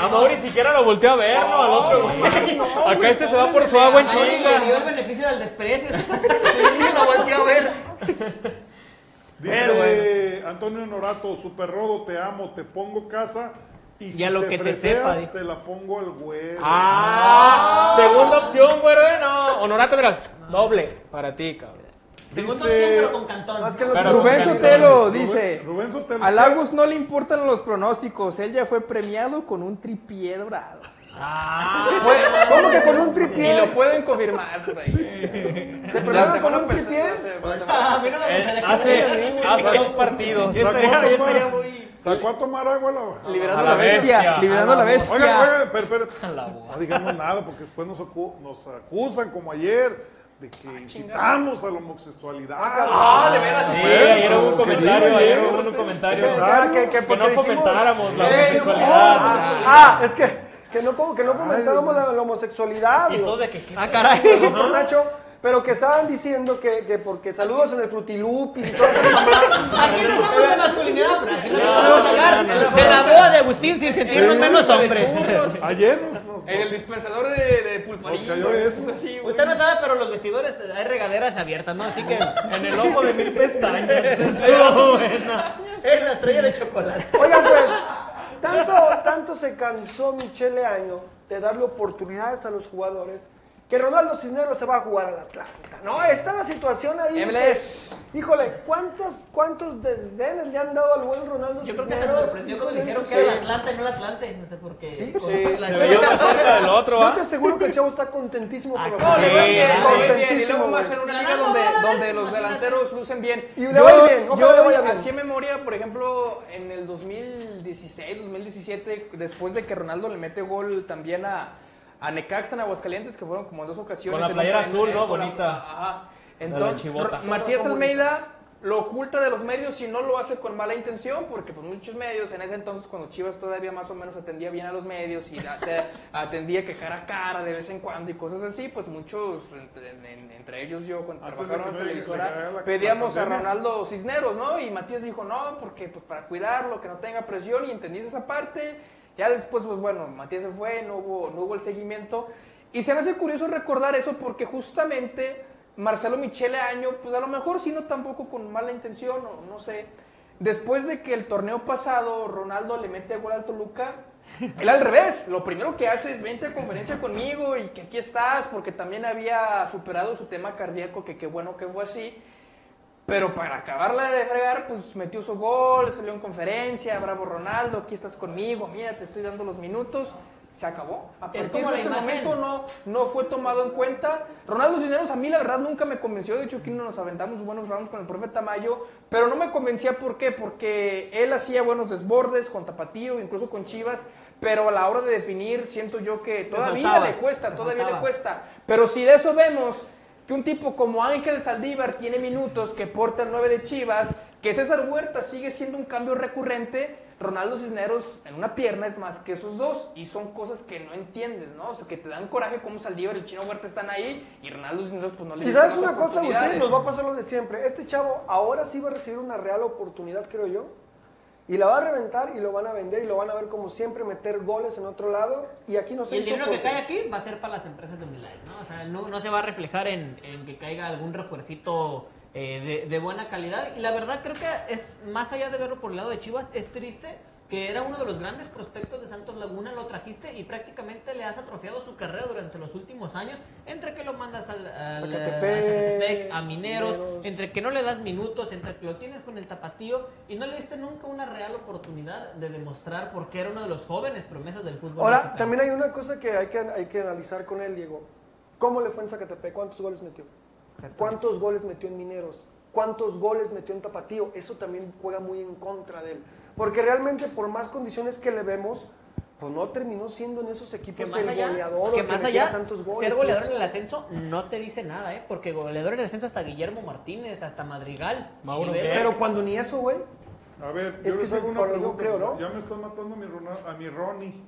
[SPEAKER 10] A Mauri siquiera lo volteó a ver, ¿no? Al otro, güey. Acá este se va por su agua en
[SPEAKER 9] Le dio el
[SPEAKER 10] chinga.
[SPEAKER 9] beneficio del desprecio. lo volteó a ver.
[SPEAKER 8] Dice Antonio Norato, Super Rodo, te amo, te pongo casa. Y, si
[SPEAKER 9] a lo que te sepa,
[SPEAKER 8] freseas,
[SPEAKER 9] dice.
[SPEAKER 8] se la pongo al güero.
[SPEAKER 10] Ah, segunda opción, güey, no. Honorato, mira, doble para ti, cabrón.
[SPEAKER 9] Segunda
[SPEAKER 8] Dice-
[SPEAKER 9] opción, pero con cantón.
[SPEAKER 1] Más que
[SPEAKER 8] lo-
[SPEAKER 10] Pero
[SPEAKER 3] Rubén
[SPEAKER 10] con
[SPEAKER 3] Sotelo
[SPEAKER 10] Rubén-
[SPEAKER 3] dice:
[SPEAKER 8] Rubén Sotelo
[SPEAKER 3] A
[SPEAKER 8] está-
[SPEAKER 3] Lagos no le importan los pronósticos. Él ya fue premiado con un tripié dorado.
[SPEAKER 9] Ah.
[SPEAKER 1] ¿Cómo que con un tripié?
[SPEAKER 3] Y lo pueden confirmar por ahí.
[SPEAKER 1] ¿Te
[SPEAKER 3] La
[SPEAKER 1] premiaron con
[SPEAKER 3] semana
[SPEAKER 1] un tripié?
[SPEAKER 3] pasada, hace- la semana-
[SPEAKER 9] A mí no me
[SPEAKER 10] Eh,
[SPEAKER 9] gustaría que me digan,
[SPEAKER 10] hace,
[SPEAKER 9] güey.
[SPEAKER 10] hace dos partidos.
[SPEAKER 9] Yo
[SPEAKER 8] Sacó
[SPEAKER 9] estaría,
[SPEAKER 8] a
[SPEAKER 9] yo
[SPEAKER 8] tomar-
[SPEAKER 9] estaría muy.
[SPEAKER 8] Sacó a tomar agua la.
[SPEAKER 3] Liberando
[SPEAKER 10] A
[SPEAKER 3] la,
[SPEAKER 10] la
[SPEAKER 3] bestia,
[SPEAKER 10] bestia, Ah,
[SPEAKER 3] Liberando
[SPEAKER 10] a
[SPEAKER 3] la
[SPEAKER 10] la
[SPEAKER 3] bestia.
[SPEAKER 8] Oigan, oigan, pero, pero- no digamos nada porque después nos, acu- nos acusan como ayer de
[SPEAKER 9] Ah,
[SPEAKER 8] que incitamos a la homosexualidad.
[SPEAKER 3] Ah, de veras, sí.
[SPEAKER 10] Sí, ayer hubo un
[SPEAKER 8] Como que
[SPEAKER 10] comentario,
[SPEAKER 8] digo,
[SPEAKER 10] ayer
[SPEAKER 8] ayer,
[SPEAKER 10] hubo un comentario.
[SPEAKER 1] ¿Qué tal? ¿Qué- qué-
[SPEAKER 10] Que
[SPEAKER 1] por qué
[SPEAKER 10] no
[SPEAKER 1] dijimos?
[SPEAKER 10] fomentáramos la
[SPEAKER 1] Eh, no,
[SPEAKER 10] homosexualidad.
[SPEAKER 1] Ah, ah, es que, que no, como que no fomentábamos la, la homosexualidad.
[SPEAKER 10] Y
[SPEAKER 1] digo.
[SPEAKER 10] todos de que, ¿qué
[SPEAKER 9] Ah, caray.
[SPEAKER 1] Perdón por Nacho, pero que estaban diciendo que, que porque saludos en el frutilupi y todas esas mamadas.
[SPEAKER 9] Aquí no estamos de masculinidad frágil. No,
[SPEAKER 10] No,
[SPEAKER 9] podemos hablar
[SPEAKER 10] no, no, no.
[SPEAKER 9] de la boda de Agustín sin sentirnos menos hombres.
[SPEAKER 8] ayer nos, nos-
[SPEAKER 3] En el
[SPEAKER 8] nos-
[SPEAKER 3] dispensador de, de pulparín.
[SPEAKER 8] Nos cayó
[SPEAKER 3] güey,
[SPEAKER 8] eso.
[SPEAKER 3] es así, güey.
[SPEAKER 9] Usted no sabe, pero los vestidores hay regaderas abiertas, ¿no? Así que
[SPEAKER 10] En el ojo de mil pestañas. Estuvo buena.
[SPEAKER 9] es la estrella de chocolate.
[SPEAKER 1] Oigan, pues, tanto, tanto se cansó Michele Año de darle oportunidades a los jugadores que Ronaldo Cisneros se va a jugar al Atlanta. No, está la situación ahí. de que,
[SPEAKER 3] MLS.
[SPEAKER 1] Híjole, ¿cuántas, ¿cuántos desdenes le han dado al buen Ronaldo
[SPEAKER 9] Yo creo
[SPEAKER 1] Cisneros?
[SPEAKER 9] que hasta se sorprendió cuando le dijeron que
[SPEAKER 1] Sí.
[SPEAKER 9] era el Atlante, no el Atlante. No sé por qué.
[SPEAKER 1] Sí,
[SPEAKER 9] Con
[SPEAKER 3] sí.
[SPEAKER 9] la
[SPEAKER 10] Se
[SPEAKER 9] chica.
[SPEAKER 10] vio más cerca del otro,
[SPEAKER 1] Yo
[SPEAKER 10] ¿ah?
[SPEAKER 1] te aseguro que el chavo está contentísimo
[SPEAKER 9] Ah,
[SPEAKER 1] con lo que
[SPEAKER 3] No, Oh, le va bien,
[SPEAKER 10] Sí, sí.
[SPEAKER 3] le va bien. Y luego
[SPEAKER 1] Contentísimo,
[SPEAKER 3] más en
[SPEAKER 1] güey.
[SPEAKER 3] una liga donde, donde los delanteros lucen bien.
[SPEAKER 1] Y le va bien, ojalá le vaya bien.
[SPEAKER 3] Así en memoria, por ejemplo, en el 2016, 2017, después de que Ronaldo le mete gol también a, a Necaxa en Aguascalientes, que fueron como en dos ocasiones.
[SPEAKER 10] Con la
[SPEAKER 3] en-
[SPEAKER 10] playera
[SPEAKER 3] en-
[SPEAKER 10] azul,
[SPEAKER 3] en-
[SPEAKER 10] ¿no?
[SPEAKER 3] con la-
[SPEAKER 10] Bonita.
[SPEAKER 3] Ajá.
[SPEAKER 10] la
[SPEAKER 3] Entonces,
[SPEAKER 10] chivota.
[SPEAKER 3] Ro- Matías Almeida lo oculta de los medios y no lo hace con mala intención, porque pues muchos medios en ese entonces cuando Chivas todavía más o menos atendía bien a los medios y la- te- atendía que cara a cara de vez en cuando y cosas así, pues muchos, entre, en- entre ellos yo, cuando
[SPEAKER 8] Antes de
[SPEAKER 3] trabajaron en la
[SPEAKER 8] que me llegara
[SPEAKER 3] televisora,
[SPEAKER 8] la- la
[SPEAKER 3] pedíamos a
[SPEAKER 8] pandemia.
[SPEAKER 3] Ronaldo Cisneros, ¿no? Y Matías dijo, no, porque pues para cuidarlo, que no tenga presión y entendiste esa parte. Ya después, pues bueno, Matías se fue, no hubo, no hubo el seguimiento. Y se me hace curioso recordar eso porque justamente Marcelo Michele Año, pues a lo mejor sí, no tampoco con mala intención, o no sé. Después de que el torneo pasado Ronaldo le mete gol al Toluca, él al revés, lo primero que hace es vente a conferencia conmigo y que aquí estás, porque también había superado su tema cardíaco, que qué bueno que fue así. Pero para acabarla de fregar, pues metió su gol, salió en conferencia, bravo Ronaldo, aquí estás conmigo, mira, te estoy dando los minutos. Se acabó. A
[SPEAKER 9] Es
[SPEAKER 3] partir
[SPEAKER 9] como
[SPEAKER 3] de
[SPEAKER 9] la
[SPEAKER 3] ese
[SPEAKER 9] imagen.
[SPEAKER 3] momento no, no fue tomado en cuenta. Ronaldo Cisneros a mí la verdad nunca me convenció. De hecho, aquí nos aventamos buenos rounds con el profe Tamayo, pero no me convencía. ¿Por qué? Porque él hacía buenos desbordes con Tapatío, incluso con Chivas, pero a la hora de definir siento yo que todavía
[SPEAKER 9] faltaba.
[SPEAKER 3] le cuesta, todavía le
[SPEAKER 9] faltaba.
[SPEAKER 3] cuesta. Pero si de eso vemos que un tipo como Ángel Saldívar tiene minutos, que porta el 9 de Chivas, que César Huerta sigue siendo un cambio recurrente, Ronaldo Cisneros en una pierna es más que esos dos y son cosas que no entiendes, ¿no? O sea, que te dan coraje como Saldívar y el Chino Huerta están ahí y Ronaldo Cisneros pues no le
[SPEAKER 1] Si
[SPEAKER 3] dieron
[SPEAKER 1] sabes
[SPEAKER 3] las
[SPEAKER 1] una cosa, ustedes
[SPEAKER 3] oportunidades.
[SPEAKER 1] nos va a pasar lo de siempre. Este chavo ahora sí va a recibir una real oportunidad, creo yo. Y la va a reventar y lo van a vender y lo van a ver como siempre meter goles en otro lado. Y aquí no se
[SPEAKER 9] Y el
[SPEAKER 1] hizo
[SPEAKER 9] dinero que
[SPEAKER 1] porque-
[SPEAKER 9] cae aquí va a ser para las empresas de Milagro, ¿no? O sea, no, no se va a reflejar en, en que caiga algún refuercito eh, de, de buena calidad. Y la verdad creo que es, más allá de verlo por el lado de Chivas, es triste que era uno de los grandes prospectos de Santos Laguna, lo trajiste y prácticamente le has atrofiado su carrera durante los últimos años, entre que lo mandas al, al-
[SPEAKER 1] Zacatepec,
[SPEAKER 9] a Zacatepec, a Mineros,
[SPEAKER 1] Mineros.
[SPEAKER 9] entre que no le das minutos, entre que lo tienes con el tapatío y no le diste nunca una real oportunidad de demostrar por qué era uno de los jóvenes promesas del fútbol.
[SPEAKER 1] Ahora,
[SPEAKER 9] mexicano.
[SPEAKER 1] también hay una cosa que hay, que hay que analizar con él, Diego. ¿Cómo le fue en Zacatepec? ¿Cuántos goles metió? ¿Cuántos goles metió en Mineros? ¿Cuántos goles metió en Tapatío? Eso también juega muy en contra de él. Porque realmente, por más condiciones que le vemos, pues no terminó siendo en esos
[SPEAKER 9] que
[SPEAKER 1] equipos
[SPEAKER 9] más
[SPEAKER 1] el
[SPEAKER 9] allá,
[SPEAKER 1] goleador o
[SPEAKER 9] que
[SPEAKER 1] que
[SPEAKER 9] más
[SPEAKER 1] metiera
[SPEAKER 9] allá
[SPEAKER 1] tantos goles.
[SPEAKER 9] ser
[SPEAKER 1] y
[SPEAKER 9] goleador
[SPEAKER 1] eso.
[SPEAKER 9] en el ascenso no te dice nada, ¿eh? Porque goleador en el ascenso hasta Guillermo Martínez, hasta Madrigal.
[SPEAKER 10] Mauro,
[SPEAKER 9] Nivel-
[SPEAKER 10] ¿qué?
[SPEAKER 1] Pero cuando ni eso, güey.
[SPEAKER 8] A ver,
[SPEAKER 1] Es
[SPEAKER 8] yo
[SPEAKER 1] que
[SPEAKER 8] les
[SPEAKER 1] se-
[SPEAKER 8] hago una
[SPEAKER 1] por- yo
[SPEAKER 8] pregunta.
[SPEAKER 1] creo, ¿no?
[SPEAKER 8] Ya me están matando a mi, Ronald- a mi Ronnie.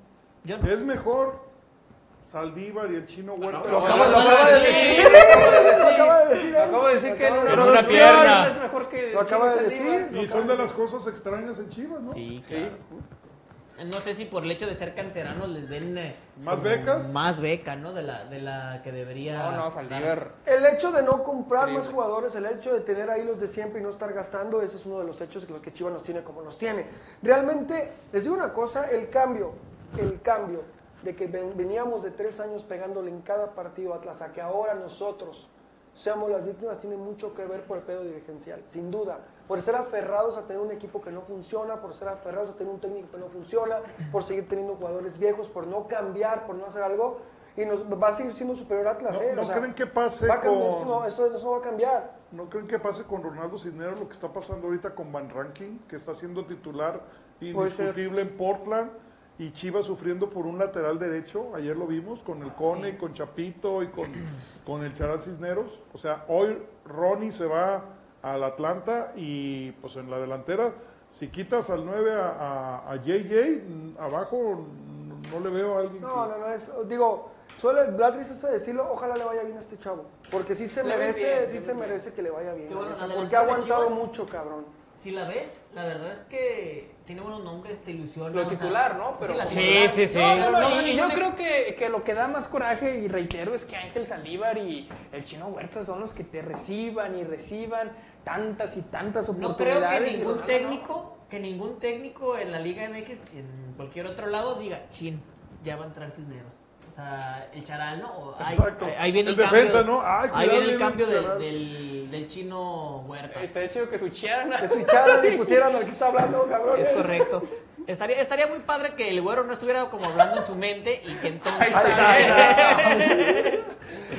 [SPEAKER 9] Yo no.
[SPEAKER 8] ¿Es mejor Saldívar y el chino Huerta?
[SPEAKER 1] Lo acaba, lo acaba de decir. Lo acaba de decir. él.
[SPEAKER 3] Acabo de decir que
[SPEAKER 1] Acaba de
[SPEAKER 10] En
[SPEAKER 3] no,
[SPEAKER 10] una
[SPEAKER 3] no,
[SPEAKER 10] pierna.
[SPEAKER 3] es mejor que
[SPEAKER 1] Lo acaba
[SPEAKER 3] Chino
[SPEAKER 1] de
[SPEAKER 3] Saldívar.
[SPEAKER 1] decir.
[SPEAKER 8] Y son de las cosas extrañas en Chivas, ¿no?
[SPEAKER 9] Sí,
[SPEAKER 3] Sí.
[SPEAKER 9] claro. No sé si por el hecho de ser canteranos les den. eh,
[SPEAKER 8] ¿Más
[SPEAKER 9] como
[SPEAKER 8] beca?
[SPEAKER 9] Más beca, ¿no? De la, de la que debería.
[SPEAKER 3] No, no, Saldívar.
[SPEAKER 9] darse.
[SPEAKER 1] El hecho de no comprar
[SPEAKER 9] Increíble.
[SPEAKER 1] más jugadores, el hecho de tener ahí los de siempre y no estar gastando, ese es uno de los hechos que los que Chivas nos tiene como nos tiene. Realmente, les digo una cosa, el cambio, el cambio de que ven- veníamos de tres años pegándole en cada partido a Atlas a que ahora nosotros seamos las víctimas tiene mucho que ver por el pedo dirigencial, sin duda. Por ser aferrados a tener un equipo que no funciona, por ser aferrados a tener un técnico que no funciona, por seguir teniendo jugadores viejos, por no cambiar, por no hacer algo. Y nos va a seguir siendo superior Atlas.
[SPEAKER 8] No,
[SPEAKER 1] ¿eh?
[SPEAKER 8] no
[SPEAKER 1] O sea,
[SPEAKER 8] creen que pase
[SPEAKER 1] va a cambiar,
[SPEAKER 8] con-
[SPEAKER 1] no, eso, eso no va a cambiar.
[SPEAKER 8] ¿No creen que pase con Ronaldo Cisneros lo que está pasando ahorita con Van Ranking, que está siendo titular
[SPEAKER 1] Puede ser.
[SPEAKER 8] indiscutible en Portland y Chivas sufriendo por un lateral derecho? Ayer lo vimos con el Cone, con Chapito y con, con el Charal Cisneros. O sea, hoy Ronnie se va al Atlanta y pues en la delantera, si quitas al 9 a, a- a JJ, mm, abajo mm, no le veo a alguien.
[SPEAKER 1] No, no, no es. Digo, suele Beatriz es decirlo, ojalá le vaya bien a este chavo. Porque sí se
[SPEAKER 9] Le va
[SPEAKER 1] merece,
[SPEAKER 9] bien,
[SPEAKER 1] sí
[SPEAKER 9] le
[SPEAKER 1] se
[SPEAKER 9] va bien.
[SPEAKER 1] merece que le vaya bien.
[SPEAKER 9] Qué bueno,
[SPEAKER 1] la neta,
[SPEAKER 9] la
[SPEAKER 1] porque ha
[SPEAKER 9] delantera de
[SPEAKER 1] aguantado
[SPEAKER 9] Chivas-
[SPEAKER 1] mucho, cabrón.
[SPEAKER 9] Si la ves, la verdad es que tiene buenos nombres, te ilusiona.
[SPEAKER 3] Lo
[SPEAKER 9] o sea,
[SPEAKER 3] titular, ¿no? Pero
[SPEAKER 9] sí, la
[SPEAKER 3] como-
[SPEAKER 9] titular.
[SPEAKER 3] No, no, no, y yo creo que, que lo que da más coraje, y reitero, es que Ángel Saldívar y el Chino Huerta son los que te reciban y reciban tantas y tantas
[SPEAKER 9] No creo que
[SPEAKER 3] oportunidades. y
[SPEAKER 9] ningún
[SPEAKER 3] Ronaldo, ¿no?
[SPEAKER 9] técnico, que ningún técnico en la Liga MX y en cualquier otro lado diga, chin, ya va a entrar Cisneros. O sea, el charal, ¿no? O, "Ay,
[SPEAKER 8] Exacto.
[SPEAKER 9] ahí- ahí viene el,
[SPEAKER 8] El defensa,
[SPEAKER 9] cambio.
[SPEAKER 8] ¿no? Ay,
[SPEAKER 9] ahí
[SPEAKER 8] cuidado,
[SPEAKER 9] viene el
[SPEAKER 8] viene el
[SPEAKER 9] cambio del,
[SPEAKER 8] Charal.
[SPEAKER 9] del- del chino Huerta.
[SPEAKER 3] Está hecho que switcharan.
[SPEAKER 1] Que switcharan y pusieran al que está hablando, cabrón.
[SPEAKER 9] Es correcto. Estaría, estaría muy padre que el güero no estuviera como hablando en su mente y que entonces...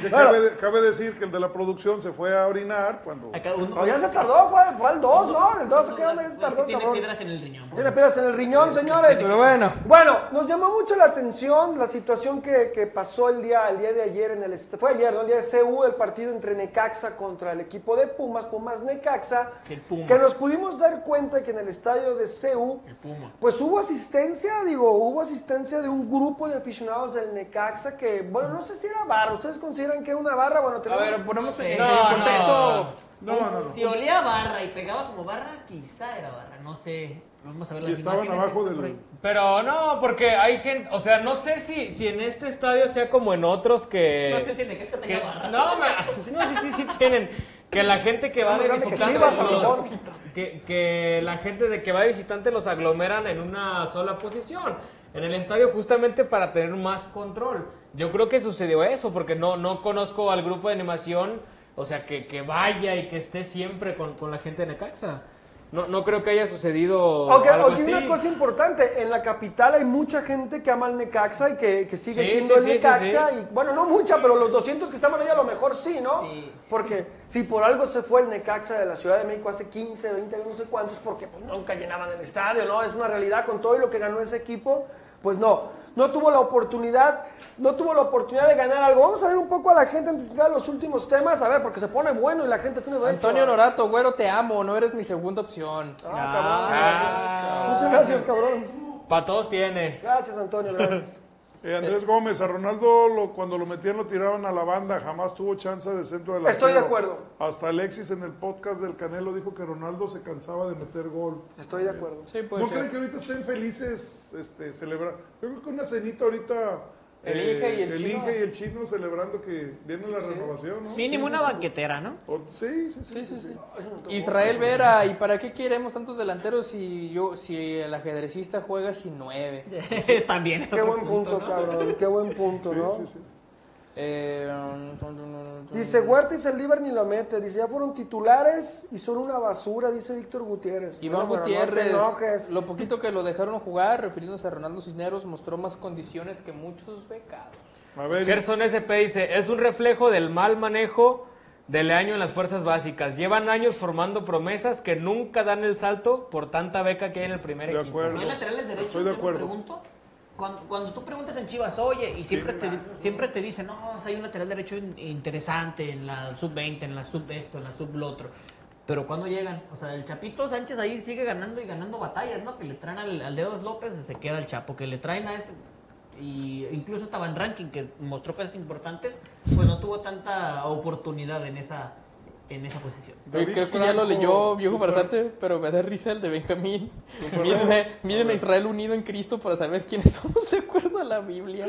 [SPEAKER 8] Cabe, cabe decir que el de la producción se fue a orinar cuando...
[SPEAKER 1] No, ya se tardó, fue, al- fue al 2, ¿no? El 2, ¿qué onda? Ya se
[SPEAKER 9] Es que
[SPEAKER 1] tardó,
[SPEAKER 9] tiene
[SPEAKER 1] cabrón.
[SPEAKER 9] piedras en el riñón.
[SPEAKER 1] Tiene piedras en el riñón, señores.
[SPEAKER 3] Pero bueno.
[SPEAKER 1] Bueno, nos llamó mucho la atención la situación que, que pasó el día, el día de ayer en el est- fue ayer, ¿no? El día de CU, el partido entre Necaxa contra el equipo de Pumas, Pumas Necaxa,
[SPEAKER 9] Que el Puma.
[SPEAKER 1] que nos pudimos dar cuenta que en el estadio de CU pues hubo asistencia, digo, hubo asistencia de un grupo de aficionados del Necaxa que, bueno, no sé si era barra, ¿ustedes consideran que era una barra? Bueno,
[SPEAKER 3] A
[SPEAKER 1] tenemos-
[SPEAKER 3] ver, ponemos en,
[SPEAKER 9] No,
[SPEAKER 3] en
[SPEAKER 9] no,
[SPEAKER 3] contexto.
[SPEAKER 8] No, no, no.
[SPEAKER 9] Si olía a barra y pegaba como barra, quizá era barra, no sé. Vamos a ver las imágenes, está por ahí.
[SPEAKER 10] Pero no, porque hay gente, o sea, no sé si, si en este estadio sea como en otros que...
[SPEAKER 9] No sé si en Necaxa tenga
[SPEAKER 10] que-
[SPEAKER 9] barra.
[SPEAKER 10] No, ma- sí, no, sí, sí, sí tienen. Que la gente que va
[SPEAKER 1] Más
[SPEAKER 10] de
[SPEAKER 1] grande que
[SPEAKER 10] visitante...
[SPEAKER 1] Chivas, a lo
[SPEAKER 10] los-
[SPEAKER 1] mejor.
[SPEAKER 10] que, que la gente de que va de visitante los aglomeran en una sola posición. En el estadio justamente para tener más control. Yo creo que sucedió eso, porque no, no conozco al grupo de animación, o sea, que, que vaya y que esté siempre con, con la gente de Necaxa. No, no creo que haya sucedido
[SPEAKER 1] Aunque
[SPEAKER 10] algo
[SPEAKER 1] aunque
[SPEAKER 10] así.
[SPEAKER 1] una cosa importante, en la capital hay mucha gente que ama al Necaxa y que, que sigue
[SPEAKER 10] Sí,
[SPEAKER 1] siendo
[SPEAKER 10] sí,
[SPEAKER 1] el
[SPEAKER 10] sí, sí,
[SPEAKER 1] Necaxa.
[SPEAKER 10] sí.
[SPEAKER 1] Y bueno, no mucha, pero los 200 que estaban ahí a lo mejor sí, ¿no? Porque si por algo se fue el Necaxa de la Ciudad de México hace 15, 20, no sé cuántos, porque pues, nunca llenaban el estadio, ¿no? Es una realidad con todo y lo que ganó ese equipo. Pues no, no tuvo la oportunidad, no tuvo la oportunidad de ganar algo. Vamos a ver un poco a la gente antes de entrar a los últimos temas, a ver, porque se pone bueno y la gente tiene derecho.
[SPEAKER 3] Antonio
[SPEAKER 1] a-
[SPEAKER 3] Norato, güero, te amo, no eres mi segunda opción.
[SPEAKER 10] Ah,
[SPEAKER 1] Ah, cabrón. Muchas gracias, cabrón.
[SPEAKER 10] Para todos tiene.
[SPEAKER 1] Gracias, Antonio, gracias.
[SPEAKER 8] Eh, Andrés Gómez, a Ronaldo lo- cuando lo metían lo tiraban a la banda, jamás tuvo chance de centro delantero.
[SPEAKER 1] Estoy de acuerdo.
[SPEAKER 8] Hasta Alexis en el podcast del Canelo dijo que Ronaldo se cansaba de meter gol.
[SPEAKER 1] Estoy de acuerdo.
[SPEAKER 3] Sí,
[SPEAKER 8] ¿No creen que ahorita estén felices este, celebrar? Yo creo que una cenita ahorita... eh,
[SPEAKER 3] El Inge y el
[SPEAKER 8] el
[SPEAKER 3] Chino.
[SPEAKER 8] Inge y el Chino celebrando que viene la renovación, ¿no?
[SPEAKER 9] Mínimo
[SPEAKER 8] Sí,
[SPEAKER 9] una
[SPEAKER 8] sí, sí.
[SPEAKER 9] banquetera, ¿no?
[SPEAKER 8] O- Sí, sí, sí.
[SPEAKER 3] Sí, sí, sí.
[SPEAKER 1] tocó.
[SPEAKER 3] Israel Vera, ¿y para qué queremos tantos delanteros si yo si el ajedrecista juega sin nueve?
[SPEAKER 9] También.
[SPEAKER 1] Qué buen punto, cabrón. Qué buen punto, ¿no?
[SPEAKER 3] Eh, um, tum, tum, tum, tum.
[SPEAKER 1] Dice Huerta y Saldívar ni lo mete. Dice, ya fueron titulares y son una basura, dice Víctor Gutiérrez.
[SPEAKER 3] Iván
[SPEAKER 1] Bueno, pero
[SPEAKER 3] Gutiérrez,
[SPEAKER 1] No te enojes.
[SPEAKER 3] lo poquito que lo dejaron jugar, refiriéndose a Ronaldo Cisneros, mostró más condiciones que muchos becados.
[SPEAKER 8] A ver,
[SPEAKER 10] Gerson SP dice, es un reflejo del mal manejo del año en las fuerzas básicas. Llevan años formando promesas que nunca dan el salto por tanta beca que hay en el primer
[SPEAKER 8] De
[SPEAKER 10] equipo.
[SPEAKER 8] acuerdo.
[SPEAKER 9] No hay laterales derechos,
[SPEAKER 8] Estoy de
[SPEAKER 9] yo me
[SPEAKER 8] acuerdo.
[SPEAKER 9] pregunto. Cuando, cuando tú preguntas en Chivas, oye, y siempre, te, siempre te dicen, no, o sea, hay un lateral derecho in- interesante en la sub-20, en la sub-esto, en la sub-lo-otro. Pero cuando llegan, o sea, el Chapito Sánchez ahí sigue ganando y ganando batallas, ¿no? Que le traen al, al Dedos López, se queda el Chapo, que le traen a este. Y incluso estaba en ranking, que mostró cosas importantes, pues no tuvo tanta oportunidad en esa, en esa posición.
[SPEAKER 11] Oye, creo que ya lo leyó viejo farsante, pero me da risa el de Benjamín. Miren, a- miren a Israel unido en Cristo para saber quiénes somos de acuerdo a la Biblia.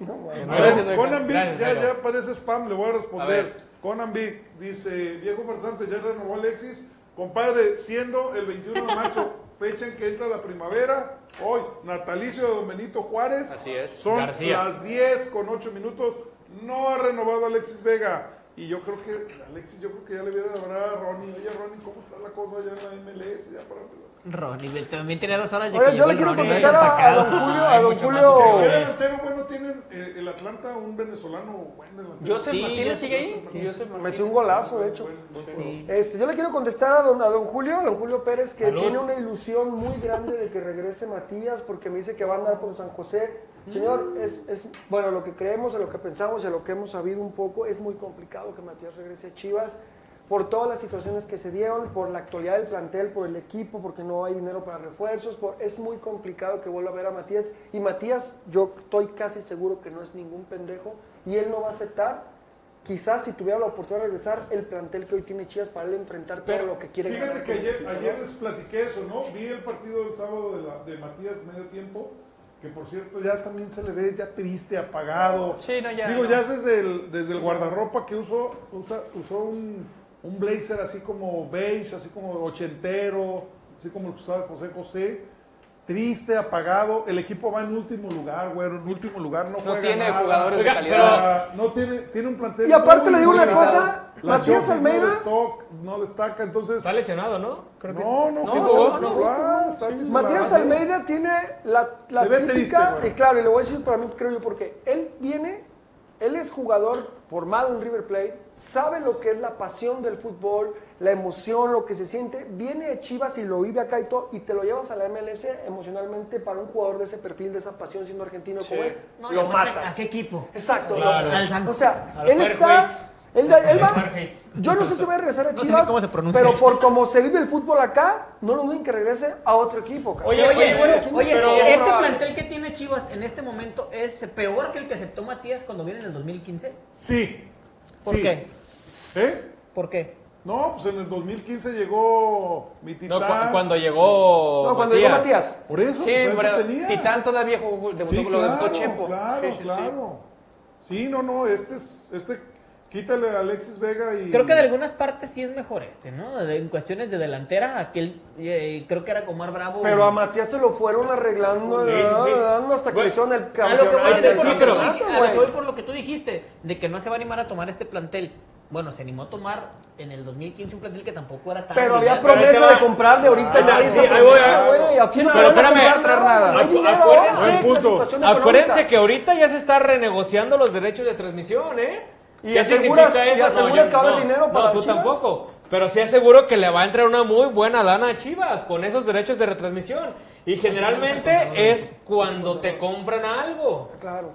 [SPEAKER 8] Gracias,
[SPEAKER 11] Gracias,
[SPEAKER 8] Conan
[SPEAKER 11] Beca. Gracias,
[SPEAKER 8] Big, ya,
[SPEAKER 11] Beca.
[SPEAKER 8] ya parece spam, le voy a
[SPEAKER 11] A
[SPEAKER 8] responder. Conan Big dice, viejo farsante, ya renovó Alexis. Compadre, siendo el 21 de marzo, fecha en que entra la primavera, hoy, natalicio de Don Benito Juárez.
[SPEAKER 10] Así es,
[SPEAKER 8] Son
[SPEAKER 10] García.
[SPEAKER 8] las 10 con 8 minutos. No ha renovado Alexis Vega. Y yo creo que, Alexis, yo creo que ya le hubiera de hablar a Ronnie. Oye, Ronnie, ¿cómo está la cosa ya en la MLS? Ya para
[SPEAKER 9] Ronnie, ve- también tenía dos horas de
[SPEAKER 1] Oye,
[SPEAKER 9] que
[SPEAKER 1] yo
[SPEAKER 9] llegó
[SPEAKER 1] le quiero
[SPEAKER 9] Ronnie,
[SPEAKER 1] contestar
[SPEAKER 9] bien
[SPEAKER 1] a, a
[SPEAKER 9] empacado.
[SPEAKER 1] don Julio,
[SPEAKER 9] Ay,
[SPEAKER 1] a don
[SPEAKER 9] mucho más de
[SPEAKER 1] Julio.
[SPEAKER 9] tres.
[SPEAKER 8] ¿Qué delantero bueno tiene eh, el Atlanta? Un venezolano buen delantero.
[SPEAKER 11] Joseph Sí, Martínez Joseph- sigue ahí. Sí. Joseph Martínez.
[SPEAKER 1] Metió un golazo, de hecho.
[SPEAKER 11] Sí.
[SPEAKER 1] Este, yo le quiero contestar a don, a don Julio, a don Julio Pérez, que
[SPEAKER 10] Salud.
[SPEAKER 1] tiene una ilusión muy grande de que regrese Matías, porque me dice que va a andar por San José. Señor, es, es- bueno, lo que creemos, a lo que pensamos, a lo que hemos sabido un poco, es muy complicado que Matías regrese a Chivas por todas las situaciones que se dieron, por la actualidad del plantel, por el equipo, porque no hay dinero para refuerzos, por- es muy complicado que vuelva a ver a Matías. Y Matías, yo estoy casi seguro que no es ningún pendejo y él no va a aceptar. Quizás si tuviera la oportunidad de regresar, el plantel que hoy tiene Chivas para él enfrentar todo lo que quiere ganar
[SPEAKER 8] Fíjate que
[SPEAKER 1] con el
[SPEAKER 8] ayer,
[SPEAKER 1] equipo, ¿no?
[SPEAKER 8] ayer les platiqué eso, ¿no? Vi el partido del sábado de, la- de Matías medio tiempo, que por cierto ya también se le ve ya triste, apagado.
[SPEAKER 11] Sí, no, ya,
[SPEAKER 8] Digo,
[SPEAKER 11] no.
[SPEAKER 8] ya es desde el, desde el guardarropa que usó, usa- usó un, un blazer así como beige, así como ochentero, así como el que usaba José José. Triste, apagado. El equipo va en último lugar, güero. En último lugar no, juega
[SPEAKER 11] tiene
[SPEAKER 8] nada.
[SPEAKER 11] jugadores de
[SPEAKER 8] Oiga,
[SPEAKER 11] calidad.
[SPEAKER 8] pero Ah, no tiene, tiene un plantel.
[SPEAKER 1] Y aparte
[SPEAKER 8] muy,
[SPEAKER 1] le digo
[SPEAKER 8] muy
[SPEAKER 1] una
[SPEAKER 8] limitado.
[SPEAKER 1] cosa,
[SPEAKER 8] La
[SPEAKER 1] Matías
[SPEAKER 8] Jofi no
[SPEAKER 1] Almeida-
[SPEAKER 8] destaca, no destaca, entonces
[SPEAKER 10] Está lesionado, ¿no? Creo que
[SPEAKER 8] no, no,
[SPEAKER 10] ¿Sí
[SPEAKER 8] sí,
[SPEAKER 10] jugó?
[SPEAKER 8] no,
[SPEAKER 10] ¿No?
[SPEAKER 8] no, ah, está titular.
[SPEAKER 1] Matías Almeida tiene la, la
[SPEAKER 8] Se ve
[SPEAKER 1] típica,
[SPEAKER 8] triste, güey.
[SPEAKER 1] y claro, y le voy a decir para mí, creo yo, porque él viene, él es jugador formado en River Plate, sabe lo que es la pasión del fútbol, la emoción, lo que se siente, viene de Chivas y lo vive acá y todo, y te lo llevas a la MLS emocionalmente para un jugador de ese perfil, de esa pasión, siendo argentino como es,
[SPEAKER 9] No, y
[SPEAKER 1] lo
[SPEAKER 9] aparte,
[SPEAKER 1] matas.
[SPEAKER 9] ¿A qué equipo?
[SPEAKER 1] Exacto.
[SPEAKER 9] Claro.
[SPEAKER 1] lo-
[SPEAKER 9] Al San-
[SPEAKER 1] o sea,
[SPEAKER 9] al
[SPEAKER 1] él
[SPEAKER 9] Fair
[SPEAKER 1] está.
[SPEAKER 9] Heights.
[SPEAKER 1] Él, da- él
[SPEAKER 9] Fair
[SPEAKER 1] va,
[SPEAKER 9] Heights.
[SPEAKER 1] yo no sé si va a regresar a
[SPEAKER 9] No sé ni
[SPEAKER 1] Chivas,
[SPEAKER 9] cómo se pronuncia
[SPEAKER 1] pero
[SPEAKER 9] eso.
[SPEAKER 1] por como se vive el fútbol acá, no lo duden que regrese a otro equipo. cabrón.
[SPEAKER 9] Oye, oye,
[SPEAKER 1] Otro
[SPEAKER 9] oye,
[SPEAKER 1] equipo.
[SPEAKER 9] este plantel que tiene Chivas en este momento es peor que el que aceptó Matías cuando viene en el 2015.
[SPEAKER 8] Sí.
[SPEAKER 9] ¿Por
[SPEAKER 8] sí.
[SPEAKER 9] qué?
[SPEAKER 8] ¿Eh?
[SPEAKER 9] ¿Por qué?
[SPEAKER 8] No, pues en el 2015 llegó mi titán.
[SPEAKER 10] No, cu- cuando llegó.
[SPEAKER 1] No, cuando llegó Matías.
[SPEAKER 8] Por eso,
[SPEAKER 11] Sí,
[SPEAKER 8] pues, eso
[SPEAKER 11] pero
[SPEAKER 8] tenía.
[SPEAKER 11] Titán todavía jugó, debutó
[SPEAKER 8] Sí,
[SPEAKER 11] con lo
[SPEAKER 8] claro,
[SPEAKER 11] debutó Chepo.
[SPEAKER 8] claro,
[SPEAKER 11] Sí, sí, sí.
[SPEAKER 8] claro. Sí, no, no, este es, este, quítale a Alexis Vega y...
[SPEAKER 9] Creo que de algunas partes sí es mejor este, ¿no? De- En cuestiones de delantera, aquel eh, creo que era Comar Bravo.
[SPEAKER 1] Pero a Matías se lo fueron arreglando,
[SPEAKER 9] Sí, sí, sí.
[SPEAKER 1] arreglando hasta que le hicieron el
[SPEAKER 9] A lo que voy es
[SPEAKER 1] campeonato.
[SPEAKER 9] de por lo que tú
[SPEAKER 1] del
[SPEAKER 9] dijiste, a
[SPEAKER 1] campeonato,
[SPEAKER 9] lo que voy
[SPEAKER 1] güey.
[SPEAKER 9] por lo que tú dijiste, de que no se va a animar a tomar este plantel. Bueno, se animó a tomar en el 2015 un plantel que tampoco era tan.
[SPEAKER 1] Pero había
[SPEAKER 9] brillante.
[SPEAKER 10] ahí te
[SPEAKER 1] promesa
[SPEAKER 10] va.
[SPEAKER 1] de comprar de ahorita.
[SPEAKER 10] Ahí
[SPEAKER 1] no
[SPEAKER 10] va,
[SPEAKER 1] hay
[SPEAKER 10] sí,
[SPEAKER 1] esa
[SPEAKER 10] ahí voy
[SPEAKER 1] promesa,
[SPEAKER 10] a-
[SPEAKER 9] ah.
[SPEAKER 1] güey. Aquí
[SPEAKER 10] Sí,
[SPEAKER 1] no
[SPEAKER 10] pero
[SPEAKER 1] van a
[SPEAKER 10] espérame.
[SPEAKER 1] comprar nada. No hay
[SPEAKER 10] Acu-
[SPEAKER 1] dinero
[SPEAKER 10] acuérdense-
[SPEAKER 1] ahora, sí, es la situación
[SPEAKER 10] Acuérdense
[SPEAKER 1] económica.
[SPEAKER 10] que ahorita ya se está renegociando los derechos de transmisión, ¿eh?
[SPEAKER 1] Y
[SPEAKER 10] ¿Qué
[SPEAKER 1] aseguras-
[SPEAKER 10] significa
[SPEAKER 1] y
[SPEAKER 10] eso? No,
[SPEAKER 1] aseguras
[SPEAKER 10] yo-
[SPEAKER 1] que va a haber
[SPEAKER 10] no,
[SPEAKER 1] dinero para
[SPEAKER 10] No, tú
[SPEAKER 1] Chivas.
[SPEAKER 10] tampoco. Pero sí aseguro que le va a entrar una muy buena lana a Chivas con esos derechos de retransmisión. Y generalmente es cuando te compran algo.
[SPEAKER 1] Claro.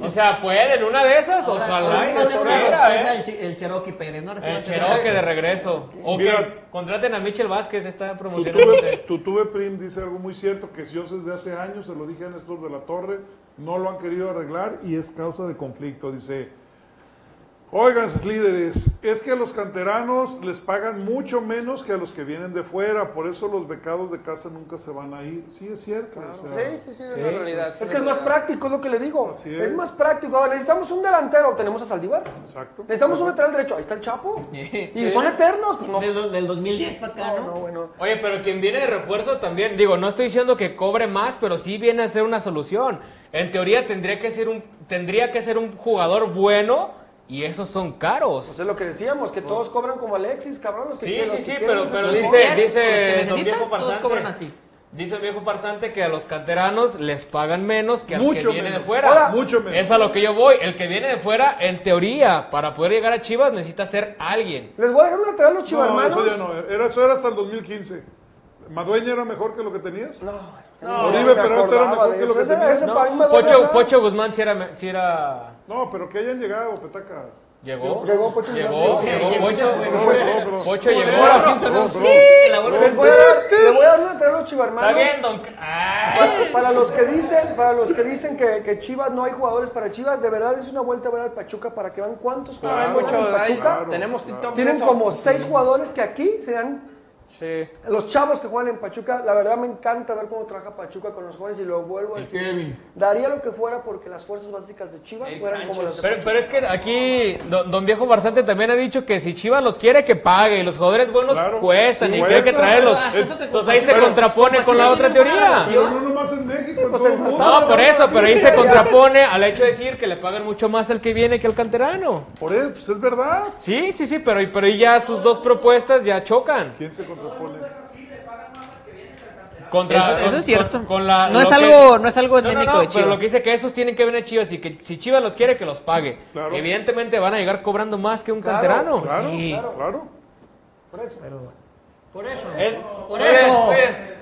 [SPEAKER 10] O sea, pueden, una de esas,
[SPEAKER 9] Ahora,
[SPEAKER 10] ojalá.
[SPEAKER 9] ahora
[SPEAKER 10] y
[SPEAKER 9] sí va a ser una
[SPEAKER 10] estuviera,
[SPEAKER 9] sorpresa
[SPEAKER 10] ¿eh?
[SPEAKER 9] el, Che- el Cherokee Pérez, ¿no? Ahora sí va
[SPEAKER 10] El
[SPEAKER 9] a ser
[SPEAKER 10] Cherokee
[SPEAKER 9] una-
[SPEAKER 10] de regreso. O que
[SPEAKER 8] Mira.
[SPEAKER 10] contraten a Michel Vázquez, está promocionándose.
[SPEAKER 8] Tutuve, Tutuve Prim dice algo muy cierto que yo desde hace años se lo dije a Néstor de la Torre, no lo han querido arreglar y es causa de conflicto. Dice, oigan líderes, es que a los canteranos les pagan mucho menos que a los que vienen de fuera, por eso los becados de casa nunca se van a ir. Sí, es cierto. o sea,
[SPEAKER 11] Sí, sí, sí, es una realidad.
[SPEAKER 1] Es que es más práctico, es lo que le digo.
[SPEAKER 8] Así es.
[SPEAKER 1] Es más práctico. Ahora, necesitamos un delantero, tenemos a Saldívar.
[SPEAKER 8] Exacto.
[SPEAKER 1] Necesitamos un lateral derecho, ahí está el Chapo. Y son eternos, pues no.
[SPEAKER 9] Del, do- del 2010 para acá,
[SPEAKER 1] No,
[SPEAKER 9] ¿no?
[SPEAKER 1] no, bueno.
[SPEAKER 10] Oye, pero quien viene de refuerzo también, digo, no estoy diciendo que cobre más, pero sí viene a ser una solución. En teoría tendría que ser un, tendría que ser un jugador bueno y esos son caros.
[SPEAKER 1] Pues es lo que decíamos, que todos cobran como Alexis, cabrón. Los que
[SPEAKER 10] Sí,
[SPEAKER 1] quieren,
[SPEAKER 10] sí,
[SPEAKER 1] los que
[SPEAKER 10] sí,
[SPEAKER 1] quieren,
[SPEAKER 10] pero-
[SPEAKER 1] los
[SPEAKER 10] pero
[SPEAKER 1] que
[SPEAKER 10] dice-
[SPEAKER 1] quieren.
[SPEAKER 9] Por los que
[SPEAKER 10] don
[SPEAKER 9] necesitas,
[SPEAKER 10] viejo
[SPEAKER 9] todos
[SPEAKER 10] farsante.
[SPEAKER 9] cobran así.
[SPEAKER 10] Dice el viejo farsante que a los canteranos les pagan menos que al
[SPEAKER 8] Mucho
[SPEAKER 10] que viene
[SPEAKER 8] menos.
[SPEAKER 10] de fuera.
[SPEAKER 1] Ahora,
[SPEAKER 8] mucho menos.
[SPEAKER 10] Es a lo que yo voy. El que viene de fuera, en teoría, para poder llegar a Chivas necesita ser alguien.
[SPEAKER 1] Les voy a dejar un lateral a los
[SPEAKER 8] No,
[SPEAKER 1] chivarmanos.
[SPEAKER 8] eso ya no, era, eso era hasta el 2015. ¿Madueña era mejor que lo que tenías?
[SPEAKER 1] No,
[SPEAKER 8] No,
[SPEAKER 1] ni
[SPEAKER 8] Oribe
[SPEAKER 1] me
[SPEAKER 8] Peralta
[SPEAKER 1] acordaba
[SPEAKER 8] era mejor
[SPEAKER 1] de
[SPEAKER 8] que lo
[SPEAKER 1] eso.
[SPEAKER 8] que
[SPEAKER 1] Ese-
[SPEAKER 8] tenía.
[SPEAKER 1] ese
[SPEAKER 8] No,
[SPEAKER 1] para mí me duele
[SPEAKER 10] Pocho,
[SPEAKER 1] más.
[SPEAKER 10] Pocho Guzmán sí era... sí era-
[SPEAKER 8] No, pero que hayan llegado, petaca.
[SPEAKER 10] ¿Llegó?
[SPEAKER 1] Llegó Pocho
[SPEAKER 10] Llegó,
[SPEAKER 1] Guzmán, sí.
[SPEAKER 10] llegó
[SPEAKER 9] Sí,
[SPEAKER 10] Pocho.
[SPEAKER 9] sí, sí.
[SPEAKER 8] Pero, pero, pero-
[SPEAKER 10] Pocho llegó.
[SPEAKER 8] Pero, pero, pero-
[SPEAKER 9] Que la bola-
[SPEAKER 1] pues, Les voy a dar, le voy a dar un lateral a los los chivarmanos.
[SPEAKER 10] Está bien, don- Ah.
[SPEAKER 1] Para, para los que dicen, para los que dicen que, que Chivas no hay jugadores para Chivas, de verdad es una vuelta a ver al Pachuca para que vean cuántos
[SPEAKER 11] Claro,
[SPEAKER 1] jugadores
[SPEAKER 11] hay mucho,
[SPEAKER 1] juegan en
[SPEAKER 11] hay-
[SPEAKER 1] Pachuca.
[SPEAKER 11] claro, tenemos claro. TikTok
[SPEAKER 1] Tienen
[SPEAKER 11] de eso.
[SPEAKER 1] como seis
[SPEAKER 11] Sí.
[SPEAKER 1] jugadores que aquí serán
[SPEAKER 11] Sí.
[SPEAKER 1] los chavos que juegan en Pachuca. La verdad me encanta ver cómo trabaja Pachuca con los jóvenes y lo vuelvo a
[SPEAKER 10] El
[SPEAKER 1] decir.
[SPEAKER 10] Kevin.
[SPEAKER 1] Daría lo que fuera porque las fuerzas básicas de Chivas fueran como las de
[SPEAKER 10] Pero,
[SPEAKER 1] Pachuca.
[SPEAKER 10] pero es que aquí don, don Viejo Barzante también ha dicho que si Chivas los quiere, que pague. Y los jugadores buenos cuestan
[SPEAKER 8] Sí,
[SPEAKER 10] y que hay que
[SPEAKER 8] cuestan.
[SPEAKER 10] traerlos.
[SPEAKER 8] Hasta eso que
[SPEAKER 10] Entonces ahí se
[SPEAKER 8] Pero-
[SPEAKER 10] contrapone con la otra teoría.
[SPEAKER 8] Pero no nomás en México, en todo el mundo.
[SPEAKER 10] Pues No, por eso, pero ahí se contrapone al hecho de decir que le pagan mucho más al que viene que al canterano.
[SPEAKER 8] Por eso, pues es verdad.
[SPEAKER 10] Sí, sí, sí, pero, pero ahí ya sus dos propuestas ya chocan.
[SPEAKER 8] ¿Quién se contrapone?
[SPEAKER 10] Pues Contra-
[SPEAKER 9] Eso- eso es
[SPEAKER 10] con-
[SPEAKER 9] cierto.
[SPEAKER 10] con- con la-
[SPEAKER 9] No es
[SPEAKER 10] lo
[SPEAKER 9] algo- no es algo endémico de
[SPEAKER 10] Pero
[SPEAKER 9] Chivas.
[SPEAKER 10] lo que dice que esos tienen que venir a Chivas y que si Chivas los quiere, que los pague. Evidentemente van a llegar cobrando más que un canterano.
[SPEAKER 8] claro,
[SPEAKER 10] Sí.
[SPEAKER 8] claro, claro.
[SPEAKER 1] Por eso.
[SPEAKER 14] Por eso.
[SPEAKER 1] Por eso.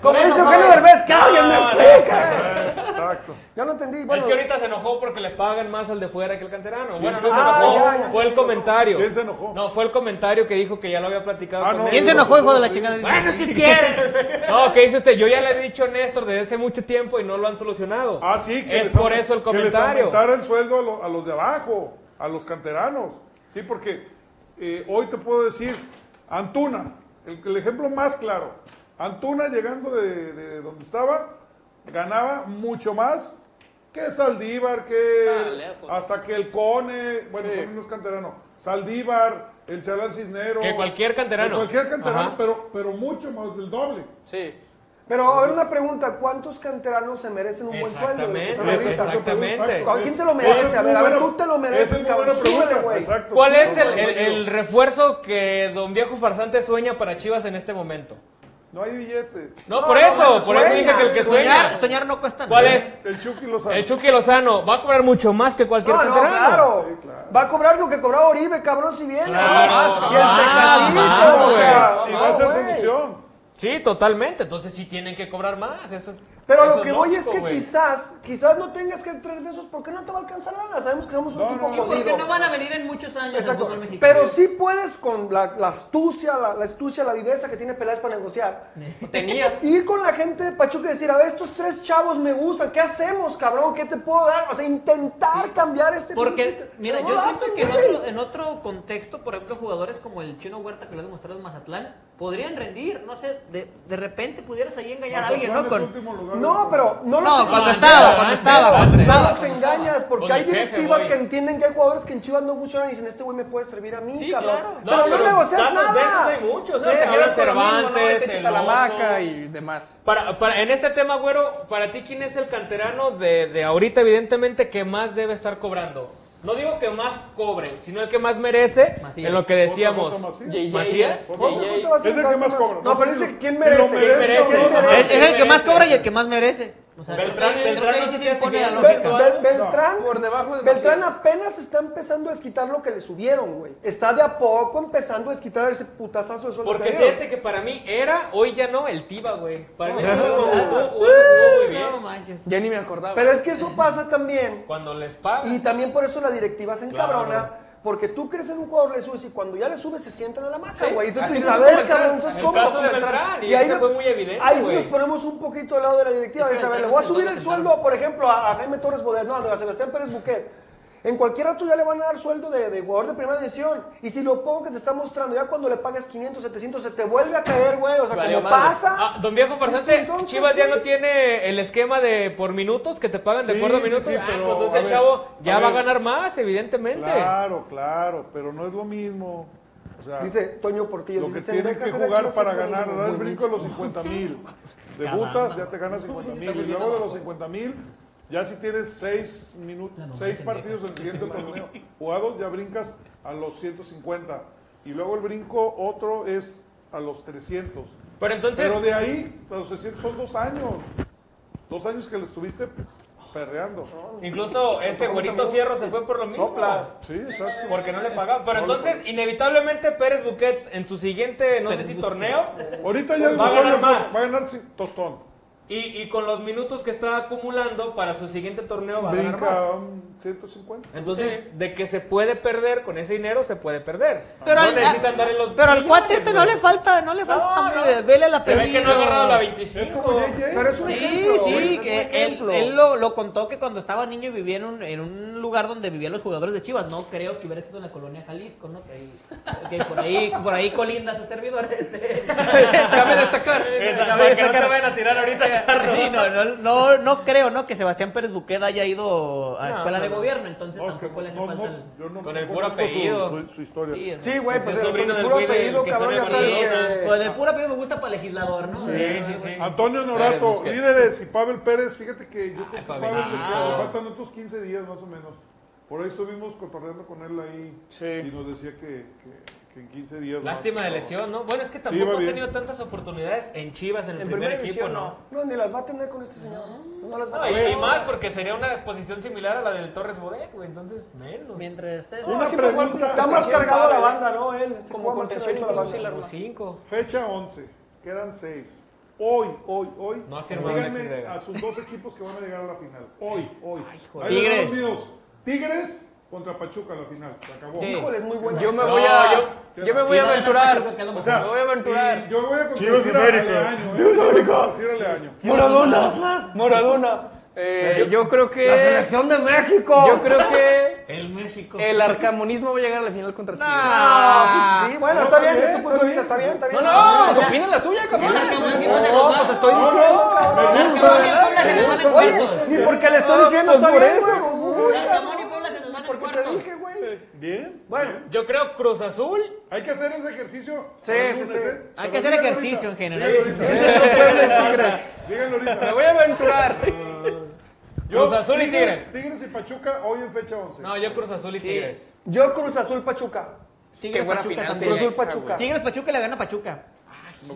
[SPEAKER 1] Como dice Eugenio Derbez, que alguien me
[SPEAKER 11] Ah,
[SPEAKER 1] explica.
[SPEAKER 8] Exacto.
[SPEAKER 1] Yo no entendí.
[SPEAKER 10] es
[SPEAKER 1] Bueno,
[SPEAKER 10] que ahorita se enojó porque le pagan más al de fuera que al canterano. Bueno, no
[SPEAKER 1] se
[SPEAKER 10] se
[SPEAKER 1] enojó?
[SPEAKER 10] enojó.
[SPEAKER 1] Ah, ya, ya.
[SPEAKER 10] fue el comentario.
[SPEAKER 1] ¿Quién
[SPEAKER 10] se enojó? No, fue el comentario que dijo que ya lo había platicado.
[SPEAKER 9] Ah,
[SPEAKER 10] con
[SPEAKER 9] no,
[SPEAKER 10] él.
[SPEAKER 9] ¿Quién se enojó, hijo de la chingada?
[SPEAKER 10] Bueno, ¿qué quieres? No, ¿qué dice usted? Yo ya le he dicho a Néstor desde hace mucho tiempo y no lo han solucionado.
[SPEAKER 8] Ah, sí, que
[SPEAKER 10] Es
[SPEAKER 8] les
[SPEAKER 10] por
[SPEAKER 8] aumen-
[SPEAKER 10] eso el
[SPEAKER 8] Que les
[SPEAKER 10] comentario.
[SPEAKER 8] aumentara el sueldo a, lo- a los de abajo, a los canteranos. Sí, porque eh, hoy te puedo decir, Antuna, el, el ejemplo más claro. Antuna llegando de, de donde estaba, ganaba mucho más que Saldívar, que
[SPEAKER 11] Ah, lejos.
[SPEAKER 8] hasta que el Cone, bueno, Cone no es canterano, Saldívar, el Chalán Cisnero.
[SPEAKER 10] Que cualquier canterano.
[SPEAKER 8] Que cualquier canterano,
[SPEAKER 10] Ajá.
[SPEAKER 8] pero, pero mucho más del doble.
[SPEAKER 11] Sí.
[SPEAKER 1] Pero a ver una pregunta, ¿cuántos canteranos se merecen un buen sueldo? de los que están
[SPEAKER 10] Exactamente,
[SPEAKER 1] ahorita?
[SPEAKER 10] exactamente.
[SPEAKER 1] ¿A ¿Quién se lo
[SPEAKER 10] Esa
[SPEAKER 1] merece?
[SPEAKER 10] es
[SPEAKER 1] A ver,
[SPEAKER 10] muy
[SPEAKER 1] a ver,
[SPEAKER 10] buena-
[SPEAKER 1] tú te lo
[SPEAKER 10] esa
[SPEAKER 1] mereces,
[SPEAKER 10] es muy
[SPEAKER 1] cabrón.
[SPEAKER 10] buena pregunta,
[SPEAKER 1] Súbele, güey.
[SPEAKER 10] ¿Cuál es
[SPEAKER 1] No,
[SPEAKER 10] el, el- el refuerzo que Eh, don viejo farsante sueña para Chivas en este momento?
[SPEAKER 8] No hay billete.
[SPEAKER 10] No, por eso, por eso dije que el que sueña.
[SPEAKER 9] no cuesta
[SPEAKER 10] ¿Cuál es?
[SPEAKER 8] El Chucky Lozano.
[SPEAKER 10] El Chucky Lozano va a cobrar mucho más que cualquier
[SPEAKER 1] No, no,
[SPEAKER 10] canterano.
[SPEAKER 1] claro. Va a cobrar lo que cobraba Oribe, cabrón, si viene.
[SPEAKER 10] Claro.
[SPEAKER 1] Y el
[SPEAKER 10] Ah,
[SPEAKER 1] Tecatito,
[SPEAKER 10] ah,
[SPEAKER 1] o sea,
[SPEAKER 10] güey.
[SPEAKER 1] y va a ser
[SPEAKER 10] Ah,
[SPEAKER 1] solución.
[SPEAKER 10] Sí, totalmente. Entonces sí tienen que cobrar más. Eso es,
[SPEAKER 1] Pero
[SPEAKER 10] eso
[SPEAKER 1] lo
[SPEAKER 10] es
[SPEAKER 1] que voy es
[SPEAKER 10] lógico,
[SPEAKER 1] que
[SPEAKER 10] güey.
[SPEAKER 1] quizás, quizás no tengas que entrar de esos porque no te va a alcanzar nada. Sabemos que somos un equipo
[SPEAKER 9] Y porque
[SPEAKER 1] jodido.
[SPEAKER 9] no van a venir en muchos años al
[SPEAKER 1] Exacto.
[SPEAKER 9] fútbol mexicano.
[SPEAKER 1] Pero sí puedes con la, la astucia, la, la astucia, la viveza que tiene Peláez para negociar.
[SPEAKER 10] Tenía.
[SPEAKER 1] Ir con la gente de Pachuca y decir, a ver, estos tres chavos me gustan, ¿qué hacemos, cabrón? ¿Qué te puedo dar? O sea, intentar cambiar este
[SPEAKER 9] Porque,
[SPEAKER 1] pinche-
[SPEAKER 9] mira,
[SPEAKER 1] Pero
[SPEAKER 9] yo
[SPEAKER 1] no lo
[SPEAKER 9] siento
[SPEAKER 1] hacen,
[SPEAKER 9] que en
[SPEAKER 1] güey.
[SPEAKER 9] otro, en otro contexto, por ejemplo, jugadores como el Chino Huerta que lo ha demostrado en Mazatlán, podrían rendir. No sé, de, de repente pudieras ahí engañar a alguien, ¿no?
[SPEAKER 8] Mazatlán
[SPEAKER 9] Con-
[SPEAKER 8] es último lugar.
[SPEAKER 1] No, pero no los
[SPEAKER 9] No, cuando
[SPEAKER 1] engañas.
[SPEAKER 9] estaba, cuando estaba, cuando
[SPEAKER 1] No
[SPEAKER 9] estaba.
[SPEAKER 1] los engañas, porque
[SPEAKER 9] Con
[SPEAKER 1] hay
[SPEAKER 9] el jefe,
[SPEAKER 1] directivas
[SPEAKER 9] voy.
[SPEAKER 1] que entienden que hay jugadores que en Chivas no funcionan y dicen, este güey me puede servir a mí,
[SPEAKER 9] Sí,
[SPEAKER 1] cabrón.
[SPEAKER 9] claro.
[SPEAKER 1] Pero
[SPEAKER 10] No,
[SPEAKER 1] no,
[SPEAKER 10] pero
[SPEAKER 1] negocias
[SPEAKER 10] casos de esos
[SPEAKER 1] nada.
[SPEAKER 10] hay muchos,
[SPEAKER 11] No,
[SPEAKER 10] ¿eh?
[SPEAKER 11] te
[SPEAKER 10] Ahora
[SPEAKER 11] quedas con lo mismo,
[SPEAKER 10] Cervantes,
[SPEAKER 11] ¿no? Y te echas
[SPEAKER 10] el
[SPEAKER 11] a la
[SPEAKER 10] Oso.
[SPEAKER 11] hamaca y demás.
[SPEAKER 10] Para, para- en este tema, güero, para ti, ¿quién es el canterano de, de ahorita, evidentemente, que más debe estar cobrando? No digo que más cobre, sino el que más merece, en lo que decíamos.
[SPEAKER 8] Otro voto Macías.
[SPEAKER 10] Macías.
[SPEAKER 8] Otro voto Macías. Es el que más cobra.
[SPEAKER 1] No, pero
[SPEAKER 8] sé
[SPEAKER 1] dice
[SPEAKER 8] si-
[SPEAKER 1] quién
[SPEAKER 8] si
[SPEAKER 1] merece.
[SPEAKER 8] lo
[SPEAKER 1] ¿Quién merece?
[SPEAKER 8] ¿no?
[SPEAKER 1] ¿Quién merece?
[SPEAKER 9] Es, es el que más cobra y el que más merece. O sea,
[SPEAKER 10] Beltrán-
[SPEAKER 9] creo que- creo
[SPEAKER 10] Beltrán
[SPEAKER 9] que ahí
[SPEAKER 10] no
[SPEAKER 9] sí
[SPEAKER 10] sé
[SPEAKER 9] se
[SPEAKER 10] si
[SPEAKER 9] impone la
[SPEAKER 10] es-
[SPEAKER 9] lógica.
[SPEAKER 1] Bel- Bel- Beltrán,
[SPEAKER 11] de
[SPEAKER 1] Beltrán apenas está empezando a desquitar lo que le subieron, güey. Está de a poco empezando a desquitar ese putazazo de sueldo.
[SPEAKER 10] Porque
[SPEAKER 1] que le dieron.
[SPEAKER 10] fíjate que para mí era, hoy ya no, el Tiba, güey. Para mí
[SPEAKER 1] No,
[SPEAKER 10] Tiba
[SPEAKER 1] no,
[SPEAKER 10] jugó-
[SPEAKER 1] no.
[SPEAKER 10] jugó- jugó muy bien.
[SPEAKER 11] Ya ni me acordaba.
[SPEAKER 1] Pero es que eso pasa también.
[SPEAKER 10] Cuando les pagan.
[SPEAKER 1] Y también por eso la directiva se encabrona.
[SPEAKER 10] Claro.
[SPEAKER 1] Porque tú crees en un jugador, le subes y cuando ya le subes se sientan a la maca,
[SPEAKER 10] Sí,
[SPEAKER 1] güey. Y tú
[SPEAKER 10] así
[SPEAKER 1] dices,
[SPEAKER 10] fue
[SPEAKER 1] a
[SPEAKER 10] con
[SPEAKER 1] ver,
[SPEAKER 10] Beltrán.
[SPEAKER 1] cabrón, entonces
[SPEAKER 10] El
[SPEAKER 1] cómo.
[SPEAKER 10] caso de Beltrán, y ese
[SPEAKER 1] no-
[SPEAKER 10] fue muy evidente,
[SPEAKER 1] Ahí sí
[SPEAKER 10] güey.
[SPEAKER 1] nos ponemos un poquito del lado de la directiva.
[SPEAKER 9] Es que
[SPEAKER 1] Dice, a ver, le
[SPEAKER 9] Beltrán
[SPEAKER 1] voy a
[SPEAKER 9] se
[SPEAKER 1] subir
[SPEAKER 9] sentó,
[SPEAKER 1] el
[SPEAKER 9] se
[SPEAKER 1] sueldo, por ejemplo, a, a Jaime Torres Bodet, no, a Sebastián Pérez Buquet. En cualquier rato ya le van a dar sueldo de, de jugador de primera división. Y si lo poco que te está mostrando, ya cuando le pagas 500, 700, se te vuelve a caer, güey. O sea,
[SPEAKER 10] Valió
[SPEAKER 1] como
[SPEAKER 10] madre.
[SPEAKER 1] pasa.
[SPEAKER 10] Ah, don Viejo Farsante,
[SPEAKER 1] Entonces, entonces,
[SPEAKER 10] Chivas ya
[SPEAKER 1] güey.
[SPEAKER 10] no tiene el esquema de por minutos que te pagan de
[SPEAKER 8] Sí,
[SPEAKER 10] acuerdo a
[SPEAKER 8] sí,
[SPEAKER 10] minutos.
[SPEAKER 8] sí,
[SPEAKER 10] Ah,
[SPEAKER 8] pero,
[SPEAKER 10] pues
[SPEAKER 8] a
[SPEAKER 10] entonces el
[SPEAKER 8] ver,
[SPEAKER 10] chavo ya
[SPEAKER 8] a
[SPEAKER 10] va a
[SPEAKER 8] ver.
[SPEAKER 10] ganar más, evidentemente.
[SPEAKER 8] Claro, claro, pero no es lo mismo. O sea,
[SPEAKER 1] Dice Toño Portillo,
[SPEAKER 8] lo que
[SPEAKER 1] dice,
[SPEAKER 8] tienes
[SPEAKER 1] "Sendejas
[SPEAKER 8] que
[SPEAKER 1] era
[SPEAKER 8] jugar
[SPEAKER 1] Chivas,
[SPEAKER 8] para
[SPEAKER 1] es
[SPEAKER 8] ganar,
[SPEAKER 1] buenísimo,
[SPEAKER 8] das el brinco a los
[SPEAKER 1] buenísimo".
[SPEAKER 8] 50 mil.
[SPEAKER 1] Caramba.
[SPEAKER 8] Debutas, ya te ganas 50 mil. Y luego de los 50 mil, ya si tienes 6 minutos, seis partidos en el siguiente torneo jugados, ya brincas a los 150. Y luego el brinco otro es a los 300.
[SPEAKER 10] Pero entonces-
[SPEAKER 8] Pero de ahí, a los 300 son dos años. Dos años que le estuviste perreando.
[SPEAKER 10] Incluso este güerito Fierro se fue por lo mismo.
[SPEAKER 8] Soplas. Sí, exacto.
[SPEAKER 10] Porque no le pagaban.
[SPEAKER 8] No
[SPEAKER 10] Pero
[SPEAKER 8] le
[SPEAKER 10] entonces, inevitablemente, Pérez Buquets en su siguiente, no sé si torneo,
[SPEAKER 8] Ahorita ya
[SPEAKER 10] va a ganar
[SPEAKER 8] va
[SPEAKER 10] más.
[SPEAKER 8] va a ganar sin- tostón.
[SPEAKER 10] Y, y con los minutos que está acumulando para su siguiente torneo va a ganar
[SPEAKER 8] Brinca
[SPEAKER 10] más.
[SPEAKER 8] um, 150.
[SPEAKER 10] Entonces, de que se puede perder con ese dinero, se puede perder.
[SPEAKER 9] Pero
[SPEAKER 10] No
[SPEAKER 9] al-
[SPEAKER 10] necesita andar en los
[SPEAKER 9] Pero al
[SPEAKER 10] millones,
[SPEAKER 9] cuate este no
[SPEAKER 10] güey.
[SPEAKER 9] le falta, no le falta.
[SPEAKER 10] no.
[SPEAKER 9] mire, Vele la
[SPEAKER 10] Se ve que no ha agarrado la 25.
[SPEAKER 9] Es
[SPEAKER 10] como JJ.
[SPEAKER 1] Pero es un
[SPEAKER 9] sí,
[SPEAKER 1] ejemplo, güey,
[SPEAKER 9] sí,
[SPEAKER 1] es un
[SPEAKER 9] que él,
[SPEAKER 1] ejemplo.
[SPEAKER 9] él lo, lo contó que cuando estaba niño vivía en un, en un lugar donde vivían los jugadores de Chivas. No creo que hubiera sido en la colonia Jalisco, ¿no? Que, ahí- que por ahí por ahí colinda su servidor. Este.
[SPEAKER 10] Cabe destacar. Esa,
[SPEAKER 9] Cabe
[SPEAKER 10] para que no
[SPEAKER 9] destacar.
[SPEAKER 10] te vayan a tirar ahorita, carro.
[SPEAKER 9] Sí, no, no, no, no creo, ¿no? Que Sebastián Pérez Buqueda haya ido a
[SPEAKER 10] No,
[SPEAKER 9] escuela
[SPEAKER 10] no,
[SPEAKER 9] de
[SPEAKER 10] no.
[SPEAKER 9] gobierno, entonces tampoco le hace falta el-
[SPEAKER 10] Con el puro apellido.
[SPEAKER 8] Su, su historia.
[SPEAKER 1] Sí, güey, pues
[SPEAKER 10] Es
[SPEAKER 1] el,
[SPEAKER 10] sobrino
[SPEAKER 1] con el
[SPEAKER 10] del
[SPEAKER 1] puro
[SPEAKER 10] güey de-
[SPEAKER 1] apellido,
[SPEAKER 10] que
[SPEAKER 1] cabrón, ya
[SPEAKER 10] salió
[SPEAKER 1] sabes
[SPEAKER 10] con la
[SPEAKER 1] que...
[SPEAKER 9] Pues de pura apellido me gusta para legislador, ¿no?
[SPEAKER 10] Sí, sí, sí.
[SPEAKER 8] Antonio
[SPEAKER 10] Pérez
[SPEAKER 8] Norato,
[SPEAKER 10] Busquets.
[SPEAKER 8] líderes y Pavel Pérez, fíjate que yo creo que
[SPEAKER 10] Pavel.
[SPEAKER 8] Pavel,
[SPEAKER 10] Ah.
[SPEAKER 8] le faltan otros 15 días más o menos. Por ahí estuvimos cotorreando con él ahí y nos decía que, que- que en 15 días más,
[SPEAKER 10] Lástima de
[SPEAKER 8] pero-
[SPEAKER 10] lesión, ¿no? Bueno, es que
[SPEAKER 8] Sí,
[SPEAKER 10] tampoco
[SPEAKER 8] va
[SPEAKER 10] ha
[SPEAKER 8] bien.
[SPEAKER 10] tenido tantas oportunidades en Chivas, en el primer equipo, ¿no?
[SPEAKER 1] No, ni las va a tener con este señor, ¿no? No las va a
[SPEAKER 10] No, y,
[SPEAKER 1] tener.
[SPEAKER 10] y más porque sería una posición similar a la del Torres Bodet, güey, entonces menos.
[SPEAKER 9] Mientras estés.
[SPEAKER 8] Una pregunta.
[SPEAKER 1] Está más cargado la banda, ¿no? Él se
[SPEAKER 10] Como
[SPEAKER 1] juega más
[SPEAKER 10] contención
[SPEAKER 1] cargadito la
[SPEAKER 10] incluso y
[SPEAKER 1] banda.
[SPEAKER 10] la arma. Cinco.
[SPEAKER 8] Fecha 11, quedan 6. Hoy, hoy, hoy.
[SPEAKER 10] No ha firmado
[SPEAKER 8] díganme
[SPEAKER 10] Alexis Vega.
[SPEAKER 8] a sus dos equipos que van a llegar a la final. Hoy, hoy.
[SPEAKER 10] joder.
[SPEAKER 8] Ahí les van
[SPEAKER 10] Tigres.
[SPEAKER 8] los míos. Tigres contra Pachuca a la final. Se acabó.
[SPEAKER 1] Sí. Híjole, es muy buena.
[SPEAKER 10] Yo me
[SPEAKER 1] No,
[SPEAKER 10] voy a, yo, yo me voy
[SPEAKER 9] Chivas
[SPEAKER 10] a
[SPEAKER 9] gana
[SPEAKER 10] aventurar.
[SPEAKER 9] Pachuca, quedó
[SPEAKER 8] O sea,
[SPEAKER 10] me voy a aventurar.
[SPEAKER 8] y yo voy a
[SPEAKER 11] Chivas
[SPEAKER 8] contradecir a
[SPEAKER 11] América.
[SPEAKER 8] Leaño, ¿eh?
[SPEAKER 11] Chivas América.
[SPEAKER 8] Contradecir a Leaño.
[SPEAKER 11] Moradona. Moradona. Eh, yo creo que. La selección de México. Yo creo que.
[SPEAKER 9] El México.
[SPEAKER 11] El arcamonismo va a llegar a la final contra Tigres.
[SPEAKER 1] Ah, sí, sí, bueno, está bien, es tu punto de vista, está bien, está
[SPEAKER 11] No,
[SPEAKER 1] bien.
[SPEAKER 11] no, pues opina la suya, cabrón.
[SPEAKER 1] No, pues estoy diciendo, cabrón.
[SPEAKER 11] Me gusta.
[SPEAKER 1] Oye, ni porque le estoy diciendo,
[SPEAKER 11] pues
[SPEAKER 1] está
[SPEAKER 11] por
[SPEAKER 1] bien,
[SPEAKER 11] eso.
[SPEAKER 1] güey, confunde,
[SPEAKER 9] Arcamón y Puebla se nos van en
[SPEAKER 1] Porque te
[SPEAKER 9] cuartos.
[SPEAKER 1] dije, güey.
[SPEAKER 8] Bien.
[SPEAKER 1] Bueno,
[SPEAKER 10] Yo creo Cruz Azul.
[SPEAKER 8] Hay que hacer ese ejercicio.
[SPEAKER 1] Sí,
[SPEAKER 8] para el
[SPEAKER 1] sí,
[SPEAKER 8] lunes,
[SPEAKER 1] sí.
[SPEAKER 8] ¿eh?
[SPEAKER 9] Hay
[SPEAKER 8] Pero
[SPEAKER 9] que hacer
[SPEAKER 8] díganlo
[SPEAKER 9] ejercicio en
[SPEAKER 8] ahorita.
[SPEAKER 9] general.
[SPEAKER 8] Díganlo ahorita. Díganlo ahorita.
[SPEAKER 11] Me voy a aventurar.
[SPEAKER 10] Cruz Azul y Tigres.
[SPEAKER 8] Tigres y Pachuca hoy en fecha 11.
[SPEAKER 10] No, yo Cruz Azul y Tigres.
[SPEAKER 1] Yo Cruz Azul Pachuca.
[SPEAKER 9] Tigres
[SPEAKER 11] buena
[SPEAKER 9] Pachuca
[SPEAKER 11] final
[SPEAKER 9] también.
[SPEAKER 1] Cruz Azul Pachuca.
[SPEAKER 9] Tigres Pachuca le gana a Pachuca.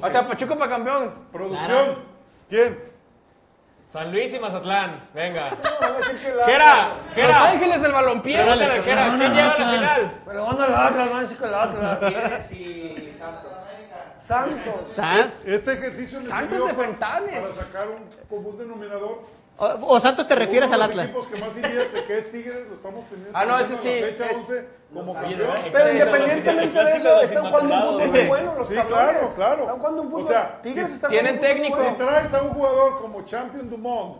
[SPEAKER 11] O sea, Pachuca para campeón.
[SPEAKER 8] Producción. ¿Quién?
[SPEAKER 10] San Luis y Mazatlán. Venga.
[SPEAKER 1] Van a decir que la-
[SPEAKER 10] Jera,
[SPEAKER 11] Los
[SPEAKER 10] Jera.
[SPEAKER 11] Ángeles del Balompié.
[SPEAKER 10] Pregúntale, Jera, ¿quién llega a la final?
[SPEAKER 1] Me lo mando al Atlas, van a decir que el Atlas.
[SPEAKER 5] y Santos.
[SPEAKER 1] Santos.
[SPEAKER 10] ¿Ah?
[SPEAKER 8] Este ejercicio me
[SPEAKER 11] Santos
[SPEAKER 8] sirvió
[SPEAKER 11] de
[SPEAKER 8] para-
[SPEAKER 11] Fentanes.
[SPEAKER 8] Para sacar un común denominador.
[SPEAKER 9] O, o Santos te refieres
[SPEAKER 8] Uno
[SPEAKER 9] al
[SPEAKER 8] de los
[SPEAKER 9] Atlas.
[SPEAKER 8] equipos que más invierte, que es Tigres, lo estamos teniendo.
[SPEAKER 11] Ah, no, ese
[SPEAKER 8] teniendo a
[SPEAKER 11] sí,
[SPEAKER 8] la Fecha
[SPEAKER 11] es-
[SPEAKER 8] 11 como campeón.
[SPEAKER 1] Pero independientemente de eso, están jugando un fútbol muy bueno los
[SPEAKER 8] Sí,
[SPEAKER 1] cabrones.
[SPEAKER 8] claro, claro.
[SPEAKER 1] Están jugando un fútbol.
[SPEAKER 8] O sea,
[SPEAKER 1] Tigres
[SPEAKER 8] sí,
[SPEAKER 1] está
[SPEAKER 11] tienen
[SPEAKER 1] jugando un fútbol
[SPEAKER 11] técnico.
[SPEAKER 8] Si traes a un jugador como Champion Dumont,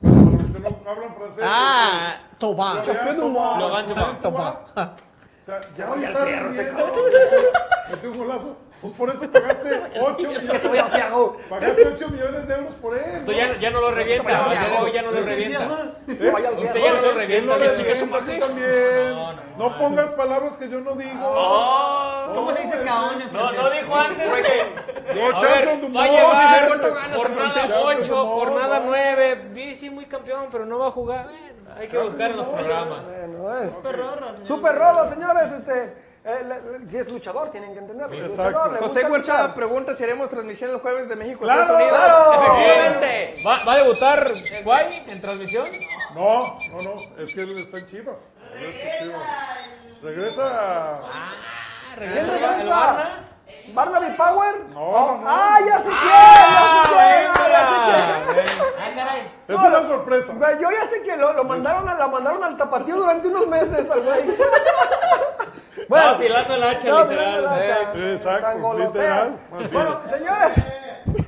[SPEAKER 8] porque no hablan francés.
[SPEAKER 9] Ah, Tobá.
[SPEAKER 8] Champion Dumont.
[SPEAKER 10] Laurent Dumont.
[SPEAKER 8] O sea, ya voy a Metió un golazo. Pues por eso pagaste 8 millones. Pagaste 8 millones de euros por él.
[SPEAKER 10] Tú ya, ya no lo revienta.
[SPEAKER 8] Vaya,
[SPEAKER 10] El día de hoy ya no lo revienta. Usted ya no lo
[SPEAKER 8] Él ¿Eh? no
[SPEAKER 10] revienta.
[SPEAKER 8] le
[SPEAKER 10] que chica su
[SPEAKER 8] revienta,
[SPEAKER 10] madre.
[SPEAKER 8] tú también.
[SPEAKER 10] No, no,
[SPEAKER 8] No pongas palabras que yo no digo.
[SPEAKER 9] ¿Cómo se dice caón en
[SPEAKER 10] No,
[SPEAKER 9] francés?
[SPEAKER 10] no dijo antes que.
[SPEAKER 8] Yo,
[SPEAKER 10] A
[SPEAKER 8] Champion
[SPEAKER 10] ver,
[SPEAKER 8] Dumont,
[SPEAKER 10] va a
[SPEAKER 8] sí,
[SPEAKER 10] llegar
[SPEAKER 8] ¿cuánto ganas, Francisco?
[SPEAKER 10] jornada
[SPEAKER 8] Champion
[SPEAKER 10] 8,
[SPEAKER 8] Dumont,
[SPEAKER 10] jornada
[SPEAKER 8] va.
[SPEAKER 10] 9. Sí, sí, muy campeón, pero no va a jugar. Bueno, Hay que buscar en los programas.
[SPEAKER 1] Bueno, es. Super rodo, señores. Este, eh, la- la- si es luchador, tienen que entenderlo. Es
[SPEAKER 8] Exacto.
[SPEAKER 1] luchador, le
[SPEAKER 11] José
[SPEAKER 1] gusta
[SPEAKER 11] Huerta
[SPEAKER 1] luchar.
[SPEAKER 11] pregunta si haremos transmisión el jueves de México a
[SPEAKER 8] ¡Claro!
[SPEAKER 11] Estados Unidos.
[SPEAKER 1] ¡Claro!
[SPEAKER 11] Efectivamente.
[SPEAKER 10] ¿Va, va a debutar Guay en transmisión?
[SPEAKER 8] No, no, no, es que él está en Chivas. Regresa. Chivas.
[SPEAKER 10] Ah,
[SPEAKER 8] Regresa.
[SPEAKER 1] ¿Quién regresa? ¿Barnaby Power?
[SPEAKER 8] No, no.
[SPEAKER 1] ¡Ah, ya sé quién!
[SPEAKER 10] Ah,
[SPEAKER 1] ¡Ya sé quién!
[SPEAKER 10] venga.
[SPEAKER 1] ¡Ya sé quién!
[SPEAKER 9] Ah, caray.
[SPEAKER 8] Esa es la sorpresa.
[SPEAKER 1] Güey, yo ya sé que lo, lo mandaron a, la mandaron al tapatío durante unos meses al güey.
[SPEAKER 10] Estaba afilando Ah, el hacha,
[SPEAKER 1] estaba
[SPEAKER 10] literal,
[SPEAKER 1] afilando el hacha.
[SPEAKER 8] eh, exacto,
[SPEAKER 1] Sangoloteas.
[SPEAKER 8] literal, así
[SPEAKER 1] Bueno, señores,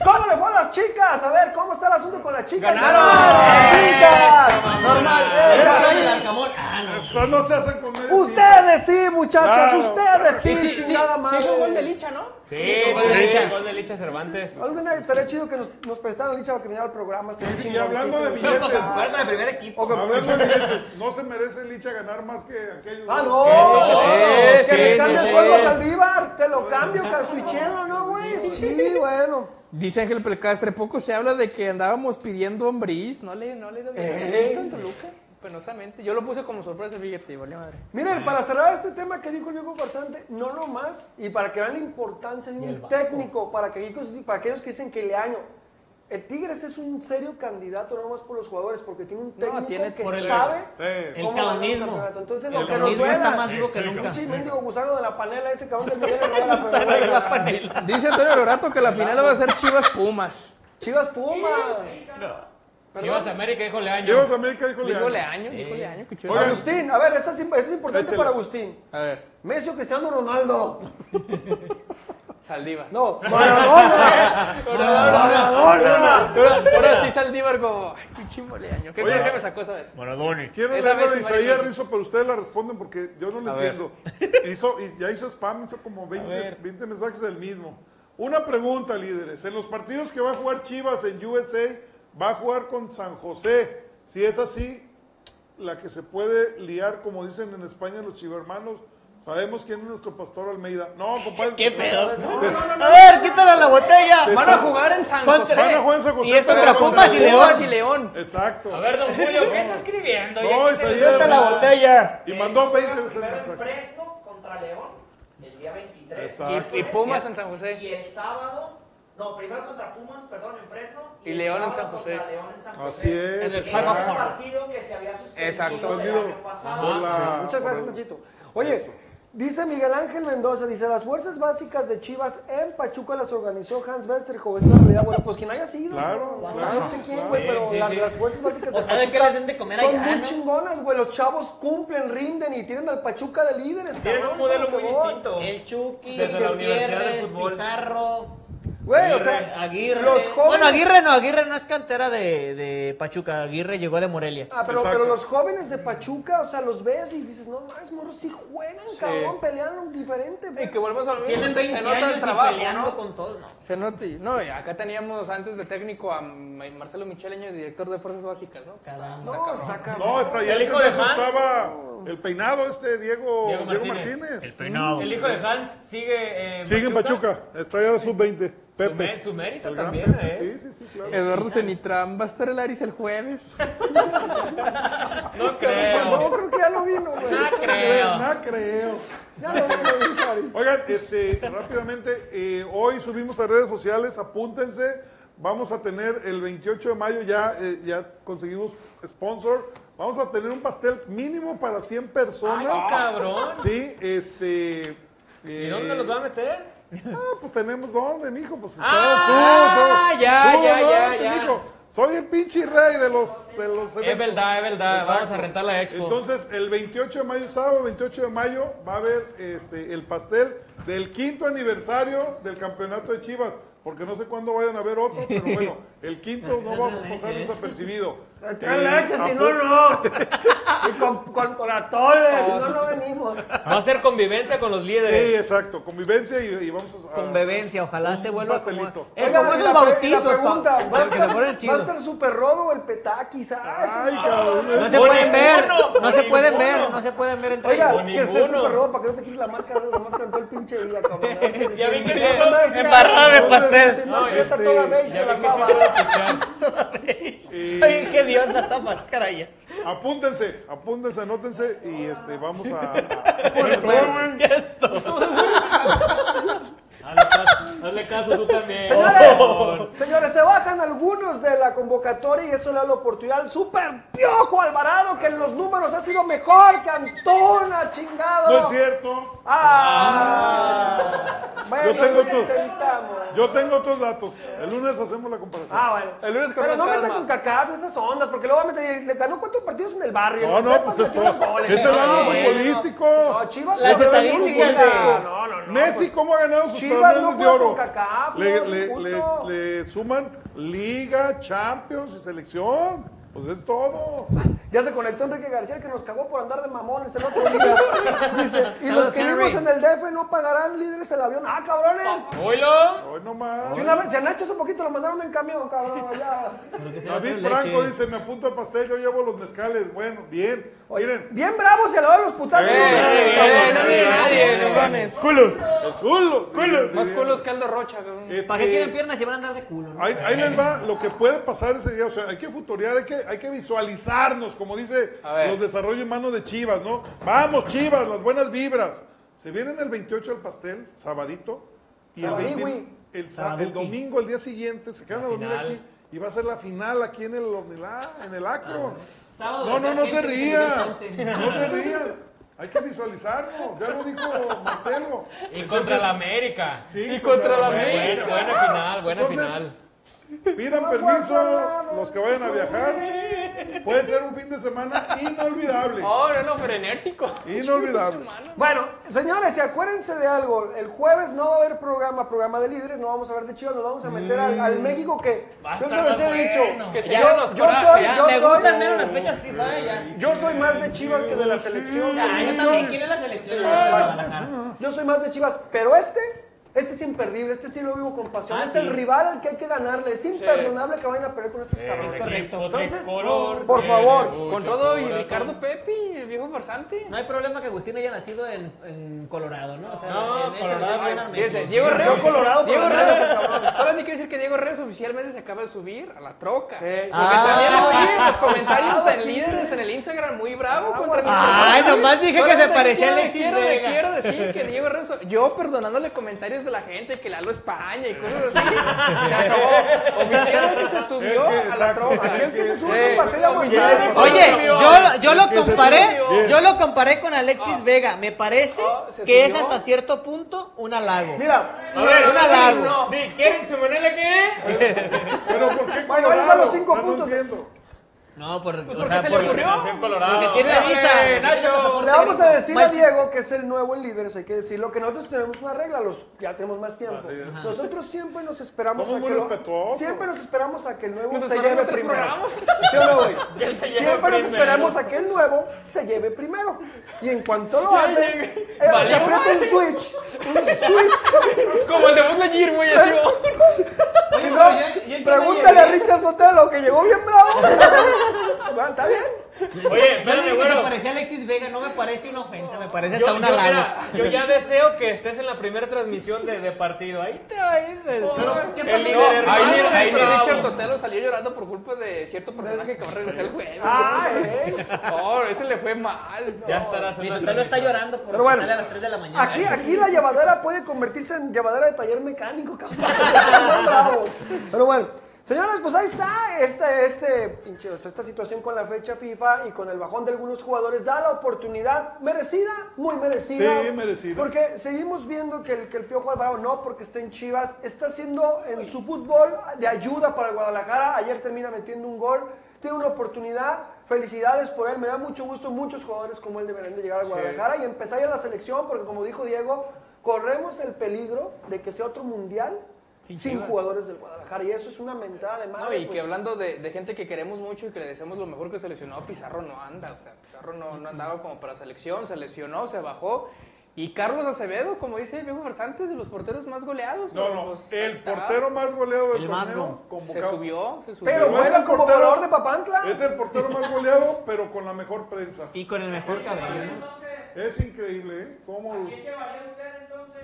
[SPEAKER 1] ¿cómo le fue a las chicas? A ver, ¿cómo está el asunto con las chicas?
[SPEAKER 11] ¡Ganaron!
[SPEAKER 1] ¡Las chicas!
[SPEAKER 9] Normal.
[SPEAKER 1] Eh,
[SPEAKER 9] Eh,
[SPEAKER 1] caray.
[SPEAKER 9] soy el Arcamón. Ah, no.
[SPEAKER 8] Eso no se hacen con medio.
[SPEAKER 1] Ustedes sí, muchachas,
[SPEAKER 8] Claro.
[SPEAKER 1] ustedes sí,
[SPEAKER 11] Sí, sí,
[SPEAKER 1] chingada madre.
[SPEAKER 11] Sí, fue gol de Licha, ¿no?
[SPEAKER 10] Sí, sí,
[SPEAKER 9] gol de
[SPEAKER 10] sí,
[SPEAKER 9] Licha.
[SPEAKER 10] gol de Licha Cervantes.
[SPEAKER 1] Algún día estaría chido que nos, nos prestaran licha para que viniera al programa. estaría
[SPEAKER 8] Y hablando de
[SPEAKER 1] chingoncísimo.
[SPEAKER 8] billetes.
[SPEAKER 9] Jugar con el primer equipo.
[SPEAKER 1] O que-
[SPEAKER 8] Hablando de billetes, no se merece Licha ganar más que aquellos.
[SPEAKER 1] Ah, no.
[SPEAKER 8] dos.
[SPEAKER 10] Eh,
[SPEAKER 1] que
[SPEAKER 10] sí,
[SPEAKER 1] le
[SPEAKER 10] sí,
[SPEAKER 1] cambie el
[SPEAKER 10] sí.
[SPEAKER 1] sueldo a Saldívar. Te lo cambio, calzuichelo, ¿no, güey? Sí, bueno.
[SPEAKER 11] Dice Ángel Pelcastre, poco se habla de que andábamos pidiendo hombris. No le, no le doy
[SPEAKER 1] Eh.
[SPEAKER 11] en Toluca, penosamente. Yo lo puse como sorpresa, fíjate, vale madre.
[SPEAKER 1] Miren, para cerrar este tema que dijo el viejo farsante, no nomás, y para que vean la importancia de un técnico, para, que, para aquellos que dicen que le año. El Tigres es un serio candidato, no más por los jugadores, porque tiene un técnico
[SPEAKER 11] tiene
[SPEAKER 1] que
[SPEAKER 11] por el-
[SPEAKER 1] sabe
[SPEAKER 8] Sí.
[SPEAKER 9] El
[SPEAKER 1] cómo ganar
[SPEAKER 9] caonismo.
[SPEAKER 1] campeonato. Entonces,
[SPEAKER 9] El
[SPEAKER 1] aunque nos
[SPEAKER 9] caonismo
[SPEAKER 1] duela,
[SPEAKER 9] está más vivo que
[SPEAKER 1] un
[SPEAKER 9] nunca.
[SPEAKER 1] pinche mendigo gusano de la panela, ese cabrón de Miguel Herrera, pero
[SPEAKER 9] Sale
[SPEAKER 1] bueno.
[SPEAKER 9] de la panela.
[SPEAKER 11] Dice Antonio Lorato que la final va a ser Chivas Pumas.
[SPEAKER 1] Chivas Puma.
[SPEAKER 10] ¿Perdón? Chivas América, dijo Leaño.
[SPEAKER 8] Chivas América, dijo Leaño.
[SPEAKER 11] Dijo Leaño, dijo Leaño.
[SPEAKER 1] Eh. Oye, Agustín, a ver, esta es, esta es importante
[SPEAKER 11] Échale.
[SPEAKER 1] para Agustín.
[SPEAKER 11] A ver.
[SPEAKER 1] Messi o Cristiano Ronaldo.
[SPEAKER 11] Saldívar.
[SPEAKER 1] No, Maradona. ¿eh?
[SPEAKER 11] Maradona. Ahora- Ahora sí Saldívar como, ay, pinche moleaño. ¿Qué
[SPEAKER 8] Oye,
[SPEAKER 11] cosa que me sacó esa vez?
[SPEAKER 10] Maradoni.
[SPEAKER 8] Quiero
[SPEAKER 11] Esa
[SPEAKER 8] leer
[SPEAKER 11] vez
[SPEAKER 8] la de
[SPEAKER 11] sí, varias
[SPEAKER 8] Isaías
[SPEAKER 11] veces.
[SPEAKER 8] Rizzo, pero ustedes la responden porque yo no lo
[SPEAKER 10] A ver.
[SPEAKER 8] entiendo. Hizo, y ya hizo spam, hizo como 20,
[SPEAKER 10] ver.
[SPEAKER 8] 20 mensajes del mismo. Una pregunta, líderes. En los partidos que va a jugar Chivas en USA, va a jugar con San José. Si es así, la que se puede liar, como dicen en España los chivermanos, sabemos quién es nuestro pastor Almeida. No, compadre.
[SPEAKER 9] ¿Qué pedo?
[SPEAKER 8] No,
[SPEAKER 9] A ver, quítale la botella.
[SPEAKER 8] Van a jugar
[SPEAKER 11] en San
[SPEAKER 9] Contra-
[SPEAKER 11] José.
[SPEAKER 8] Van a jugar en San José.
[SPEAKER 9] Y es contra
[SPEAKER 8] pero
[SPEAKER 9] Pumas y León.
[SPEAKER 11] y León.
[SPEAKER 8] Exacto.
[SPEAKER 10] A ver, don Julio, ¿qué está escribiendo?
[SPEAKER 8] No,
[SPEAKER 10] Ya que
[SPEAKER 8] Isaías.
[SPEAKER 10] te-
[SPEAKER 9] Suelta la botella.
[SPEAKER 8] Y mandó 20
[SPEAKER 5] Juega
[SPEAKER 9] eh,
[SPEAKER 8] veces el
[SPEAKER 5] primero en
[SPEAKER 8] mensaje.
[SPEAKER 5] Fresno contra León el día 23.
[SPEAKER 8] Exacto.
[SPEAKER 11] Y- y Pumas en San José.
[SPEAKER 5] Y el sábado, no, primero contra Pumas, perdón, en Fresno.
[SPEAKER 11] Y
[SPEAKER 5] el
[SPEAKER 11] León en
[SPEAKER 5] sábado
[SPEAKER 11] San José.
[SPEAKER 5] contra León en San José.
[SPEAKER 8] Así es.
[SPEAKER 11] En el
[SPEAKER 5] Es
[SPEAKER 11] Fresno.
[SPEAKER 5] un partido que se había suspendido
[SPEAKER 11] Exacto.
[SPEAKER 5] del año pasado.
[SPEAKER 8] Por la-
[SPEAKER 1] Ah, Muchas gracias,
[SPEAKER 8] por el-
[SPEAKER 1] Nachito. Oye, dice Miguel Ángel Mendoza, dice, las fuerzas básicas de Chivas en Pachuca las organizó Hans Westerhoff. Es la realidad, bueno, pues quien haya sido.
[SPEAKER 8] Claro,
[SPEAKER 1] ¿no?
[SPEAKER 8] claro,
[SPEAKER 1] No sé quién,
[SPEAKER 8] claro.
[SPEAKER 1] güey, pero
[SPEAKER 10] Sí, sí,
[SPEAKER 1] la-
[SPEAKER 10] sí.
[SPEAKER 1] las fuerzas básicas
[SPEAKER 9] O
[SPEAKER 1] de
[SPEAKER 9] saben que
[SPEAKER 1] Pachuca
[SPEAKER 9] les den de comer
[SPEAKER 1] son
[SPEAKER 9] allá,
[SPEAKER 1] muy
[SPEAKER 9] ¿no?
[SPEAKER 1] chingonas, güey. Los chavos cumplen, rinden y tienen al Pachuca de líderes,
[SPEAKER 10] Tienen
[SPEAKER 1] cabrón,
[SPEAKER 10] un modelo
[SPEAKER 1] eso es
[SPEAKER 10] muy
[SPEAKER 1] lo que voy.
[SPEAKER 10] distinto.
[SPEAKER 9] El Chucky,
[SPEAKER 10] Desde la Universidad del
[SPEAKER 9] Gutiérrez,
[SPEAKER 10] Fútbol.
[SPEAKER 9] Pizarro,
[SPEAKER 1] Güey, o sea,
[SPEAKER 9] Aguirre.
[SPEAKER 1] los jóvenes...
[SPEAKER 9] Bueno, Aguirre no, Aguirre no es cantera de, de Pachuca. Aguirre llegó de Morelia.
[SPEAKER 1] Ah, pero,
[SPEAKER 8] Exacto.
[SPEAKER 1] pero los jóvenes de Pachuca, o sea, los ves y dices, no más, morros, sí juegan, cabrón, pelearon diferente.
[SPEAKER 11] Y
[SPEAKER 1] pues.
[SPEAKER 11] que volvemos a lo mismo.
[SPEAKER 9] Tienen
[SPEAKER 11] se-
[SPEAKER 9] 20
[SPEAKER 11] se nota
[SPEAKER 9] años
[SPEAKER 11] el
[SPEAKER 9] y
[SPEAKER 11] trabajo,
[SPEAKER 9] peleando
[SPEAKER 11] ¿no?
[SPEAKER 9] con todos, ¿no?
[SPEAKER 11] Se nota. y- No, y acá teníamos antes de técnico a Ma- Marcelo Micheleño, director de Fuerzas Básicas, ¿no?
[SPEAKER 1] No, está cabrón.
[SPEAKER 8] No, está ya
[SPEAKER 10] El hijo
[SPEAKER 8] antes
[SPEAKER 10] de
[SPEAKER 8] eso
[SPEAKER 10] Hans.
[SPEAKER 8] estaba el peinado este Diego, Diego,
[SPEAKER 10] Diego
[SPEAKER 8] Martínez.
[SPEAKER 10] Martínez.
[SPEAKER 8] El
[SPEAKER 10] El hijo de Hans sigue en
[SPEAKER 8] Sigue en Pachuca, está ya sub-20.
[SPEAKER 10] Su, mé-
[SPEAKER 8] Pepe.
[SPEAKER 10] su mérito
[SPEAKER 8] El gran
[SPEAKER 10] también,
[SPEAKER 8] Pepe,
[SPEAKER 10] ¿eh?
[SPEAKER 8] Sí, sí, sí, claro.
[SPEAKER 11] Eduardo Cenitram, va a estar el Aris el jueves.
[SPEAKER 10] eh. No
[SPEAKER 1] No,
[SPEAKER 10] creo.
[SPEAKER 1] creo que ya lo vino, güey.
[SPEAKER 10] No
[SPEAKER 8] creo.
[SPEAKER 10] creo.
[SPEAKER 8] No creo.
[SPEAKER 1] Ya lo vino, Charis.
[SPEAKER 8] Oigan, este, rápidamente, eh, hoy subimos a redes sociales, apúntense. Vamos a tener el 28 de mayo, ya, eh, ya conseguimos sponsor. Vamos a tener un pastel mínimo para 100 personas.
[SPEAKER 10] Ay, cabrón.
[SPEAKER 8] Sí, este.
[SPEAKER 10] ¿Y dónde los va a meter?
[SPEAKER 8] Ah, pues tenemos dónde, mijo. Pues está
[SPEAKER 10] Ah,
[SPEAKER 8] subo,
[SPEAKER 10] ya,
[SPEAKER 8] subo,
[SPEAKER 10] ya, ya,
[SPEAKER 8] dónde,
[SPEAKER 10] ya.
[SPEAKER 8] mijo. Soy el pinche rey de los. De los
[SPEAKER 10] Es
[SPEAKER 8] eventos.
[SPEAKER 10] verdad, es verdad. Vamos
[SPEAKER 8] Exacto.
[SPEAKER 10] a rentar la expo.
[SPEAKER 8] Entonces, el 28 de mayo, sábado 28 de mayo, va a haber este, el pastel del quinto aniversario del campeonato de Chivas. Porque no sé cuándo vayan a ver otro, pero bueno, el quinto no va a pasar desapercibido.
[SPEAKER 1] Tres leches,
[SPEAKER 8] Eh,
[SPEAKER 1] si no, no. Y con, con, con atole, si no, no venimos.
[SPEAKER 10] Va a ser convivencia con los
[SPEAKER 8] Sí,
[SPEAKER 10] líderes.
[SPEAKER 8] exacto, convivencia y, y vamos a...
[SPEAKER 9] Con bebencia, ojalá se vuelva
[SPEAKER 8] pastelito.
[SPEAKER 9] como... Es
[SPEAKER 1] Oigan,
[SPEAKER 9] como
[SPEAKER 1] y
[SPEAKER 9] esos
[SPEAKER 1] la pre- y
[SPEAKER 9] bautizos,
[SPEAKER 1] La pregunta,
[SPEAKER 9] pa-
[SPEAKER 1] ¿va a
[SPEAKER 9] que se ponen
[SPEAKER 1] estar, ¿va a
[SPEAKER 9] chidos.
[SPEAKER 1] estar super rodo o el petaquis? Ah,
[SPEAKER 8] Ay,
[SPEAKER 1] ese-
[SPEAKER 8] cabrón.
[SPEAKER 9] No se
[SPEAKER 10] Por
[SPEAKER 9] pueden ver,
[SPEAKER 10] ninguno,
[SPEAKER 9] no se
[SPEAKER 10] por
[SPEAKER 9] pueden
[SPEAKER 10] ninguno.
[SPEAKER 9] ver, no se pueden ver entre ellos.
[SPEAKER 1] Oiga,
[SPEAKER 10] Por
[SPEAKER 1] que esté
[SPEAKER 10] ninguno.
[SPEAKER 1] super rodo para que no te quites la marca, la máscara en todo el pinche día, cabrón. Este,
[SPEAKER 10] Ya vi que
[SPEAKER 1] Sí,
[SPEAKER 10] se
[SPEAKER 1] sí,
[SPEAKER 10] hizo
[SPEAKER 1] sí, sí,
[SPEAKER 9] embarrada de
[SPEAKER 1] sí, sí,
[SPEAKER 9] pastel.
[SPEAKER 1] sí, sí,
[SPEAKER 10] No,
[SPEAKER 1] máscara está
[SPEAKER 8] este,
[SPEAKER 1] toda beige,
[SPEAKER 10] Ya
[SPEAKER 1] las
[SPEAKER 10] ves que sí
[SPEAKER 1] babas.
[SPEAKER 10] te va a escuchar.
[SPEAKER 8] Eh,
[SPEAKER 9] Ay, qué dios esa máscara ya.
[SPEAKER 8] Apúntense, apúntense, anótense y este, vamos a...
[SPEAKER 9] Ya esto.
[SPEAKER 10] Hazle caso, hazle caso tú también.
[SPEAKER 1] Señores, señores, se bajan algunos de la convocatoria y eso le da la oportunidad al super piojo Alvarado, que en los números ha sido mejor que Antuna, chingado.
[SPEAKER 8] no es cierto.
[SPEAKER 1] Ah, bueno,
[SPEAKER 8] Yo tengo
[SPEAKER 1] lo
[SPEAKER 8] tu-
[SPEAKER 1] intentamos.
[SPEAKER 8] Yo tengo otros datos. El lunes hacemos la comparación.
[SPEAKER 1] Ah, bueno.
[SPEAKER 11] El lunes con
[SPEAKER 1] Pero no
[SPEAKER 11] más
[SPEAKER 1] meta
[SPEAKER 11] calma.
[SPEAKER 1] con cacaf esas ondas, porque luego va a meter. Le ganó cuatro partidos en el barrio.
[SPEAKER 8] No,
[SPEAKER 1] en
[SPEAKER 8] no,
[SPEAKER 1] los
[SPEAKER 8] pues
[SPEAKER 1] Tecos
[SPEAKER 8] es
[SPEAKER 1] metió
[SPEAKER 8] todo.
[SPEAKER 1] los goles.
[SPEAKER 8] Es el año
[SPEAKER 1] No, bueno.
[SPEAKER 8] futbolístico.
[SPEAKER 1] No, Chivas
[SPEAKER 9] Las
[SPEAKER 1] no se ve
[SPEAKER 9] estadísticas
[SPEAKER 1] ninguna.
[SPEAKER 9] de-
[SPEAKER 1] No, no, no.
[SPEAKER 8] Messi,
[SPEAKER 1] pues,
[SPEAKER 8] ¿cómo ha ganado sus
[SPEAKER 1] Chivas
[SPEAKER 8] torneos
[SPEAKER 1] no
[SPEAKER 8] de
[SPEAKER 1] juega
[SPEAKER 8] oro?
[SPEAKER 1] con CONCACAF, no,
[SPEAKER 8] le,
[SPEAKER 1] es
[SPEAKER 8] le-
[SPEAKER 1] injusto.
[SPEAKER 8] le- le suman Liga, Champions y Selección. Pues es todo.
[SPEAKER 1] Ya se conectó Enrique García, el que nos cagó por andar de mamones el otro día. Dice, y los que
[SPEAKER 9] Henry.
[SPEAKER 1] vivimos en el DF no pagarán líderes el avión. ¡Ah, cabrones!
[SPEAKER 10] Oh, Oilo.
[SPEAKER 8] Hoy nomás.
[SPEAKER 1] Si una vez, si a Nacho hace poquito lo mandaron en camión, cabrón, allá.
[SPEAKER 8] David Franco dice, me apunto al pastel, yo llevo los mezcales. Bueno, bien. Miren,
[SPEAKER 1] Bien bravos y a la hora de los putazos.
[SPEAKER 8] Eh,
[SPEAKER 1] no
[SPEAKER 8] eh,
[SPEAKER 1] cabrón.
[SPEAKER 8] eh,
[SPEAKER 11] nadie, nadie, no mames.
[SPEAKER 10] Culo.
[SPEAKER 8] el zulo.
[SPEAKER 11] Más culos que Aldo Rocha, cabrón.
[SPEAKER 8] Este,
[SPEAKER 9] ¿Para qué quieren piernas si van a andar de culo? no?
[SPEAKER 8] Ahí, ahí les va lo que puede pasar ese día. O sea, hay que futurear, hay que, hay que visualizarnos, como dice
[SPEAKER 11] A ver.
[SPEAKER 8] los desarrollos humanos de Chivas, ¿no? Vamos, Chivas, las buenas vibras. Se vienen el 28 al pastel, sabadito. Y el,
[SPEAKER 1] Sabadí,
[SPEAKER 8] 20
[SPEAKER 1] güey.
[SPEAKER 8] el sa-
[SPEAKER 9] Sabaduki.
[SPEAKER 8] el domingo, el día siguiente, se quedan a
[SPEAKER 10] La
[SPEAKER 8] dormir
[SPEAKER 10] final.
[SPEAKER 8] aquí. Y va a ser la final aquí en el, Omnilá- en el Acro.
[SPEAKER 9] Sábado,
[SPEAKER 8] no, no,
[SPEAKER 9] ¿verdad,
[SPEAKER 8] no se
[SPEAKER 9] gente? Se
[SPEAKER 8] ría.
[SPEAKER 9] murió el once.
[SPEAKER 8] No se ría. Hay que visualizarnos. Ya lo dijo Marcelo.
[SPEAKER 10] Y contra la América.
[SPEAKER 8] Sí,
[SPEAKER 11] Y contra la
[SPEAKER 8] América.
[SPEAKER 10] Buena, buena final, buena
[SPEAKER 8] Entonces,
[SPEAKER 10] final.
[SPEAKER 8] Pidan permiso los que vayan a viajar. Puede ser un fin de semana inolvidable.
[SPEAKER 3] Oh, no, no, frenético.
[SPEAKER 8] Inolvidable.
[SPEAKER 1] Bueno, señores, y acuérdense de algo. El jueves no va a haber programa, programa de líderes. No vamos a hablar de Chivas. Nos vamos a meter al, al México que
[SPEAKER 3] Va a
[SPEAKER 1] yo se
[SPEAKER 3] estar
[SPEAKER 1] los he
[SPEAKER 3] más bueno.
[SPEAKER 1] dicho.
[SPEAKER 3] Que
[SPEAKER 1] yo,
[SPEAKER 3] se hagan los
[SPEAKER 1] yo
[SPEAKER 3] corajes.
[SPEAKER 1] soy,
[SPEAKER 3] Ya,
[SPEAKER 1] yo
[SPEAKER 3] me
[SPEAKER 1] soy-
[SPEAKER 3] gustan menos
[SPEAKER 9] las fechas FIFA, ya.
[SPEAKER 1] Yo soy más de Chivas que de la selección.
[SPEAKER 9] Ah, yo también quiero la selección de Guadalajara.
[SPEAKER 1] Yo soy más de Chivas, pero este, este es imperdible, este sí lo vivo con pasión.
[SPEAKER 9] Ah,
[SPEAKER 1] es
[SPEAKER 9] sí.
[SPEAKER 1] el rival al que hay que ganarle. Es imperdonable que vayan a perder con estos cabrones.
[SPEAKER 9] correcto.
[SPEAKER 1] Entonces,
[SPEAKER 9] tricolor
[SPEAKER 1] por
[SPEAKER 9] tiene
[SPEAKER 1] favor.
[SPEAKER 3] Con todo y Ricardo Pepi, el viejo farsante.
[SPEAKER 9] No hay problema que Agustín haya nacido en, en Colorado, ¿no? O sea,
[SPEAKER 3] No,
[SPEAKER 9] en ese
[SPEAKER 3] Colorado.
[SPEAKER 9] lugar enorme.
[SPEAKER 3] Fíjense, Diego
[SPEAKER 9] Nació
[SPEAKER 3] Reyes.
[SPEAKER 9] Colorado,
[SPEAKER 3] Diego
[SPEAKER 9] Colorado,
[SPEAKER 3] Reyes.
[SPEAKER 9] ese cabrón.
[SPEAKER 3] Solo hay que decir que Diego Reyes oficialmente se acaba de subir a la troca.
[SPEAKER 1] Eh,
[SPEAKER 3] Porque
[SPEAKER 9] Ah.
[SPEAKER 3] también lo vi en los
[SPEAKER 9] Ah, pues,
[SPEAKER 3] comentarios
[SPEAKER 9] sí.
[SPEAKER 3] tan líderes en el Instagram, muy bravo. contra su
[SPEAKER 9] Ay,
[SPEAKER 3] persona.
[SPEAKER 9] nomás dije que
[SPEAKER 3] Solamente
[SPEAKER 9] se parecía a
[SPEAKER 3] quiero-
[SPEAKER 9] Alexis
[SPEAKER 3] quiero,
[SPEAKER 9] Vega.
[SPEAKER 3] quiero decir que Diego Reyes, yo perdonándole comentarios de la gente, que Lalo España y cosas así, se acabó. Oficialmente se subió a la troca.
[SPEAKER 9] ah,
[SPEAKER 1] Aquel que se sube
[SPEAKER 9] eh,
[SPEAKER 1] es un paseo a Guadalajara.
[SPEAKER 9] Oye, yo, yo lo
[SPEAKER 1] Que se
[SPEAKER 9] comparé,
[SPEAKER 1] subió.
[SPEAKER 9] yo lo comparé con Alexis Vega. Me parece
[SPEAKER 1] se
[SPEAKER 9] que es
[SPEAKER 1] subió.
[SPEAKER 9] hasta cierto punto un halago.
[SPEAKER 1] Mira,
[SPEAKER 9] A ver, un halago.
[SPEAKER 10] Di, ¿Quieren su moneda qué?
[SPEAKER 8] Pero ¿por qué
[SPEAKER 1] Bueno, ahí van
[SPEAKER 8] Colorado?
[SPEAKER 1] los cinco
[SPEAKER 8] Ah, no
[SPEAKER 1] puntos.
[SPEAKER 8] entiendo.
[SPEAKER 9] No, por, o
[SPEAKER 3] porque
[SPEAKER 9] sea,
[SPEAKER 3] se le
[SPEAKER 9] por-
[SPEAKER 3] ocurrió.
[SPEAKER 9] Porque tiene
[SPEAKER 3] Dale,
[SPEAKER 9] visa. porque tiene
[SPEAKER 3] Nacho.
[SPEAKER 9] pasaporte
[SPEAKER 1] Le vamos a
[SPEAKER 9] gringo.
[SPEAKER 1] decir a
[SPEAKER 9] Mike,
[SPEAKER 1] Diego, que es el nuevo en líderes, hay que decirlo, que nosotros tenemos una regla, los ya tenemos más tiempo.
[SPEAKER 8] Ajá.
[SPEAKER 1] Nosotros siempre nos esperamos
[SPEAKER 8] Somos
[SPEAKER 1] a
[SPEAKER 8] muy
[SPEAKER 1] que lo-
[SPEAKER 8] respetuosos.
[SPEAKER 1] siempre nos esperamos a que el nuevo
[SPEAKER 3] Nos
[SPEAKER 1] se lleve
[SPEAKER 3] esperamos tres
[SPEAKER 1] primero.
[SPEAKER 3] programas.
[SPEAKER 1] ¿Sí o no, güey?
[SPEAKER 3] Que él se lleve
[SPEAKER 1] Siempre nos
[SPEAKER 3] primero.
[SPEAKER 1] esperamos a que el nuevo se lleve primero. Y en cuanto lo
[SPEAKER 3] Ya
[SPEAKER 1] hace,
[SPEAKER 3] llegué.
[SPEAKER 1] eh, se
[SPEAKER 3] Valió
[SPEAKER 1] aprieta un
[SPEAKER 3] madre.
[SPEAKER 1] switch. Un switch.
[SPEAKER 3] Como el de Buzz Lightyear, güey, así. oh.
[SPEAKER 1] Y no,
[SPEAKER 9] pero yo- yo entiendo,
[SPEAKER 1] pregúntale a
[SPEAKER 9] Jerry.
[SPEAKER 1] Richard Sotelo que llegó bien bravo. Bueno, ¿Está bien?
[SPEAKER 10] Oye,
[SPEAKER 9] Yo le
[SPEAKER 10] espérate,
[SPEAKER 9] dije que se
[SPEAKER 10] güero.
[SPEAKER 9] parecía a Alexis Vega, no me parece una ofensa, me parece
[SPEAKER 10] Yo,
[SPEAKER 9] hasta
[SPEAKER 10] yo,
[SPEAKER 9] un halago.
[SPEAKER 10] mira, yo ya deseo que estés en la primera transmisión de, de partido. Ahí te va a ir. el-
[SPEAKER 9] Pero, ¿qué
[SPEAKER 10] el
[SPEAKER 9] pasó?
[SPEAKER 10] líder
[SPEAKER 9] No,
[SPEAKER 3] Ahí,
[SPEAKER 10] hermano,
[SPEAKER 3] mira, ahí
[SPEAKER 10] bravo.
[SPEAKER 3] Richard Sotelo salió llorando por culpa de cierto personaje que va a regresar el jueves.
[SPEAKER 1] Ah, es.
[SPEAKER 3] Oh, ese le fue mal. no.
[SPEAKER 10] Ya estarás en
[SPEAKER 9] Mi
[SPEAKER 10] la
[SPEAKER 9] Sotelo está
[SPEAKER 10] transmisión.
[SPEAKER 9] llorando porque
[SPEAKER 1] Pero bueno,
[SPEAKER 9] sale a las 3 de la mañana. ¿eh?
[SPEAKER 1] Aquí, aquí la llevadera puede convertirse en llevadera de taller mecánico, cabrón. Más bravos. Pero bueno, señores, pues ahí está este, este, pinche, o sea, esta situación con la fecha FIFA y con el bajón de algunos jugadores. Da la oportunidad merecida, muy merecida.
[SPEAKER 8] Sí, merecida.
[SPEAKER 1] Porque seguimos viendo que el, que el Piojo Alvarado, no porque está en Chivas, está haciendo en su fútbol de ayuda para el Guadalajara. Ayer termina metiendo un gol. Tiene una oportunidad, felicidades por él. Me da mucho gusto, muchos jugadores como él deberán de llegar al Guadalajara y empezar ya la selección, porque como dijo Diego, corremos el peligro de que sea otro mundial sin, jugadores del Guadalajara. Y eso es una mentada de
[SPEAKER 3] No,
[SPEAKER 1] madre.
[SPEAKER 3] y
[SPEAKER 1] pues.
[SPEAKER 3] que hablando de, de gente que queremos mucho y que le deseamos lo mejor que se lesionó, Pizarro no anda, o sea, Pizarro no, no andaba como para selección, se lesionó, se bajó. Y Carlos Acevedo, como dice el viejo Versantes, de los porteros más goleados.
[SPEAKER 8] No,
[SPEAKER 3] pero,
[SPEAKER 8] no.
[SPEAKER 3] pues, ahí
[SPEAKER 8] El
[SPEAKER 3] está.
[SPEAKER 8] portero más goleado del
[SPEAKER 9] El más
[SPEAKER 8] torneo
[SPEAKER 9] go-
[SPEAKER 3] se
[SPEAKER 8] convocado.
[SPEAKER 3] subió, se
[SPEAKER 11] pues,
[SPEAKER 3] subió.
[SPEAKER 1] Pero
[SPEAKER 8] bueno,
[SPEAKER 1] juega
[SPEAKER 8] ese
[SPEAKER 1] como
[SPEAKER 8] portero-
[SPEAKER 1] valor de Papantla.
[SPEAKER 8] Es el portero más goleado, pero con la mejor prensa.
[SPEAKER 9] Y con el mejor cabello.
[SPEAKER 8] Es increíble, ¿eh? ¿Cómo?
[SPEAKER 5] llevaría usted entonces?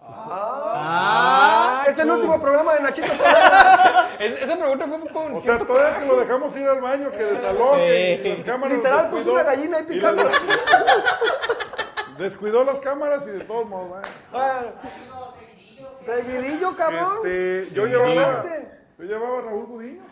[SPEAKER 9] Ah,
[SPEAKER 1] es el último programa de Nachito Solana.
[SPEAKER 3] Es- esa pregunta fue con.
[SPEAKER 8] O sea, todavía que lo dejamos ir al baño, que de salón, que y las cámaras.
[SPEAKER 1] Literal,
[SPEAKER 8] descuidó.
[SPEAKER 1] puso una gallina ahí
[SPEAKER 8] Y
[SPEAKER 1] picando.
[SPEAKER 8] las- Descuidó las cámaras y de todos modos, ¿eh?
[SPEAKER 1] Bueno. Ah. Seguidillo, cabrón.
[SPEAKER 8] Este, yo
[SPEAKER 1] ¿Qué
[SPEAKER 8] llevaba,
[SPEAKER 1] hablaste?
[SPEAKER 8] yo llevaba a Raúl Gudín.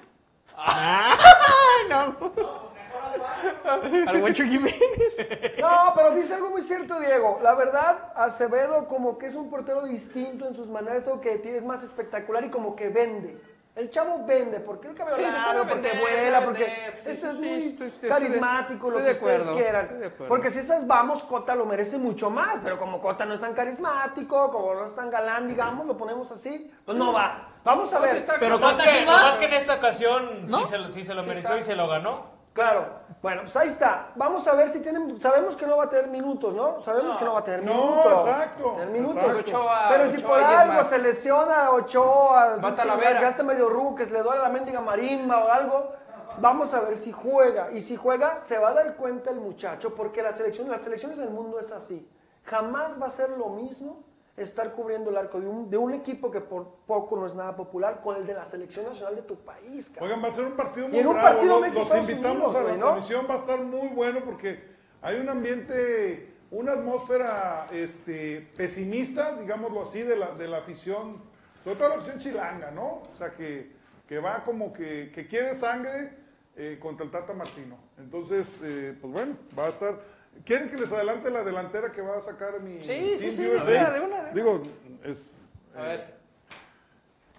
[SPEAKER 3] Al Huecho Jiménez.
[SPEAKER 1] No, pero dice algo muy cierto, Diego. La verdad, Acevedo como que es un portero distinto en sus maneras, todo que tiene es más espectacular y como que vende. El chavo vende, porque el cabello
[SPEAKER 3] Sí, se sabe
[SPEAKER 1] largo, porque
[SPEAKER 3] vender,
[SPEAKER 1] vuela,
[SPEAKER 3] sabe
[SPEAKER 1] porque
[SPEAKER 3] vender, sí,
[SPEAKER 1] este
[SPEAKER 3] sí,
[SPEAKER 1] es
[SPEAKER 3] sí,
[SPEAKER 1] muy
[SPEAKER 3] estoy- estoy-
[SPEAKER 1] carismático,
[SPEAKER 3] estoy
[SPEAKER 1] lo
[SPEAKER 3] de
[SPEAKER 1] que ustedes
[SPEAKER 3] acuerdo,
[SPEAKER 1] quieran.
[SPEAKER 3] estoy de acuerdo.
[SPEAKER 1] Porque si esas vamos, Cota lo merece mucho más, pero como Cota no es tan carismático, como no es tan galán, digamos, lo ponemos así, pues no va. Vamos a ver.
[SPEAKER 9] Pero
[SPEAKER 10] Más
[SPEAKER 9] ¿cuántas
[SPEAKER 10] que,
[SPEAKER 9] iba?
[SPEAKER 10] más que en esta ocasión sí, se lo, sí se lo
[SPEAKER 1] Sí
[SPEAKER 10] mereció
[SPEAKER 1] está.
[SPEAKER 10] y se lo ganó.
[SPEAKER 1] Claro. Bueno, pues ahí está. Vamos a ver si tienen. Sabemos que no va a tener minutos, ¿no? Sabemos que no va a tener
[SPEAKER 8] No,
[SPEAKER 1] minutos.
[SPEAKER 8] exacto,
[SPEAKER 1] Va a tener minutos.
[SPEAKER 8] exacto.
[SPEAKER 3] Pues Ochoa,
[SPEAKER 1] Pero si
[SPEAKER 3] Ochoa
[SPEAKER 1] por
[SPEAKER 3] y es
[SPEAKER 1] algo
[SPEAKER 3] más.
[SPEAKER 1] se lesiona Ochoa,
[SPEAKER 3] Va a
[SPEAKER 1] pinche,
[SPEAKER 3] Talavera.
[SPEAKER 1] ya está medio ruques, le duele la mendiga marimba o algo. Vamos a ver si juega. Y si juega, se va a dar cuenta el muchacho, porque la selección, las selecciones del mundo es así. Jamás va a ser lo mismo estar cubriendo el arco de un, de un equipo que por poco no es nada popular con el de la selección nacional de tu país. cabrón.
[SPEAKER 8] Oigan, va a ser un partido muy
[SPEAKER 1] Y en un
[SPEAKER 8] bravo.
[SPEAKER 1] partido
[SPEAKER 8] Los-
[SPEAKER 1] México,
[SPEAKER 8] Los,
[SPEAKER 1] Estados
[SPEAKER 8] invitamos
[SPEAKER 1] Unidos,
[SPEAKER 8] a la
[SPEAKER 1] güey, ¿no?
[SPEAKER 8] comisión, va a estar muy bueno porque hay un ambiente, una atmósfera este, pesimista, digámoslo así, de la, de la afición, sobre todo la afición chilanga, ¿no? O sea, que, que va como que, que quiere sangre eh, contra el Tata Martino. Entonces, eh, pues bueno, va a estar... ¿Quieren que les adelante la delantera que va a sacar mi
[SPEAKER 3] Sí, sí,
[SPEAKER 8] Team
[SPEAKER 3] sí,
[SPEAKER 8] USA?
[SPEAKER 3] de una, de una, de una.
[SPEAKER 8] Digo, es...
[SPEAKER 3] A ver.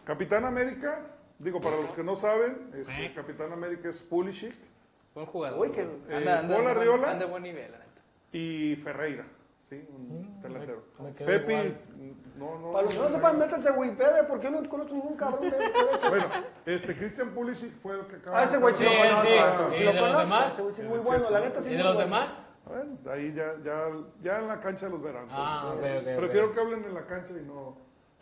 [SPEAKER 8] Capitán América, digo, para los que no saben, este, Capitán América es Pulisic.
[SPEAKER 11] Buen jugador.
[SPEAKER 8] Uy, que-
[SPEAKER 11] Anda-
[SPEAKER 8] Eh,
[SPEAKER 11] anda, de
[SPEAKER 8] Bola
[SPEAKER 11] buen-
[SPEAKER 8] Riola.
[SPEAKER 11] anda de buen nivel, la neta.
[SPEAKER 8] y Ferreira, ¿sí? Un delantero.
[SPEAKER 11] me- me quedé
[SPEAKER 8] Pepi,
[SPEAKER 11] igual.
[SPEAKER 8] no, no.
[SPEAKER 1] Para los que no sepan, métanse a Wikipedia porque yo no conozco ningún cabrón de este. de hecho.
[SPEAKER 8] Bueno, este, Christian Pulisic fue el que acaba
[SPEAKER 1] Ah, ese güey sí lo Sí, conozco, sí. ese güey sí ¿Y lo de los conozco, demás? ese
[SPEAKER 8] Ese
[SPEAKER 1] güey sí es muy bueno, la neta sí es ¿Y de muy los bueno. demás?
[SPEAKER 8] Bueno, ahí ya, ya, ya en la cancha los verán.
[SPEAKER 10] Ah,
[SPEAKER 8] Pero-
[SPEAKER 10] ok, ok,
[SPEAKER 8] Prefiero
[SPEAKER 10] ok.
[SPEAKER 8] que hablen en la cancha y no,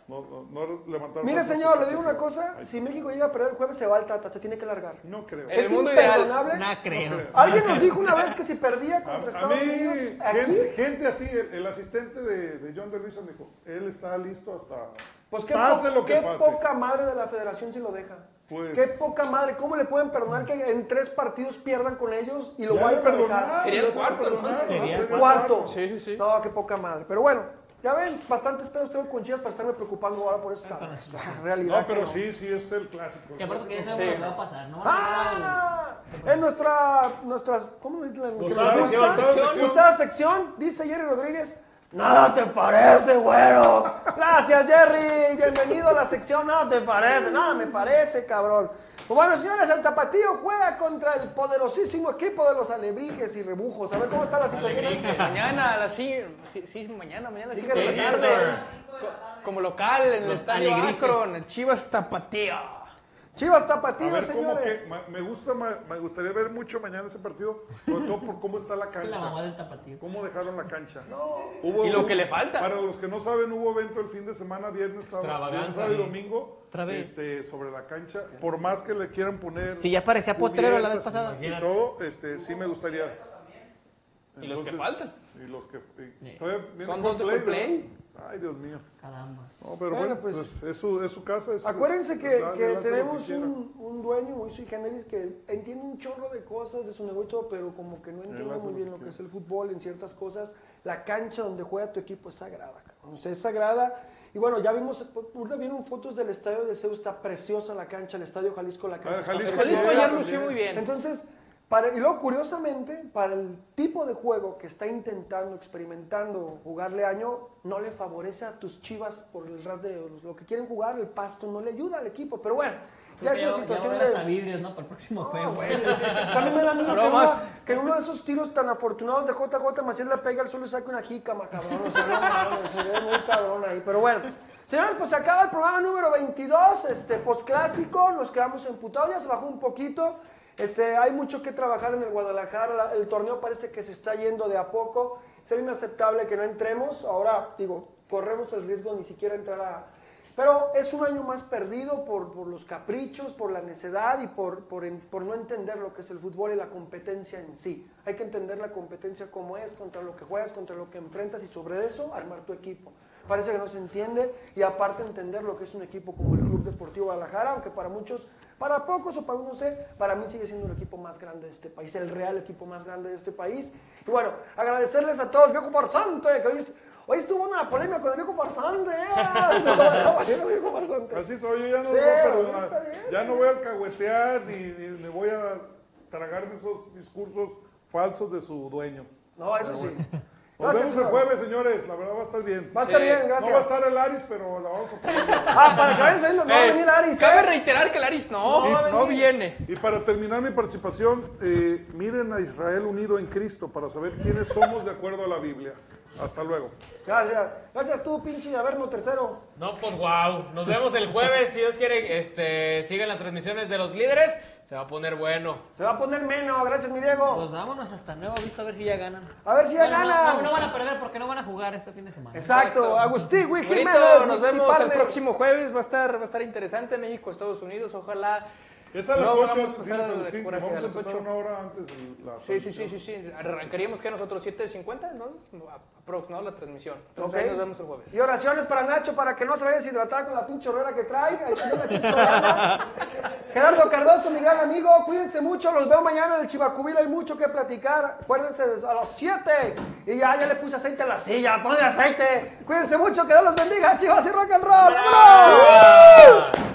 [SPEAKER 8] no, no, no levantar.
[SPEAKER 1] Mire,
[SPEAKER 8] tantos
[SPEAKER 1] señor, le digo
[SPEAKER 8] platillos.
[SPEAKER 1] una cosa. Si México llega a perder el jueves, se va al Tata, se tiene que largar.
[SPEAKER 8] No creo.
[SPEAKER 1] Es
[SPEAKER 8] El mundo
[SPEAKER 1] imperdonable.
[SPEAKER 8] ideal. No creo. No creo.
[SPEAKER 1] Alguien nos dijo una vez que si perdía
[SPEAKER 8] A,
[SPEAKER 1] contra
[SPEAKER 8] a
[SPEAKER 1] Estados
[SPEAKER 8] mí,
[SPEAKER 1] Unidos, aquí...
[SPEAKER 8] gente, gente así, el, el asistente de, de John DeRison dijo, él está listo hasta...
[SPEAKER 1] Pues qué,
[SPEAKER 8] pase
[SPEAKER 1] po-
[SPEAKER 8] lo que
[SPEAKER 1] qué
[SPEAKER 8] pase.
[SPEAKER 1] poca madre de la federación si lo deja.
[SPEAKER 8] Pues-
[SPEAKER 1] qué poca madre. ¿Cómo le pueden perdonar que en tres partidos pierdan con ellos y lo
[SPEAKER 8] Ya
[SPEAKER 1] vayan
[SPEAKER 8] lo
[SPEAKER 1] a dejar?
[SPEAKER 8] perdonaron, Sería el ya lo cuarto, perdonaron, entonces. ¿no? Sería el
[SPEAKER 1] cuarto.
[SPEAKER 8] cuarto.
[SPEAKER 1] Sí, sí, sí. No, qué poca madre. Pero bueno, ya ven, bastantes pedos tengo con Chivas para estarme preocupando ahora por esos
[SPEAKER 8] Ah,
[SPEAKER 1] cabrones. La realidad
[SPEAKER 8] No, pero
[SPEAKER 1] que no.
[SPEAKER 8] sí, sí es el clásico.
[SPEAKER 1] Y aparte que ya
[SPEAKER 8] sabemos
[SPEAKER 1] sabemos
[SPEAKER 8] lo
[SPEAKER 1] lo que va a
[SPEAKER 9] pasar, ¿no?
[SPEAKER 1] ¡Ah! En nuestra, nuestras, ¿cómo le dicen?
[SPEAKER 8] Gustada sección, gustada sección.
[SPEAKER 1] Gustada sección, dice Jerry Rodríguez, nada te parece, güero. Gracias, Jerry. Bienvenido a la sección, nada te parece, nada me parece, cabrón. Pues bueno, señores, el Tapatío juega contra el poderosísimo equipo de los alebrijes y rebujos. A ver cómo está la situación.
[SPEAKER 3] Eh,
[SPEAKER 11] Mañana a las cin- sí, sí, mañana, mañana a las
[SPEAKER 1] Sí,
[SPEAKER 11] 5 de la
[SPEAKER 1] sí,
[SPEAKER 11] tarde.
[SPEAKER 1] sí.
[SPEAKER 11] Co- Como local en el
[SPEAKER 1] Los
[SPEAKER 11] estadio
[SPEAKER 1] alegrises.
[SPEAKER 11] Akron, el Chivas Tapatío.
[SPEAKER 1] Chivas
[SPEAKER 8] A
[SPEAKER 1] Tapatío,
[SPEAKER 8] ver, ¿cómo
[SPEAKER 1] señores.
[SPEAKER 8] que? Ma- me, gusta, ma- me gustaría ver mucho mañana ese partido, sobre todo por cómo está la cancha.
[SPEAKER 9] La mamá del
[SPEAKER 8] ¿Cómo dejaron la cancha?
[SPEAKER 11] Y lo que le falta.
[SPEAKER 8] Para los que no saben, hubo evento el fin de semana, viernes, sábado, viernes,
[SPEAKER 9] Extravaganza,
[SPEAKER 8] sábado y
[SPEAKER 9] sí.
[SPEAKER 8] domingo,
[SPEAKER 9] Otra vez.
[SPEAKER 8] este, sobre la cancha. Por más que le quieran poner.
[SPEAKER 9] Sí, ya parecía potrero la vez pasada.
[SPEAKER 8] Y todo, este, sí me gustaría.
[SPEAKER 11] Y los que
[SPEAKER 8] Entonces,
[SPEAKER 11] faltan.
[SPEAKER 8] Y los que. y todavía viene
[SPEAKER 11] Son dos de
[SPEAKER 8] Coldplay,
[SPEAKER 11] Coldplay.
[SPEAKER 8] ¿no? Ay, Dios mío.
[SPEAKER 9] Caramba.
[SPEAKER 8] No, pero
[SPEAKER 1] Bueno,
[SPEAKER 8] bueno,
[SPEAKER 1] pues,
[SPEAKER 8] pues, es, su, es su casa. es-
[SPEAKER 1] Acuérdense
[SPEAKER 8] es-
[SPEAKER 1] que,
[SPEAKER 8] le hace
[SPEAKER 1] que
[SPEAKER 8] lo
[SPEAKER 1] tenemos
[SPEAKER 8] quiera.
[SPEAKER 1] un, un dueño muy sui generis que entiende un chorro de cosas de su negocio, pero como que no entiende
[SPEAKER 8] hace
[SPEAKER 1] muy
[SPEAKER 8] lo
[SPEAKER 1] bien
[SPEAKER 8] que
[SPEAKER 1] lo que
[SPEAKER 8] quiere.
[SPEAKER 1] es el fútbol en ciertas cosas. La cancha donde juega tu equipo es sagrada, cabrón. O sea, es sagrada. Y bueno, ya vimos, ahorita vieron fotos del estadio de Ceú, está preciosa la cancha, el estadio Jalisco, la cancha.
[SPEAKER 8] Ah,
[SPEAKER 1] está
[SPEAKER 8] Jalisco
[SPEAKER 1] preciosa.
[SPEAKER 8] ayer lució también. muy bien.
[SPEAKER 1] Entonces, para, y luego curiosamente, para el tipo de juego que está intentando, experimentando jugarle año, no le favorece a tus chivas por el ras de lo que quieren jugar, el pasto no le ayuda al equipo. Pero bueno, ya es una situación
[SPEAKER 9] ya va a haber hasta
[SPEAKER 1] de.
[SPEAKER 9] vidrios, ¿no? Para el próximo juego.
[SPEAKER 1] güey. O sea, a mí me da miedo que, en
[SPEAKER 9] Bromas.
[SPEAKER 1] una- que en uno de esos tiros tan afortunados de JJ Maciel le pega al suelo y saque una jícama, cabrón. O sea, no mames, se ve muy cabrón ahí. Pero bueno, señores, pues se acaba el programa número 22, este postclásico. Nos quedamos emputados, ya se bajó un poquito. Este, hay mucho que trabajar en el Guadalajara. la- El torneo parece que se está yendo de a poco. Sería inaceptable que no entremos. Ahora, digo, corremos el riesgo de ni siquiera entrar a, pero es un año más perdido por, por los caprichos, por la necedad y por, por, en- por no entender lo que es el fútbol y la competencia en sí. Hay que entender la competencia como es, contra lo que juegas, contra lo que enfrentas y sobre eso armar tu equipo. Parece que no se entiende y aparte entender lo que es un equipo como el Club Deportivo Guadalajara, aunque para muchos, para pocos o para unos sé, para mí sigue siendo el equipo más grande de este país, el real equipo más grande de este país. Y bueno, agradecerles a todos, viejo farsante, que hoy, est- hoy estuvo una polémica con el viejo farsante. ¿eh?
[SPEAKER 8] Así soy, yo ya no
[SPEAKER 1] Sí,
[SPEAKER 8] lo voy a
[SPEAKER 1] está
[SPEAKER 8] perdonar.
[SPEAKER 1] bien.
[SPEAKER 8] Ya no voy a alcahuetear ni, ni me voy a tragar de esos discursos falsos de su dueño.
[SPEAKER 1] No, eso
[SPEAKER 8] Pero
[SPEAKER 1] sí.
[SPEAKER 8] bueno. Nos
[SPEAKER 1] Gracias,
[SPEAKER 8] vemos el
[SPEAKER 1] señor.
[SPEAKER 8] jueves, señores. La verdad va a estar bien.
[SPEAKER 1] Va a estar Sí. bien, gracias.
[SPEAKER 8] No va a estar el Aris, pero la vamos a poner.
[SPEAKER 1] Ah, para que vayan saliendo, no va a venir Aris, ¿eh?
[SPEAKER 11] Cabe reiterar que el Aris no,
[SPEAKER 8] Y-
[SPEAKER 11] no, viene.
[SPEAKER 8] Y para terminar mi participación, eh, miren a Israel unido en Cristo para saber quiénes somos de acuerdo a la Biblia. Hasta luego.
[SPEAKER 1] Gracias. Gracias tú, pinche Averno tercero.
[SPEAKER 10] No, pues wow. Nos vemos el jueves. Si Dios quiere, este, sigan las transmisiones de los líderes. Se va a poner bueno.
[SPEAKER 1] Se va a poner menos. Gracias, mi Diego.
[SPEAKER 9] Pues vámonos hasta nuevo aviso a ver si ya ganan.
[SPEAKER 1] A ver si ya
[SPEAKER 9] Bueno, no-
[SPEAKER 1] ganan.
[SPEAKER 9] No, no van a perder porque no van a jugar este fin de semana.
[SPEAKER 1] Exacto. Agustín, güey,
[SPEAKER 11] Bonito,
[SPEAKER 1] Jiménez.
[SPEAKER 11] nos
[SPEAKER 1] mi
[SPEAKER 11] vemos el
[SPEAKER 1] partner.
[SPEAKER 11] próximo jueves. Va a estar, va a estar interesante México, Estados Unidos. Ojalá.
[SPEAKER 8] Es a las
[SPEAKER 11] no
[SPEAKER 8] 8,
[SPEAKER 11] hagamos pasar
[SPEAKER 8] tienes
[SPEAKER 11] la
[SPEAKER 8] a Agustín,
[SPEAKER 11] coraje,
[SPEAKER 8] vamos
[SPEAKER 11] a
[SPEAKER 8] a
[SPEAKER 11] las
[SPEAKER 8] empezar
[SPEAKER 11] 8.
[SPEAKER 8] una hora antes de la
[SPEAKER 11] Sí, sí, sí, sí,
[SPEAKER 8] transmisión.
[SPEAKER 11] sí. Arrancaríamos que nosotros 7.50, ¿no? Aprox, ¿no? La transmisión. Entonces
[SPEAKER 1] Ok.
[SPEAKER 11] ahí nos vemos el jueves.
[SPEAKER 1] Y oraciones para Nacho para que no se vaya a deshidratar con la pinche horrera que trae. Ahí está la pinche horrera. Gerardo Cardoso, mi gran amigo, cuídense mucho. Los veo mañana en el Chivacubila. Hay mucho que platicar. Acuérdense a las 7. Y ya, ya le puse aceite a la silla. Ponle aceite. Cuídense mucho. Que Dios los bendiga, chivas y rock and roll. ¡Vámonos!